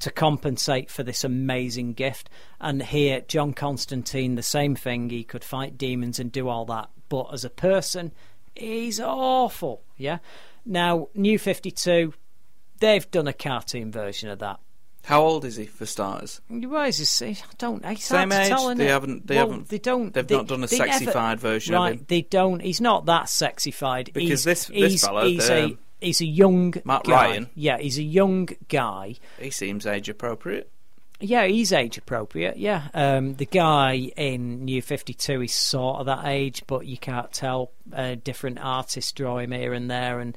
[SPEAKER 4] to compensate for this amazing gift. And here, John Constantine, the same thing. He could fight demons and do all that, but as a person, he's awful. Yeah. Now, New Fifty Two, they've done a cartoon version of that.
[SPEAKER 5] How old is he for starters?
[SPEAKER 4] Why is this? I don't. It's hard
[SPEAKER 5] Same
[SPEAKER 4] to
[SPEAKER 5] age?
[SPEAKER 4] tell, innit?
[SPEAKER 5] They haven't- they
[SPEAKER 4] Well,
[SPEAKER 5] haven't-
[SPEAKER 4] They don't.
[SPEAKER 5] they've
[SPEAKER 4] they-
[SPEAKER 5] not done a
[SPEAKER 4] they never-
[SPEAKER 5] sexified version of
[SPEAKER 4] Right.
[SPEAKER 5] him.
[SPEAKER 4] They don't. He's not that sexified. he's,
[SPEAKER 5] Because this- this
[SPEAKER 4] he's,
[SPEAKER 5] fella,
[SPEAKER 4] he's a
[SPEAKER 5] um,
[SPEAKER 4] he's a young
[SPEAKER 5] Matt
[SPEAKER 4] guy.
[SPEAKER 5] Ryan.
[SPEAKER 4] Yeah, he's a young guy.
[SPEAKER 5] He seems age appropriate.
[SPEAKER 4] Yeah, he's age appropriate. Yeah, um, the guy in New Fifty Two is sort of that age, but you can't tell. Uh, different artists draw him here and there, and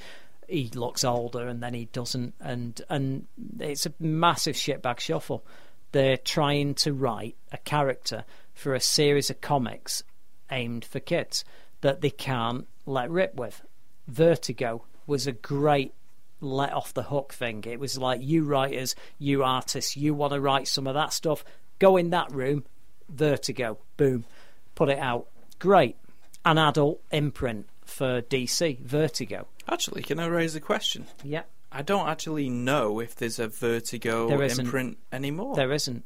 [SPEAKER 4] he looks older, and then he doesn't. And and it's a massive shitbag shuffle. They're trying to write a character for a series of comics aimed for kids that they can't let rip with. Vertigo was a great let off the hook thing. It was like you writers, you artists, you want to write some of that stuff, go in that room, Vertigo, boom, put it out. Great. An adult imprint for DC, Vertigo.
[SPEAKER 5] Actually, can I raise a question?
[SPEAKER 4] Yeah.
[SPEAKER 5] I don't actually know if there's a Vertigo
[SPEAKER 4] There isn't.
[SPEAKER 5] imprint anymore.
[SPEAKER 4] There isn't.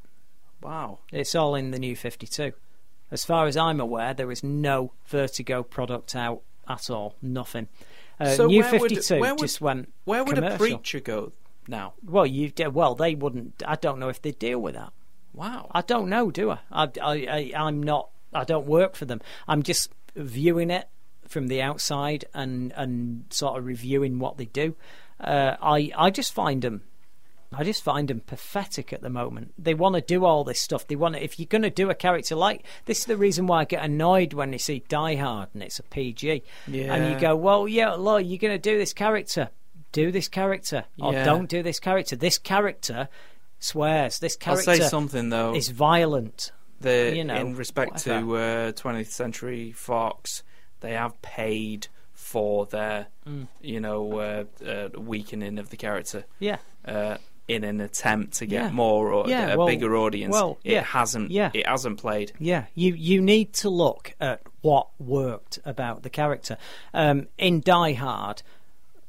[SPEAKER 5] Wow.
[SPEAKER 4] It's all in the new 52. As far as I'm aware, there is no Vertigo product out at all. Nothing. Uh, new 52 just went.
[SPEAKER 5] Where would
[SPEAKER 4] commercial.
[SPEAKER 5] a preacher go now?
[SPEAKER 4] Well, you well, they wouldn't. I don't know if they deal with that.
[SPEAKER 5] Wow.
[SPEAKER 4] I don't know, do I? I, I, I am not. I don't work for them. I'm just viewing it from the outside and and sort of reviewing what they do. Uh, I I just find them. I just find them pathetic at the moment. They want to do all this stuff. They want to, if you're going to do a character like this is the reason why I get annoyed when they see Die Hard and it's a PG, and you
[SPEAKER 5] Yeah.
[SPEAKER 4] go, well, yeah, look, you're going to do this character, do this character, or
[SPEAKER 5] Yeah.
[SPEAKER 4] don't do this character. This character swears. This
[SPEAKER 5] I'll
[SPEAKER 4] character
[SPEAKER 5] say something though.
[SPEAKER 4] is violent.
[SPEAKER 5] the,
[SPEAKER 4] you know,
[SPEAKER 5] in respect to uh, 20th Century Fox, they have paid for their,
[SPEAKER 4] Mm.
[SPEAKER 5] you know, uh, uh, weakening of the character
[SPEAKER 4] Yeah.
[SPEAKER 5] uh, in an attempt to get
[SPEAKER 4] Yeah.
[SPEAKER 5] more or
[SPEAKER 4] Yeah,
[SPEAKER 5] a
[SPEAKER 4] well-
[SPEAKER 5] bigger audience.
[SPEAKER 4] well,
[SPEAKER 5] it
[SPEAKER 4] yeah.
[SPEAKER 5] hasn't.
[SPEAKER 4] Yeah.
[SPEAKER 5] It hasn't played.
[SPEAKER 4] Yeah, you you need to look at what worked about the character. Um, in Die Hard,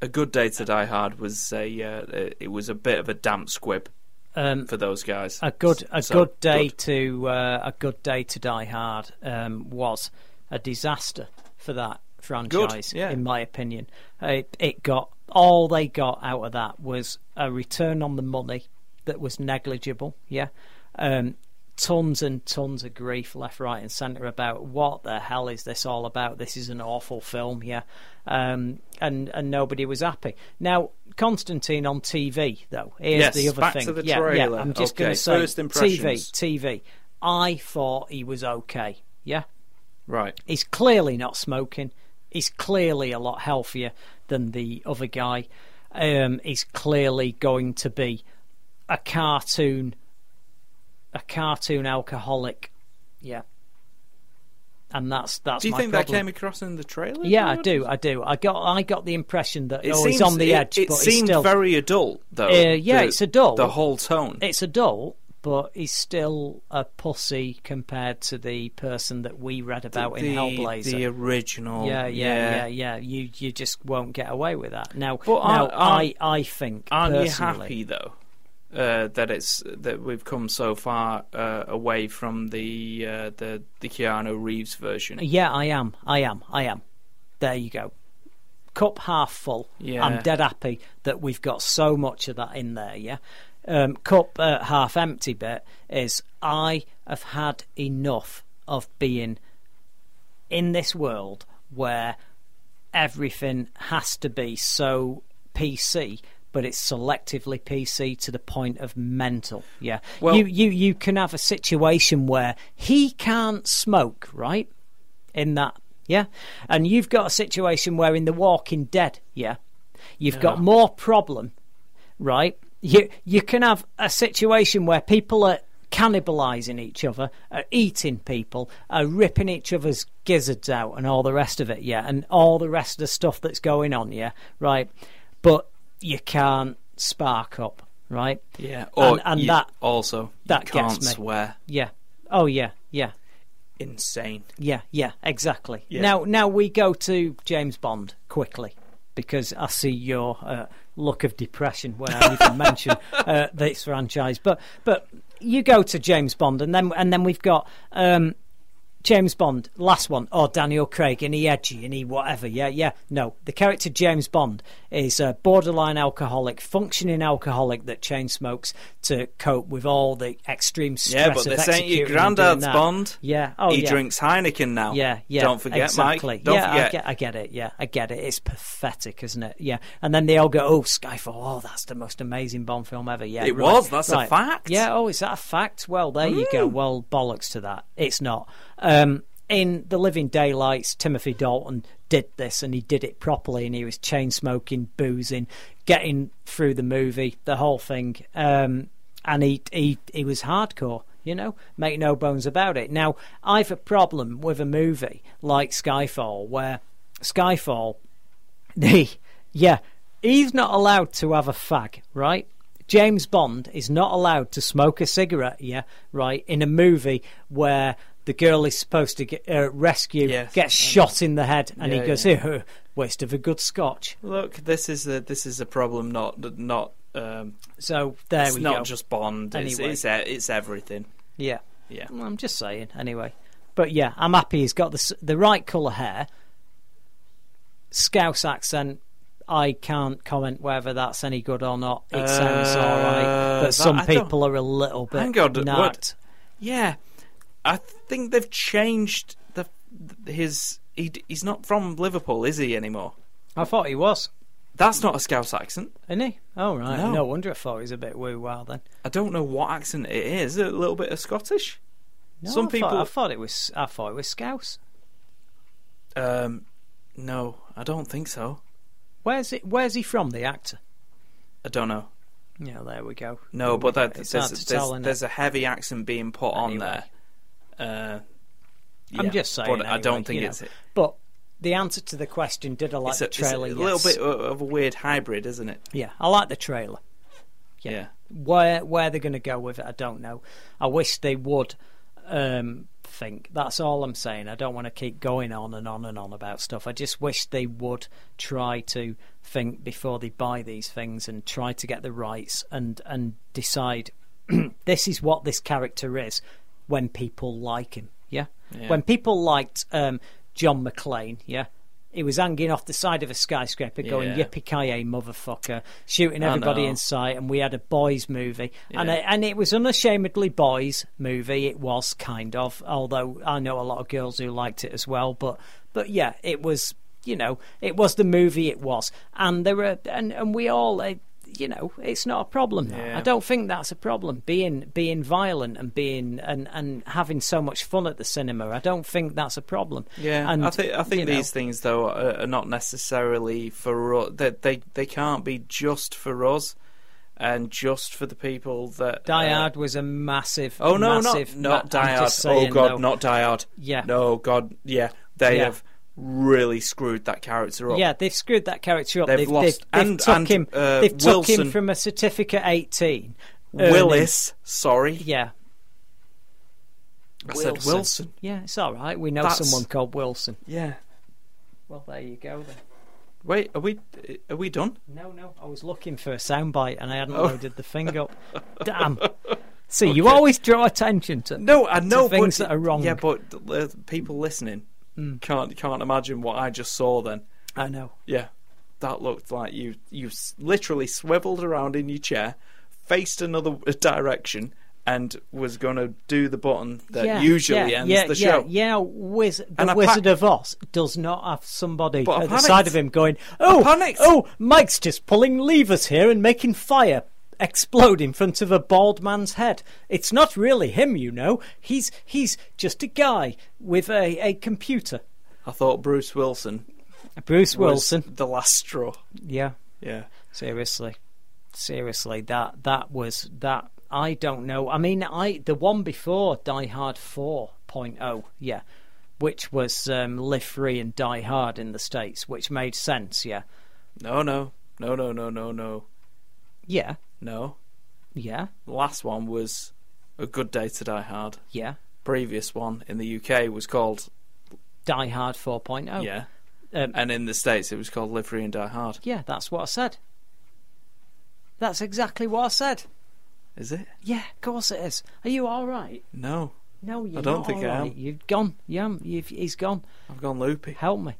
[SPEAKER 5] A good day to die hard was a. Uh, it was a bit of a damp squib
[SPEAKER 4] um,
[SPEAKER 5] for those guys.
[SPEAKER 4] a good a
[SPEAKER 5] So,
[SPEAKER 4] good day
[SPEAKER 5] good.
[SPEAKER 4] to uh, a good day to Die Hard um, was a disaster for that franchise,
[SPEAKER 5] yeah.
[SPEAKER 4] in my opinion. It, it got all they got out of that was a return on the money that was negligible. Yeah, um, tons and tons of grief left, right, and centre about what the hell is this all about? This is an awful film. Yeah, um, and and nobody was happy. Now Constantine on TV though, here's
[SPEAKER 5] Yes,
[SPEAKER 4] the other
[SPEAKER 5] back
[SPEAKER 4] thing.
[SPEAKER 5] to the
[SPEAKER 4] yeah,
[SPEAKER 5] trailer.
[SPEAKER 4] yeah, I'm just
[SPEAKER 5] Okay,
[SPEAKER 4] going to say
[SPEAKER 5] first impressions.
[SPEAKER 4] TV, TV. I thought he was okay. Yeah,
[SPEAKER 5] Right.
[SPEAKER 4] he's clearly not smoking. He's clearly a lot healthier than the other guy. Um, he's clearly going to be a cartoon, a cartoon alcoholic. Yeah, and that's that's.
[SPEAKER 5] Do you
[SPEAKER 4] my
[SPEAKER 5] think that
[SPEAKER 4] problem.
[SPEAKER 5] came across in the trailer?
[SPEAKER 4] Yeah, I do. I do. I got. I got the impression that
[SPEAKER 5] It
[SPEAKER 4] oh,
[SPEAKER 5] seems
[SPEAKER 4] he's on the
[SPEAKER 5] it,
[SPEAKER 4] edge,
[SPEAKER 5] It
[SPEAKER 4] but he's
[SPEAKER 5] seemed
[SPEAKER 4] still
[SPEAKER 5] very adult, though.
[SPEAKER 4] Uh, yeah, it's adult.
[SPEAKER 5] The whole tone.
[SPEAKER 4] it's adult, but he's still a pussy compared to the person that we read about
[SPEAKER 5] the,
[SPEAKER 4] in Hellblazer.
[SPEAKER 5] The original.
[SPEAKER 4] yeah, yeah, yeah, yeah. You you just won't get away with that. Now,
[SPEAKER 5] But
[SPEAKER 4] now
[SPEAKER 5] aren't- aren't-
[SPEAKER 4] I I think
[SPEAKER 5] Aren't
[SPEAKER 4] personally,
[SPEAKER 5] you happy though uh, that it's that we've come so far uh, away from the uh, the the Keanu Reeves version?
[SPEAKER 4] Yeah, I am. I am. I am. There you go. Cup half full.
[SPEAKER 5] Yeah.
[SPEAKER 4] I'm dead happy that we've got so much of that in there. Yeah. Um, cup uh, half empty bit is I have had enough of being in this world where everything has to be so PC, but it's selectively PC to the point of mental. Yeah.
[SPEAKER 5] Well-
[SPEAKER 4] you, you you can have a situation where he can't smoke, right? in that. Yeah. And you've got a situation where in The Walking Dead, yeah, you've got more problem, right? You you can have a situation where people are cannibalizing each other, are eating people, are ripping each other's gizzards out and all the rest of it, yeah, and all the rest of the stuff that's going on, yeah, right? But you can't spark up, right?
[SPEAKER 5] Yeah. Or
[SPEAKER 4] and
[SPEAKER 5] you-
[SPEAKER 4] that-
[SPEAKER 5] also
[SPEAKER 4] that
[SPEAKER 5] you
[SPEAKER 4] gets
[SPEAKER 5] can't
[SPEAKER 4] me.
[SPEAKER 5] swear.
[SPEAKER 4] Yeah. Oh yeah, yeah.
[SPEAKER 5] Insane.
[SPEAKER 4] Yeah, yeah, exactly. Now, now we go to James Bond quickly because I see your uh, look of depression when I even mention uh, this franchise. But but you go to James Bond, and then and then we've got um, James Bond, last one, or Daniel Craig, and he edgy, and he whatever. Yeah, yeah. No, the character James Bond is a borderline alcoholic, functioning alcoholic that chain smokes to cope with all the extreme stress.
[SPEAKER 5] Yeah, but
[SPEAKER 4] of
[SPEAKER 5] this ain't
[SPEAKER 4] executing
[SPEAKER 5] your
[SPEAKER 4] and doing
[SPEAKER 5] granddad's
[SPEAKER 4] that.
[SPEAKER 5] Bond.
[SPEAKER 4] Yeah. Oh,
[SPEAKER 5] he
[SPEAKER 4] yeah.
[SPEAKER 5] drinks Heineken now.
[SPEAKER 4] Yeah, yeah.
[SPEAKER 5] Don't forget,
[SPEAKER 4] exactly.
[SPEAKER 5] Mike. Don't
[SPEAKER 4] yeah, I
[SPEAKER 5] forget.
[SPEAKER 4] get, I get it. Yeah, I get it. It's pathetic, isn't it? Yeah. And then they all go, "Oh, Skyfall! Oh, that's the most amazing Bond film ever." Yeah,
[SPEAKER 5] It
[SPEAKER 4] right,
[SPEAKER 5] was, that's a
[SPEAKER 4] right.
[SPEAKER 5] fact.
[SPEAKER 4] Yeah. Oh, is that a fact? Well, there you go. Well, bollocks to that. It's not. Um, in The Living Daylights, Timothy Dalton did this, and he did it properly, and he was chain smoking, boozing, getting through the movie, the whole thing. Um, and he he he was hardcore. You know, make no bones about it. Now, I've a problem with a movie like Skyfall, where Skyfall, he, yeah, he's not allowed to have a fag, right? James Bond is not allowed to smoke a cigarette, yeah, right, in a movie where the girl is supposed to get uh, rescue,
[SPEAKER 5] Yes,
[SPEAKER 4] gets
[SPEAKER 5] I know.
[SPEAKER 4] shot in the head, and
[SPEAKER 5] Yeah,
[SPEAKER 4] he goes,
[SPEAKER 5] yeah.
[SPEAKER 4] "Eh, waste of a good scotch.
[SPEAKER 5] Look, this is a this is a problem. Not not. Um,
[SPEAKER 4] So there
[SPEAKER 5] it's
[SPEAKER 4] we
[SPEAKER 5] not
[SPEAKER 4] go.
[SPEAKER 5] just Bond. It's,
[SPEAKER 4] Anyway.
[SPEAKER 5] it's e- it's everything.
[SPEAKER 4] yeah,
[SPEAKER 5] Yeah.
[SPEAKER 4] Well, I'm just saying, anyway. But yeah, I'm happy he's got the s- the right colour hair, Scouse accent. I can't comment whether that's any good or not. It sounds
[SPEAKER 5] Uh,
[SPEAKER 4] all right, but
[SPEAKER 5] that-
[SPEAKER 4] some
[SPEAKER 5] I don't-
[SPEAKER 4] people are a little bit
[SPEAKER 5] Hang on, what-
[SPEAKER 4] nagged.
[SPEAKER 5] Yeah, I think they've changed the his. He, d- he's not from Liverpool, is he anymore?
[SPEAKER 4] I thought he was,
[SPEAKER 5] That's not a Scouse accent.
[SPEAKER 4] isn't he? Oh right,
[SPEAKER 5] No.
[SPEAKER 4] no, wonder I thought he was a bit woo wow then.
[SPEAKER 5] I don't know what accent it is. A little bit of Scottish.
[SPEAKER 4] No,
[SPEAKER 5] Some
[SPEAKER 4] I thought-
[SPEAKER 5] people-
[SPEAKER 4] I thought it was, I thought it was Scouse.
[SPEAKER 5] Um, no, I don't think so.
[SPEAKER 4] Where's it? Where's he from? The actor.
[SPEAKER 5] I don't know.
[SPEAKER 4] Yeah, there we go.
[SPEAKER 5] No, but that,
[SPEAKER 4] Hmm. It's
[SPEAKER 5] there's,
[SPEAKER 4] hard
[SPEAKER 5] there's,
[SPEAKER 4] to tell, innit?
[SPEAKER 5] there's a heavy accent being put
[SPEAKER 4] Anyway.
[SPEAKER 5] on there. Uh,
[SPEAKER 4] I'm
[SPEAKER 5] yeah,
[SPEAKER 4] just saying.
[SPEAKER 5] But I
[SPEAKER 4] anyway,
[SPEAKER 5] don't think
[SPEAKER 4] you
[SPEAKER 5] it's
[SPEAKER 4] know. But the answer to the question, did I like
[SPEAKER 5] it's a,
[SPEAKER 4] the
[SPEAKER 5] it's a
[SPEAKER 4] trailer?
[SPEAKER 5] little
[SPEAKER 4] yes.
[SPEAKER 5] bit o- of a weird hybrid, isn't it?
[SPEAKER 4] Yeah, I like the trailer.
[SPEAKER 5] Yeah.
[SPEAKER 4] Where where they're going to go with it, I don't know. I wish they would um, think. That's all I'm saying. I don't want to keep going on and on and on about stuff. I just wish they would try to think before they buy these things and try to get the rights and and decide this is what this character is when people like him. Yeah. When people liked um, John McClane, yeah. He was hanging off the side of a skyscraper going,
[SPEAKER 5] Yeah.
[SPEAKER 4] yippee ki motherfucker, shooting everybody
[SPEAKER 5] know.
[SPEAKER 4] in sight. And we had a boys' movie. And, I, and it was unashamedly boys' movie. It was kind of, although I know a lot of girls who liked it as well. But, but yeah, it was, you know, it was the movie it was. And there were, and, and we all, uh, you know, it's not a problem. that. I don't think that's a problem. Being being violent and being and, and having so much fun at the cinema, I don't think that's a problem.
[SPEAKER 5] Yeah,
[SPEAKER 4] and
[SPEAKER 5] I think I
[SPEAKER 4] you
[SPEAKER 5] think
[SPEAKER 4] know,
[SPEAKER 5] these things though are, are not necessarily for us. They, they they can't be just for us, and just for the people that
[SPEAKER 4] Die
[SPEAKER 5] uh,
[SPEAKER 4] Hard was a massive.
[SPEAKER 5] Oh no,
[SPEAKER 4] massive,
[SPEAKER 5] not not
[SPEAKER 4] ma- I'm
[SPEAKER 5] Die Hard.
[SPEAKER 4] just
[SPEAKER 5] Oh
[SPEAKER 4] saying,
[SPEAKER 5] God,
[SPEAKER 4] though.
[SPEAKER 5] not Die Hard.
[SPEAKER 4] Yeah.
[SPEAKER 5] No God, yeah. They
[SPEAKER 4] Yeah.
[SPEAKER 5] have really screwed that character up.
[SPEAKER 4] Yeah, they've screwed that character up.
[SPEAKER 5] They've
[SPEAKER 4] they've
[SPEAKER 5] lost-
[SPEAKER 4] They've,
[SPEAKER 5] and-
[SPEAKER 4] took
[SPEAKER 5] and,
[SPEAKER 4] him.
[SPEAKER 5] uh,
[SPEAKER 4] they've took him
[SPEAKER 5] Wilson.
[SPEAKER 4] from a certificate eighteen. earning-
[SPEAKER 5] Willis. Sorry,
[SPEAKER 4] Yeah,
[SPEAKER 5] I said Wilson.
[SPEAKER 4] Yeah, it's all right. We know
[SPEAKER 5] That's-
[SPEAKER 4] someone called Wilson.
[SPEAKER 5] Yeah.
[SPEAKER 4] Well, there you go then.
[SPEAKER 5] Wait, are we are we done?
[SPEAKER 4] No, no. I was looking for a soundbite and I hadn't
[SPEAKER 5] Oh.
[SPEAKER 4] loaded the thing up. Damn. See, you always draw attention to.
[SPEAKER 5] No, I know but-
[SPEAKER 4] things that are wrong. Hmm.
[SPEAKER 5] Yeah, but uh, people listening can't can't imagine what I just saw. Then
[SPEAKER 4] I know.
[SPEAKER 5] yeah, that looked like you you s- literally swiveled around in your chair, faced another uh, direction, and was gonna do the button that
[SPEAKER 4] yeah,
[SPEAKER 5] usually
[SPEAKER 4] yeah,
[SPEAKER 5] ends
[SPEAKER 4] yeah,
[SPEAKER 5] the
[SPEAKER 4] yeah,
[SPEAKER 5] show.
[SPEAKER 4] Yeah, Wiz-
[SPEAKER 5] And
[SPEAKER 4] the
[SPEAKER 5] I
[SPEAKER 4] Wizard
[SPEAKER 5] pa-
[SPEAKER 4] of Oz does not have somebody
[SPEAKER 5] But I
[SPEAKER 4] at the
[SPEAKER 5] panicked.
[SPEAKER 4] side of him going, "Oh,
[SPEAKER 5] panicked.
[SPEAKER 4] oh, Mike's just pulling levers here and making fire." explode in front of a bald man's head. It's not really him, you know. He's he's just a guy with a, a computer.
[SPEAKER 5] I thought Bruce Wilson
[SPEAKER 4] Bruce
[SPEAKER 5] was
[SPEAKER 4] Wilson.
[SPEAKER 5] the last straw.
[SPEAKER 4] Yeah.
[SPEAKER 5] Yeah.
[SPEAKER 4] Seriously, seriously, that that was that. I don't know. I mean, I the one before Die Hard 4.0, yeah, which was um, Live Free and Die Hard in the states, which made sense. Yeah,
[SPEAKER 5] No, no, no, no, no, no, no,
[SPEAKER 4] yeah,
[SPEAKER 5] no.
[SPEAKER 4] yeah,
[SPEAKER 5] The last one was A Good Day to Die Hard.
[SPEAKER 4] yeah.
[SPEAKER 5] Previous one in the UK was called
[SPEAKER 4] Die Hard oh. 4.0.
[SPEAKER 5] yeah,
[SPEAKER 4] um,
[SPEAKER 5] and in the states it was called Live Free and Die Hard.
[SPEAKER 4] yeah. That's what I said. That's exactly what I said.
[SPEAKER 5] Is it?
[SPEAKER 4] Yeah, of course it is. Are you all right?
[SPEAKER 5] No,
[SPEAKER 4] No, you're
[SPEAKER 5] don't
[SPEAKER 4] not
[SPEAKER 5] think
[SPEAKER 4] all
[SPEAKER 5] I am.
[SPEAKER 4] right. You've gone. Yeah, you've, he's gone.
[SPEAKER 5] I've gone loopy.
[SPEAKER 4] Help me.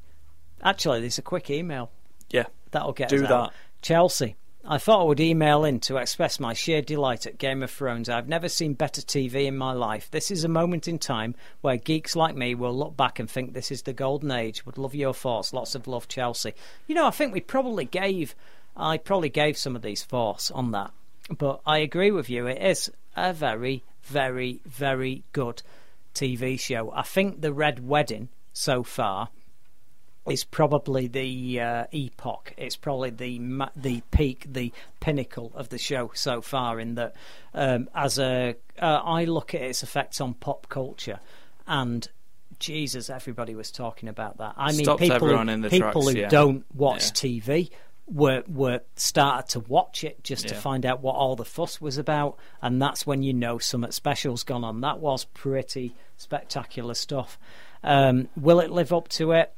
[SPEAKER 4] Actually, there's a quick email.
[SPEAKER 5] Yeah,
[SPEAKER 4] That'll get
[SPEAKER 5] Do
[SPEAKER 4] us out.
[SPEAKER 5] that.
[SPEAKER 4] Chelsea. I thought I would email in to express my sheer delight at Game of Thrones. I've never seen better TV in my life. This is a moment in time where geeks like me will look back and think this is the golden age. Would love your thoughts. Lots of love, Chelsea. You know, I think we probably gave, I probably gave some of these thoughts on that, but I agree with you. It is a very, very, very good TV show. I think the Red Wedding so far is probably the uh, epoch. It's probably the ma- the peak, the pinnacle of the show so far. In that, um, as a uh, I look at its effects on pop culture, and Jesus, everybody was talking about that. I mean,
[SPEAKER 5] Stopped
[SPEAKER 4] people
[SPEAKER 5] everyone
[SPEAKER 4] who,
[SPEAKER 5] in the
[SPEAKER 4] people
[SPEAKER 5] tracks,
[SPEAKER 4] who
[SPEAKER 5] yeah.
[SPEAKER 4] don't watch
[SPEAKER 5] Yeah.
[SPEAKER 4] TV were were started to watch it just to
[SPEAKER 5] Yeah.
[SPEAKER 4] find out what all the fuss was about, and that's when you know something special's gone on. That was pretty spectacular stuff. Um, will it live up to it?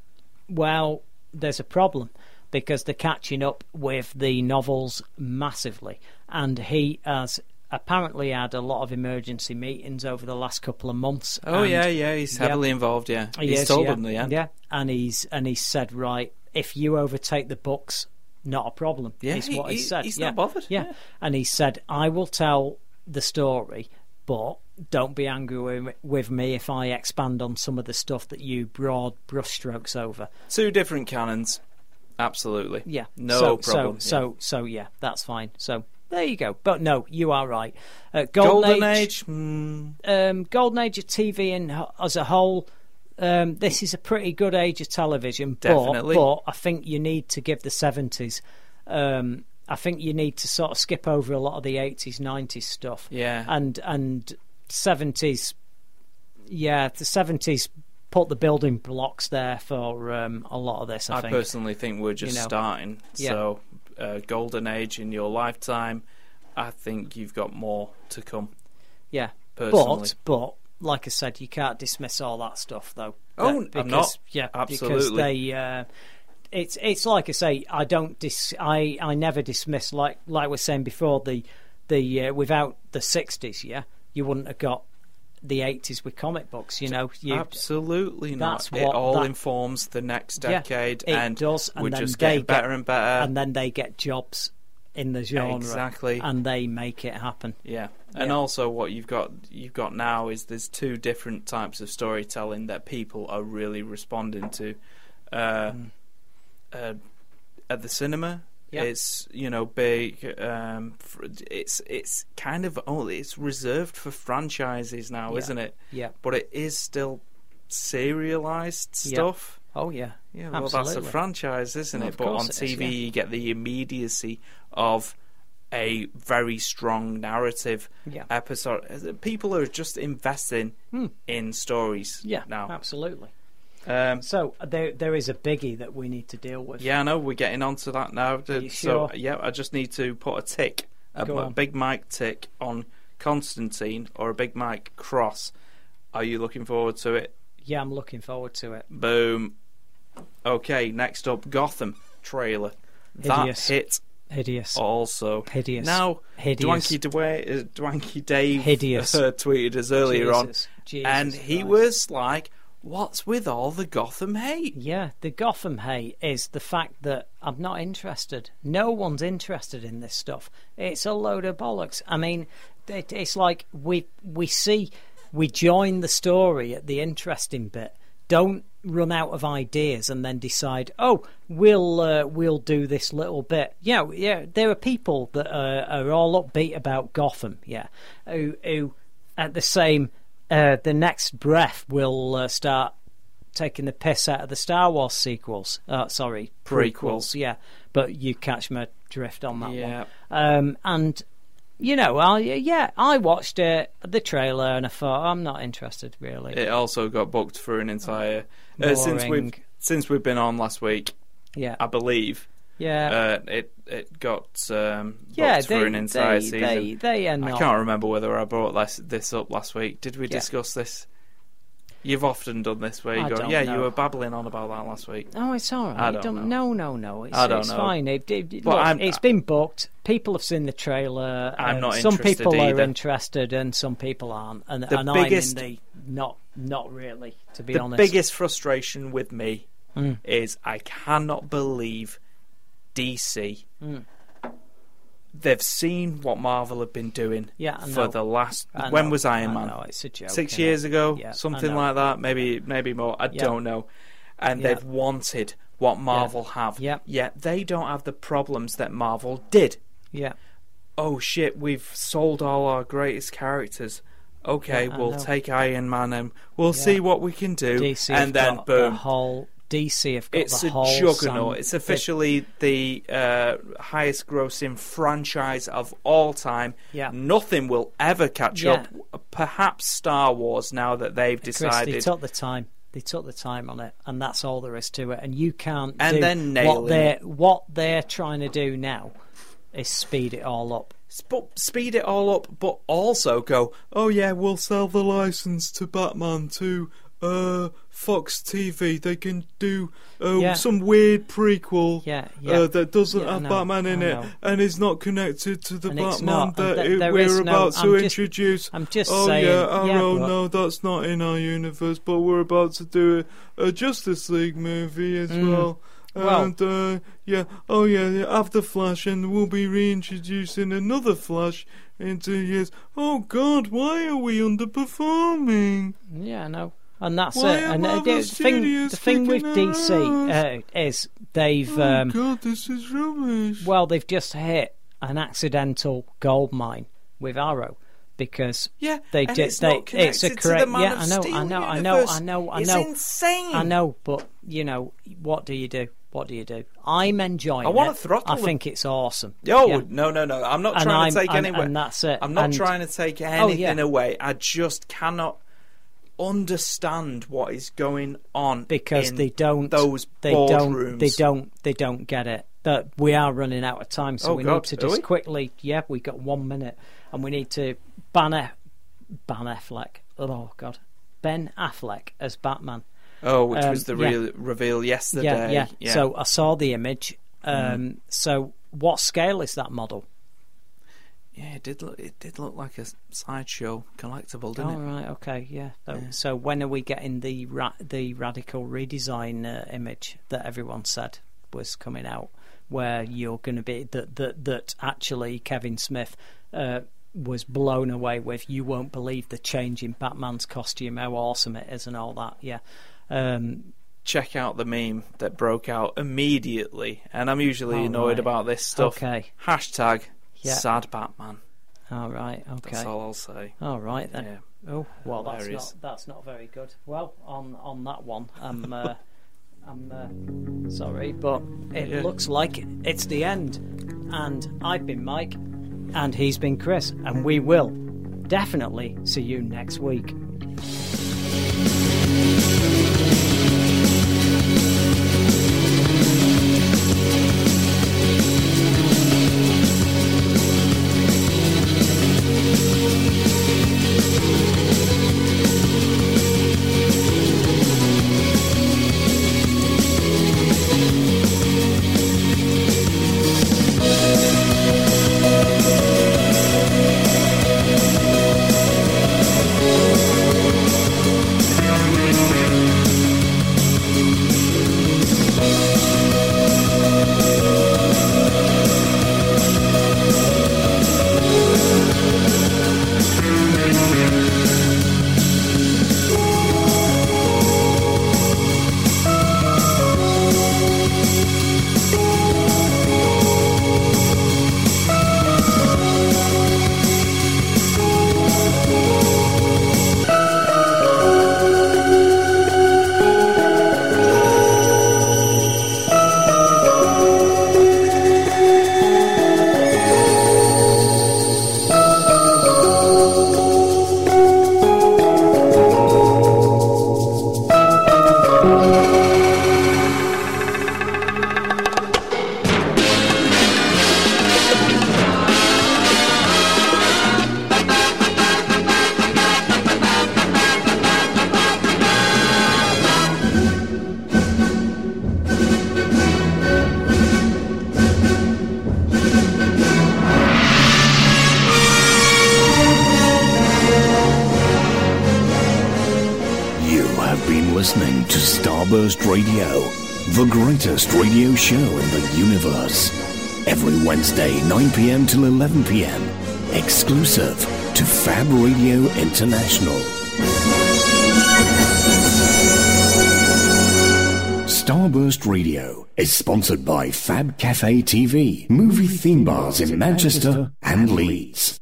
[SPEAKER 4] Well, there's a problem because they're catching up with the novels massively, and he has apparently had a lot of emergency meetings over the last couple of months.
[SPEAKER 5] Oh
[SPEAKER 4] and-
[SPEAKER 5] yeah, yeah. He's
[SPEAKER 4] yeah.
[SPEAKER 5] heavily involved. Yeah,
[SPEAKER 4] he
[SPEAKER 5] he's
[SPEAKER 4] is,
[SPEAKER 5] told
[SPEAKER 4] yeah.
[SPEAKER 5] them the end.
[SPEAKER 4] Yeah, and he's and he said, right, if you overtake the books, not a problem.
[SPEAKER 5] Yeah,
[SPEAKER 4] is
[SPEAKER 5] he-
[SPEAKER 4] what he,
[SPEAKER 5] he-
[SPEAKER 4] said.
[SPEAKER 5] he's
[SPEAKER 4] yeah.
[SPEAKER 5] not bothered,
[SPEAKER 4] Yeah.
[SPEAKER 5] yeah.
[SPEAKER 4] and he said, I will tell the story, but don't be angry wi- with me if I expand on some of the stuff that you broad brushstrokes over.
[SPEAKER 5] Two different canons. Absolutely.
[SPEAKER 4] Yeah.
[SPEAKER 5] No
[SPEAKER 4] so,
[SPEAKER 5] problem.
[SPEAKER 4] So, so, so, yeah, that's fine. So. There you go, but no, you are right. Uh,
[SPEAKER 5] Yeah.
[SPEAKER 4] Golden,
[SPEAKER 5] Golden Age. Hmm.
[SPEAKER 4] um, golden age of TV in, as a whole, um, this is a pretty good age of television. but-
[SPEAKER 5] Definitely.
[SPEAKER 4] But, I think you need to give the 70s. Um, I think you need to sort of skip over a lot of the 80s, 90s stuff.
[SPEAKER 5] Yeah.
[SPEAKER 4] And and 70s. Yeah, the 70s put the building blocks there for um, a lot of this. I,
[SPEAKER 5] I
[SPEAKER 4] think.
[SPEAKER 5] personally think we're just
[SPEAKER 4] You know.
[SPEAKER 5] starting.
[SPEAKER 4] Yeah.
[SPEAKER 5] So, uh, golden age in your lifetime. I think you've got more to come.
[SPEAKER 4] Yeah.
[SPEAKER 5] Personally.
[SPEAKER 4] But but like I said, you can't dismiss all that stuff though.
[SPEAKER 5] Oh,
[SPEAKER 4] That-
[SPEAKER 5] I'm
[SPEAKER 4] because,
[SPEAKER 5] not.
[SPEAKER 4] Yeah, because
[SPEAKER 5] Absolutely.
[SPEAKER 4] they. Uh, it's it's like I say. I don't dis. I, I never dismiss like like we we're saying before the the uh, without the sixties. Yeah, you wouldn't have got the eighties with comic books. You know, you,
[SPEAKER 5] Absolutely not.
[SPEAKER 4] that's
[SPEAKER 5] it
[SPEAKER 4] what
[SPEAKER 5] all
[SPEAKER 4] that-
[SPEAKER 5] informs the next
[SPEAKER 4] Yeah,
[SPEAKER 5] decade,
[SPEAKER 4] it
[SPEAKER 5] and
[SPEAKER 4] does, and
[SPEAKER 5] we're
[SPEAKER 4] then
[SPEAKER 5] just
[SPEAKER 4] they
[SPEAKER 5] getting
[SPEAKER 4] get-
[SPEAKER 5] better and better.
[SPEAKER 4] and then they get jobs in the genre
[SPEAKER 5] Exactly.
[SPEAKER 4] and they make it happen.
[SPEAKER 5] yeah, and
[SPEAKER 4] Yeah.
[SPEAKER 5] also what you've got you've got now is there's two different types of storytelling that people are really responding to. Uh, uh, at the cinema,
[SPEAKER 4] Mm. Yeah.
[SPEAKER 5] it's you know big. Um, fr- it's it's kind of only it's reserved for franchises now,
[SPEAKER 4] Yeah.
[SPEAKER 5] isn't it?
[SPEAKER 4] Yeah.
[SPEAKER 5] But it is still serialized
[SPEAKER 4] Yeah.
[SPEAKER 5] stuff.
[SPEAKER 4] Oh yeah,
[SPEAKER 5] Yeah, well,
[SPEAKER 4] absolutely.
[SPEAKER 5] that's a franchise, isn't
[SPEAKER 4] Well,
[SPEAKER 5] it?
[SPEAKER 4] of
[SPEAKER 5] But on
[SPEAKER 4] course it
[SPEAKER 5] TV,
[SPEAKER 4] is, yeah.
[SPEAKER 5] you get the immediacy of a very strong narrative
[SPEAKER 4] Yeah. Hmm.
[SPEAKER 5] episode. People are just investing in stories
[SPEAKER 4] yeah,
[SPEAKER 5] now.
[SPEAKER 4] absolutely.
[SPEAKER 5] Um,
[SPEAKER 4] So there there is a biggie that we need to deal with.
[SPEAKER 5] yeah, I know we're getting onto that now.
[SPEAKER 4] you
[SPEAKER 5] so,
[SPEAKER 4] sure?
[SPEAKER 5] yeah, I just need to put a tick, a,
[SPEAKER 4] Go
[SPEAKER 5] a
[SPEAKER 4] on.
[SPEAKER 5] big mic tick on Constantine or a big mic cross. Are you looking forward to it?
[SPEAKER 4] Yeah, I'm looking forward to it.
[SPEAKER 5] Boom. Okay, next up, Gotham trailer.
[SPEAKER 4] Hideous.
[SPEAKER 5] That hit
[SPEAKER 4] Hideous.
[SPEAKER 5] also
[SPEAKER 4] Hideous.
[SPEAKER 5] Now,
[SPEAKER 4] Hideous.
[SPEAKER 5] Dwanky, Dwa- uh, Dwanky Dave
[SPEAKER 4] Hideous.
[SPEAKER 5] uh, tweeted us earlier on,
[SPEAKER 4] Jesus, Jesus
[SPEAKER 5] and he
[SPEAKER 4] Christ.
[SPEAKER 5] was like, "What's with all the Gotham hate?"
[SPEAKER 4] Yeah, the Gotham hate is the fact that I'm not interested. No one's interested in this stuff. It's a load of bollocks. I mean, it, it's like we we see we join the story at the interesting bit don't run out of ideas and then decide, oh, we'll uh, we'll do this little bit. Yeah, yeah. There are people that are, are all upbeat about Gotham. Yeah, who, who at the same uh, the next breath will uh, start taking the piss out of the Star Wars sequels. Uh, sorry,
[SPEAKER 5] Prequels.
[SPEAKER 4] Yeah, but you catch my drift on that
[SPEAKER 5] Yeah.
[SPEAKER 4] one. Um, and you know, I yeah, I watched it, the trailer, and I thought I'm not interested really.
[SPEAKER 5] It also got booked for an entire uh, since
[SPEAKER 4] Boring.
[SPEAKER 5] we've since we've been on last week.
[SPEAKER 4] yeah,
[SPEAKER 5] I believe
[SPEAKER 4] yeah.
[SPEAKER 5] uh, it it got um,
[SPEAKER 4] yeah,
[SPEAKER 5] booked
[SPEAKER 4] they,
[SPEAKER 5] for an entire
[SPEAKER 4] they,
[SPEAKER 5] season.
[SPEAKER 4] They, they are not.
[SPEAKER 5] I can't remember whether I brought this, this up last week. Did we
[SPEAKER 4] Yeah.
[SPEAKER 5] discuss this? You've often done this where you
[SPEAKER 4] I
[SPEAKER 5] go,
[SPEAKER 4] don't
[SPEAKER 5] yeah,
[SPEAKER 4] know.
[SPEAKER 5] you were babbling on about that last week.
[SPEAKER 4] Oh, it's all right.
[SPEAKER 5] I don't
[SPEAKER 4] No, no, no. It's,
[SPEAKER 5] I don't
[SPEAKER 4] it's
[SPEAKER 5] know.
[SPEAKER 4] fine. It, it,
[SPEAKER 5] But
[SPEAKER 4] look,
[SPEAKER 5] I'm- uh,
[SPEAKER 4] it's been booked. People have seen the trailer.
[SPEAKER 5] I'm
[SPEAKER 4] and
[SPEAKER 5] not
[SPEAKER 4] Some
[SPEAKER 5] interested
[SPEAKER 4] people
[SPEAKER 5] either.
[SPEAKER 4] are interested, and some people aren't. And,
[SPEAKER 5] The
[SPEAKER 4] and
[SPEAKER 5] biggest-
[SPEAKER 4] I'm in the not, not really. To be
[SPEAKER 5] the
[SPEAKER 4] honest, Hmm.
[SPEAKER 5] biggest frustration with me is I cannot believe DC.
[SPEAKER 4] Hmm.
[SPEAKER 5] They've seen what Marvel have been doing
[SPEAKER 4] Yeah, I
[SPEAKER 5] for
[SPEAKER 4] know.
[SPEAKER 5] the last.
[SPEAKER 4] I
[SPEAKER 5] when
[SPEAKER 4] know,
[SPEAKER 5] was Iron
[SPEAKER 4] I
[SPEAKER 5] Man?
[SPEAKER 4] know, it's a joke,
[SPEAKER 5] Six
[SPEAKER 4] isn't it?
[SPEAKER 5] years ago,
[SPEAKER 4] Yeah, I
[SPEAKER 5] something
[SPEAKER 4] know.
[SPEAKER 5] like that. Maybe, maybe more. I
[SPEAKER 4] Yeah.
[SPEAKER 5] don't know. And
[SPEAKER 4] Yeah.
[SPEAKER 5] they've wanted what Marvel have.
[SPEAKER 4] Yeah.
[SPEAKER 5] Yet they don't have the problems that Marvel did
[SPEAKER 4] Yeah.
[SPEAKER 5] oh shit, we've sold all our greatest characters. Okay,
[SPEAKER 4] Yeah, I
[SPEAKER 5] we'll
[SPEAKER 4] know.
[SPEAKER 5] take Iron Man and we'll see what we can do.
[SPEAKER 4] DC have
[SPEAKER 5] and then
[SPEAKER 4] got
[SPEAKER 5] boom.
[SPEAKER 4] The whole DC have got
[SPEAKER 5] it's
[SPEAKER 4] the
[SPEAKER 5] a
[SPEAKER 4] whole
[SPEAKER 5] juggernaut.
[SPEAKER 4] sand-
[SPEAKER 5] It's officially the uh, highest grossing franchise of all time.
[SPEAKER 4] Yeah.
[SPEAKER 5] Nothing will ever catch
[SPEAKER 4] Yeah.
[SPEAKER 5] up. Perhaps Star Wars now that they've
[SPEAKER 4] Chris, they
[SPEAKER 5] decided.
[SPEAKER 4] took the time. They took the time on it, and that's all there is to it. And you can't
[SPEAKER 5] And
[SPEAKER 4] do
[SPEAKER 5] then nailing
[SPEAKER 4] what they're what they're trying to do now is speed it all up.
[SPEAKER 5] Sp- speed it all up, but also go, oh yeah, we'll sell the license to Batman to uh, Fox TV. They can do uh,
[SPEAKER 4] Yeah.
[SPEAKER 5] some weird prequel
[SPEAKER 4] Yeah,
[SPEAKER 5] Uh,
[SPEAKER 4] yeah.
[SPEAKER 5] that doesn't
[SPEAKER 4] Yeah, I
[SPEAKER 5] have
[SPEAKER 4] know,
[SPEAKER 5] Batman in
[SPEAKER 4] I
[SPEAKER 5] it
[SPEAKER 4] know.
[SPEAKER 5] and is not connected to the
[SPEAKER 4] And it's
[SPEAKER 5] Batman
[SPEAKER 4] not, and
[SPEAKER 5] that
[SPEAKER 4] th-
[SPEAKER 5] it-
[SPEAKER 4] there is
[SPEAKER 5] we're
[SPEAKER 4] no-
[SPEAKER 5] about to
[SPEAKER 4] I'm just-
[SPEAKER 5] introduce.
[SPEAKER 4] I'm just
[SPEAKER 5] oh
[SPEAKER 4] saying,
[SPEAKER 5] yeah, oh
[SPEAKER 4] yeah,
[SPEAKER 5] no,
[SPEAKER 4] but-
[SPEAKER 5] no, that's not in our universe, but we're about to do a, a Justice League movie as well.
[SPEAKER 4] Mm. Well-
[SPEAKER 5] And uh, yeah, oh yeah, yeah, after Flash, and we'll be reintroducing another Flash in two years. Oh God, why are we underperforming?
[SPEAKER 4] Yeah, I know. And that's
[SPEAKER 5] Why
[SPEAKER 4] it.
[SPEAKER 5] are
[SPEAKER 4] And uh,
[SPEAKER 5] Marvel
[SPEAKER 4] the thing,
[SPEAKER 5] Studios
[SPEAKER 4] the thing with
[SPEAKER 5] kicking our
[SPEAKER 4] DC uh, is they've
[SPEAKER 5] Oh
[SPEAKER 4] um,
[SPEAKER 5] God, this is rubbish.
[SPEAKER 4] well, they've just hit an accidental gold mine with Arrow because
[SPEAKER 5] Yeah,
[SPEAKER 4] they
[SPEAKER 5] and
[SPEAKER 4] did.
[SPEAKER 5] it's
[SPEAKER 4] they,
[SPEAKER 5] not connected
[SPEAKER 4] it's a
[SPEAKER 5] to the
[SPEAKER 4] correct.
[SPEAKER 5] Man
[SPEAKER 4] yeah,
[SPEAKER 5] of
[SPEAKER 4] I know,
[SPEAKER 5] Steel
[SPEAKER 4] I know, I know, I
[SPEAKER 5] universe.
[SPEAKER 4] know, I
[SPEAKER 5] It's
[SPEAKER 4] know.
[SPEAKER 5] insane.
[SPEAKER 4] I know, but you know, what do you do? What do you do? I'm enjoying.
[SPEAKER 5] I wanna
[SPEAKER 4] it.
[SPEAKER 5] throttle
[SPEAKER 4] I
[SPEAKER 5] them.
[SPEAKER 4] think it's awesome.
[SPEAKER 5] Oh
[SPEAKER 4] Yeah.
[SPEAKER 5] no no no! I'm not
[SPEAKER 4] And
[SPEAKER 5] trying to
[SPEAKER 4] I'm-
[SPEAKER 5] take
[SPEAKER 4] and-
[SPEAKER 5] anywhere.
[SPEAKER 4] and that's it.
[SPEAKER 5] I'm not
[SPEAKER 4] And-
[SPEAKER 5] trying to take
[SPEAKER 4] Oh,
[SPEAKER 5] anything
[SPEAKER 4] yeah.
[SPEAKER 5] away. I just cannot understand what is going on
[SPEAKER 4] because
[SPEAKER 5] in
[SPEAKER 4] they don't
[SPEAKER 5] Those
[SPEAKER 4] they don't
[SPEAKER 5] boardrooms.
[SPEAKER 4] they don't they don't get it that we are running out of time so
[SPEAKER 5] Oh,
[SPEAKER 4] we
[SPEAKER 5] God,
[SPEAKER 4] need to
[SPEAKER 5] are
[SPEAKER 4] just
[SPEAKER 5] we?
[SPEAKER 4] quickly yeah we got one minute and we need to ban a ban affleck oh god ben affleck as batman
[SPEAKER 5] Oh, which
[SPEAKER 4] Um,
[SPEAKER 5] was the
[SPEAKER 4] yeah.
[SPEAKER 5] real reveal yesterday.
[SPEAKER 4] yeah yeah, so i saw the image um
[SPEAKER 5] Mm-hmm.
[SPEAKER 4] so what scale is that model
[SPEAKER 5] Yeah, it did look it did look like a s- sideshow
[SPEAKER 4] All
[SPEAKER 5] collectible, didn't
[SPEAKER 4] right,
[SPEAKER 5] it?
[SPEAKER 4] okay Oh, yeah. So, so when are we getting the ra- the radical redesign uh, image that everyone said was coming out where you're going to be that that that actually Kevin Smith uh, was blown away with you won't believe the change in Batman's costume how awesome it is and all that yeah um
[SPEAKER 5] Check out the meme that broke out immediately, and I'm usually
[SPEAKER 4] All
[SPEAKER 5] annoyed
[SPEAKER 4] Oh, right.
[SPEAKER 5] about this stuff.
[SPEAKER 4] Okay.
[SPEAKER 5] Hashtag
[SPEAKER 4] Yeah.
[SPEAKER 5] sad Batman.
[SPEAKER 4] all right
[SPEAKER 5] That's
[SPEAKER 4] okay
[SPEAKER 5] all I'll say.
[SPEAKER 4] all right then
[SPEAKER 5] Yeah.
[SPEAKER 4] Oh well, that's
[SPEAKER 5] Hilarious.
[SPEAKER 4] not that's not very good. Well, on on that one, I'm uh, I'm uh, sorry, but it
[SPEAKER 5] Yeah.
[SPEAKER 4] looks like it's the end. And I've been Mike, and he's been Chris, and we will definitely see you next week.
[SPEAKER 6] Thank
[SPEAKER 3] listening to Starburst Radio, the greatest radio show in the universe. Every Wednesday, 9 pm till 11 pm, exclusive to Fab Radio International. Starburst Radio is sponsored by Fab Cafe TV, movie theme bars in Manchester and Leeds.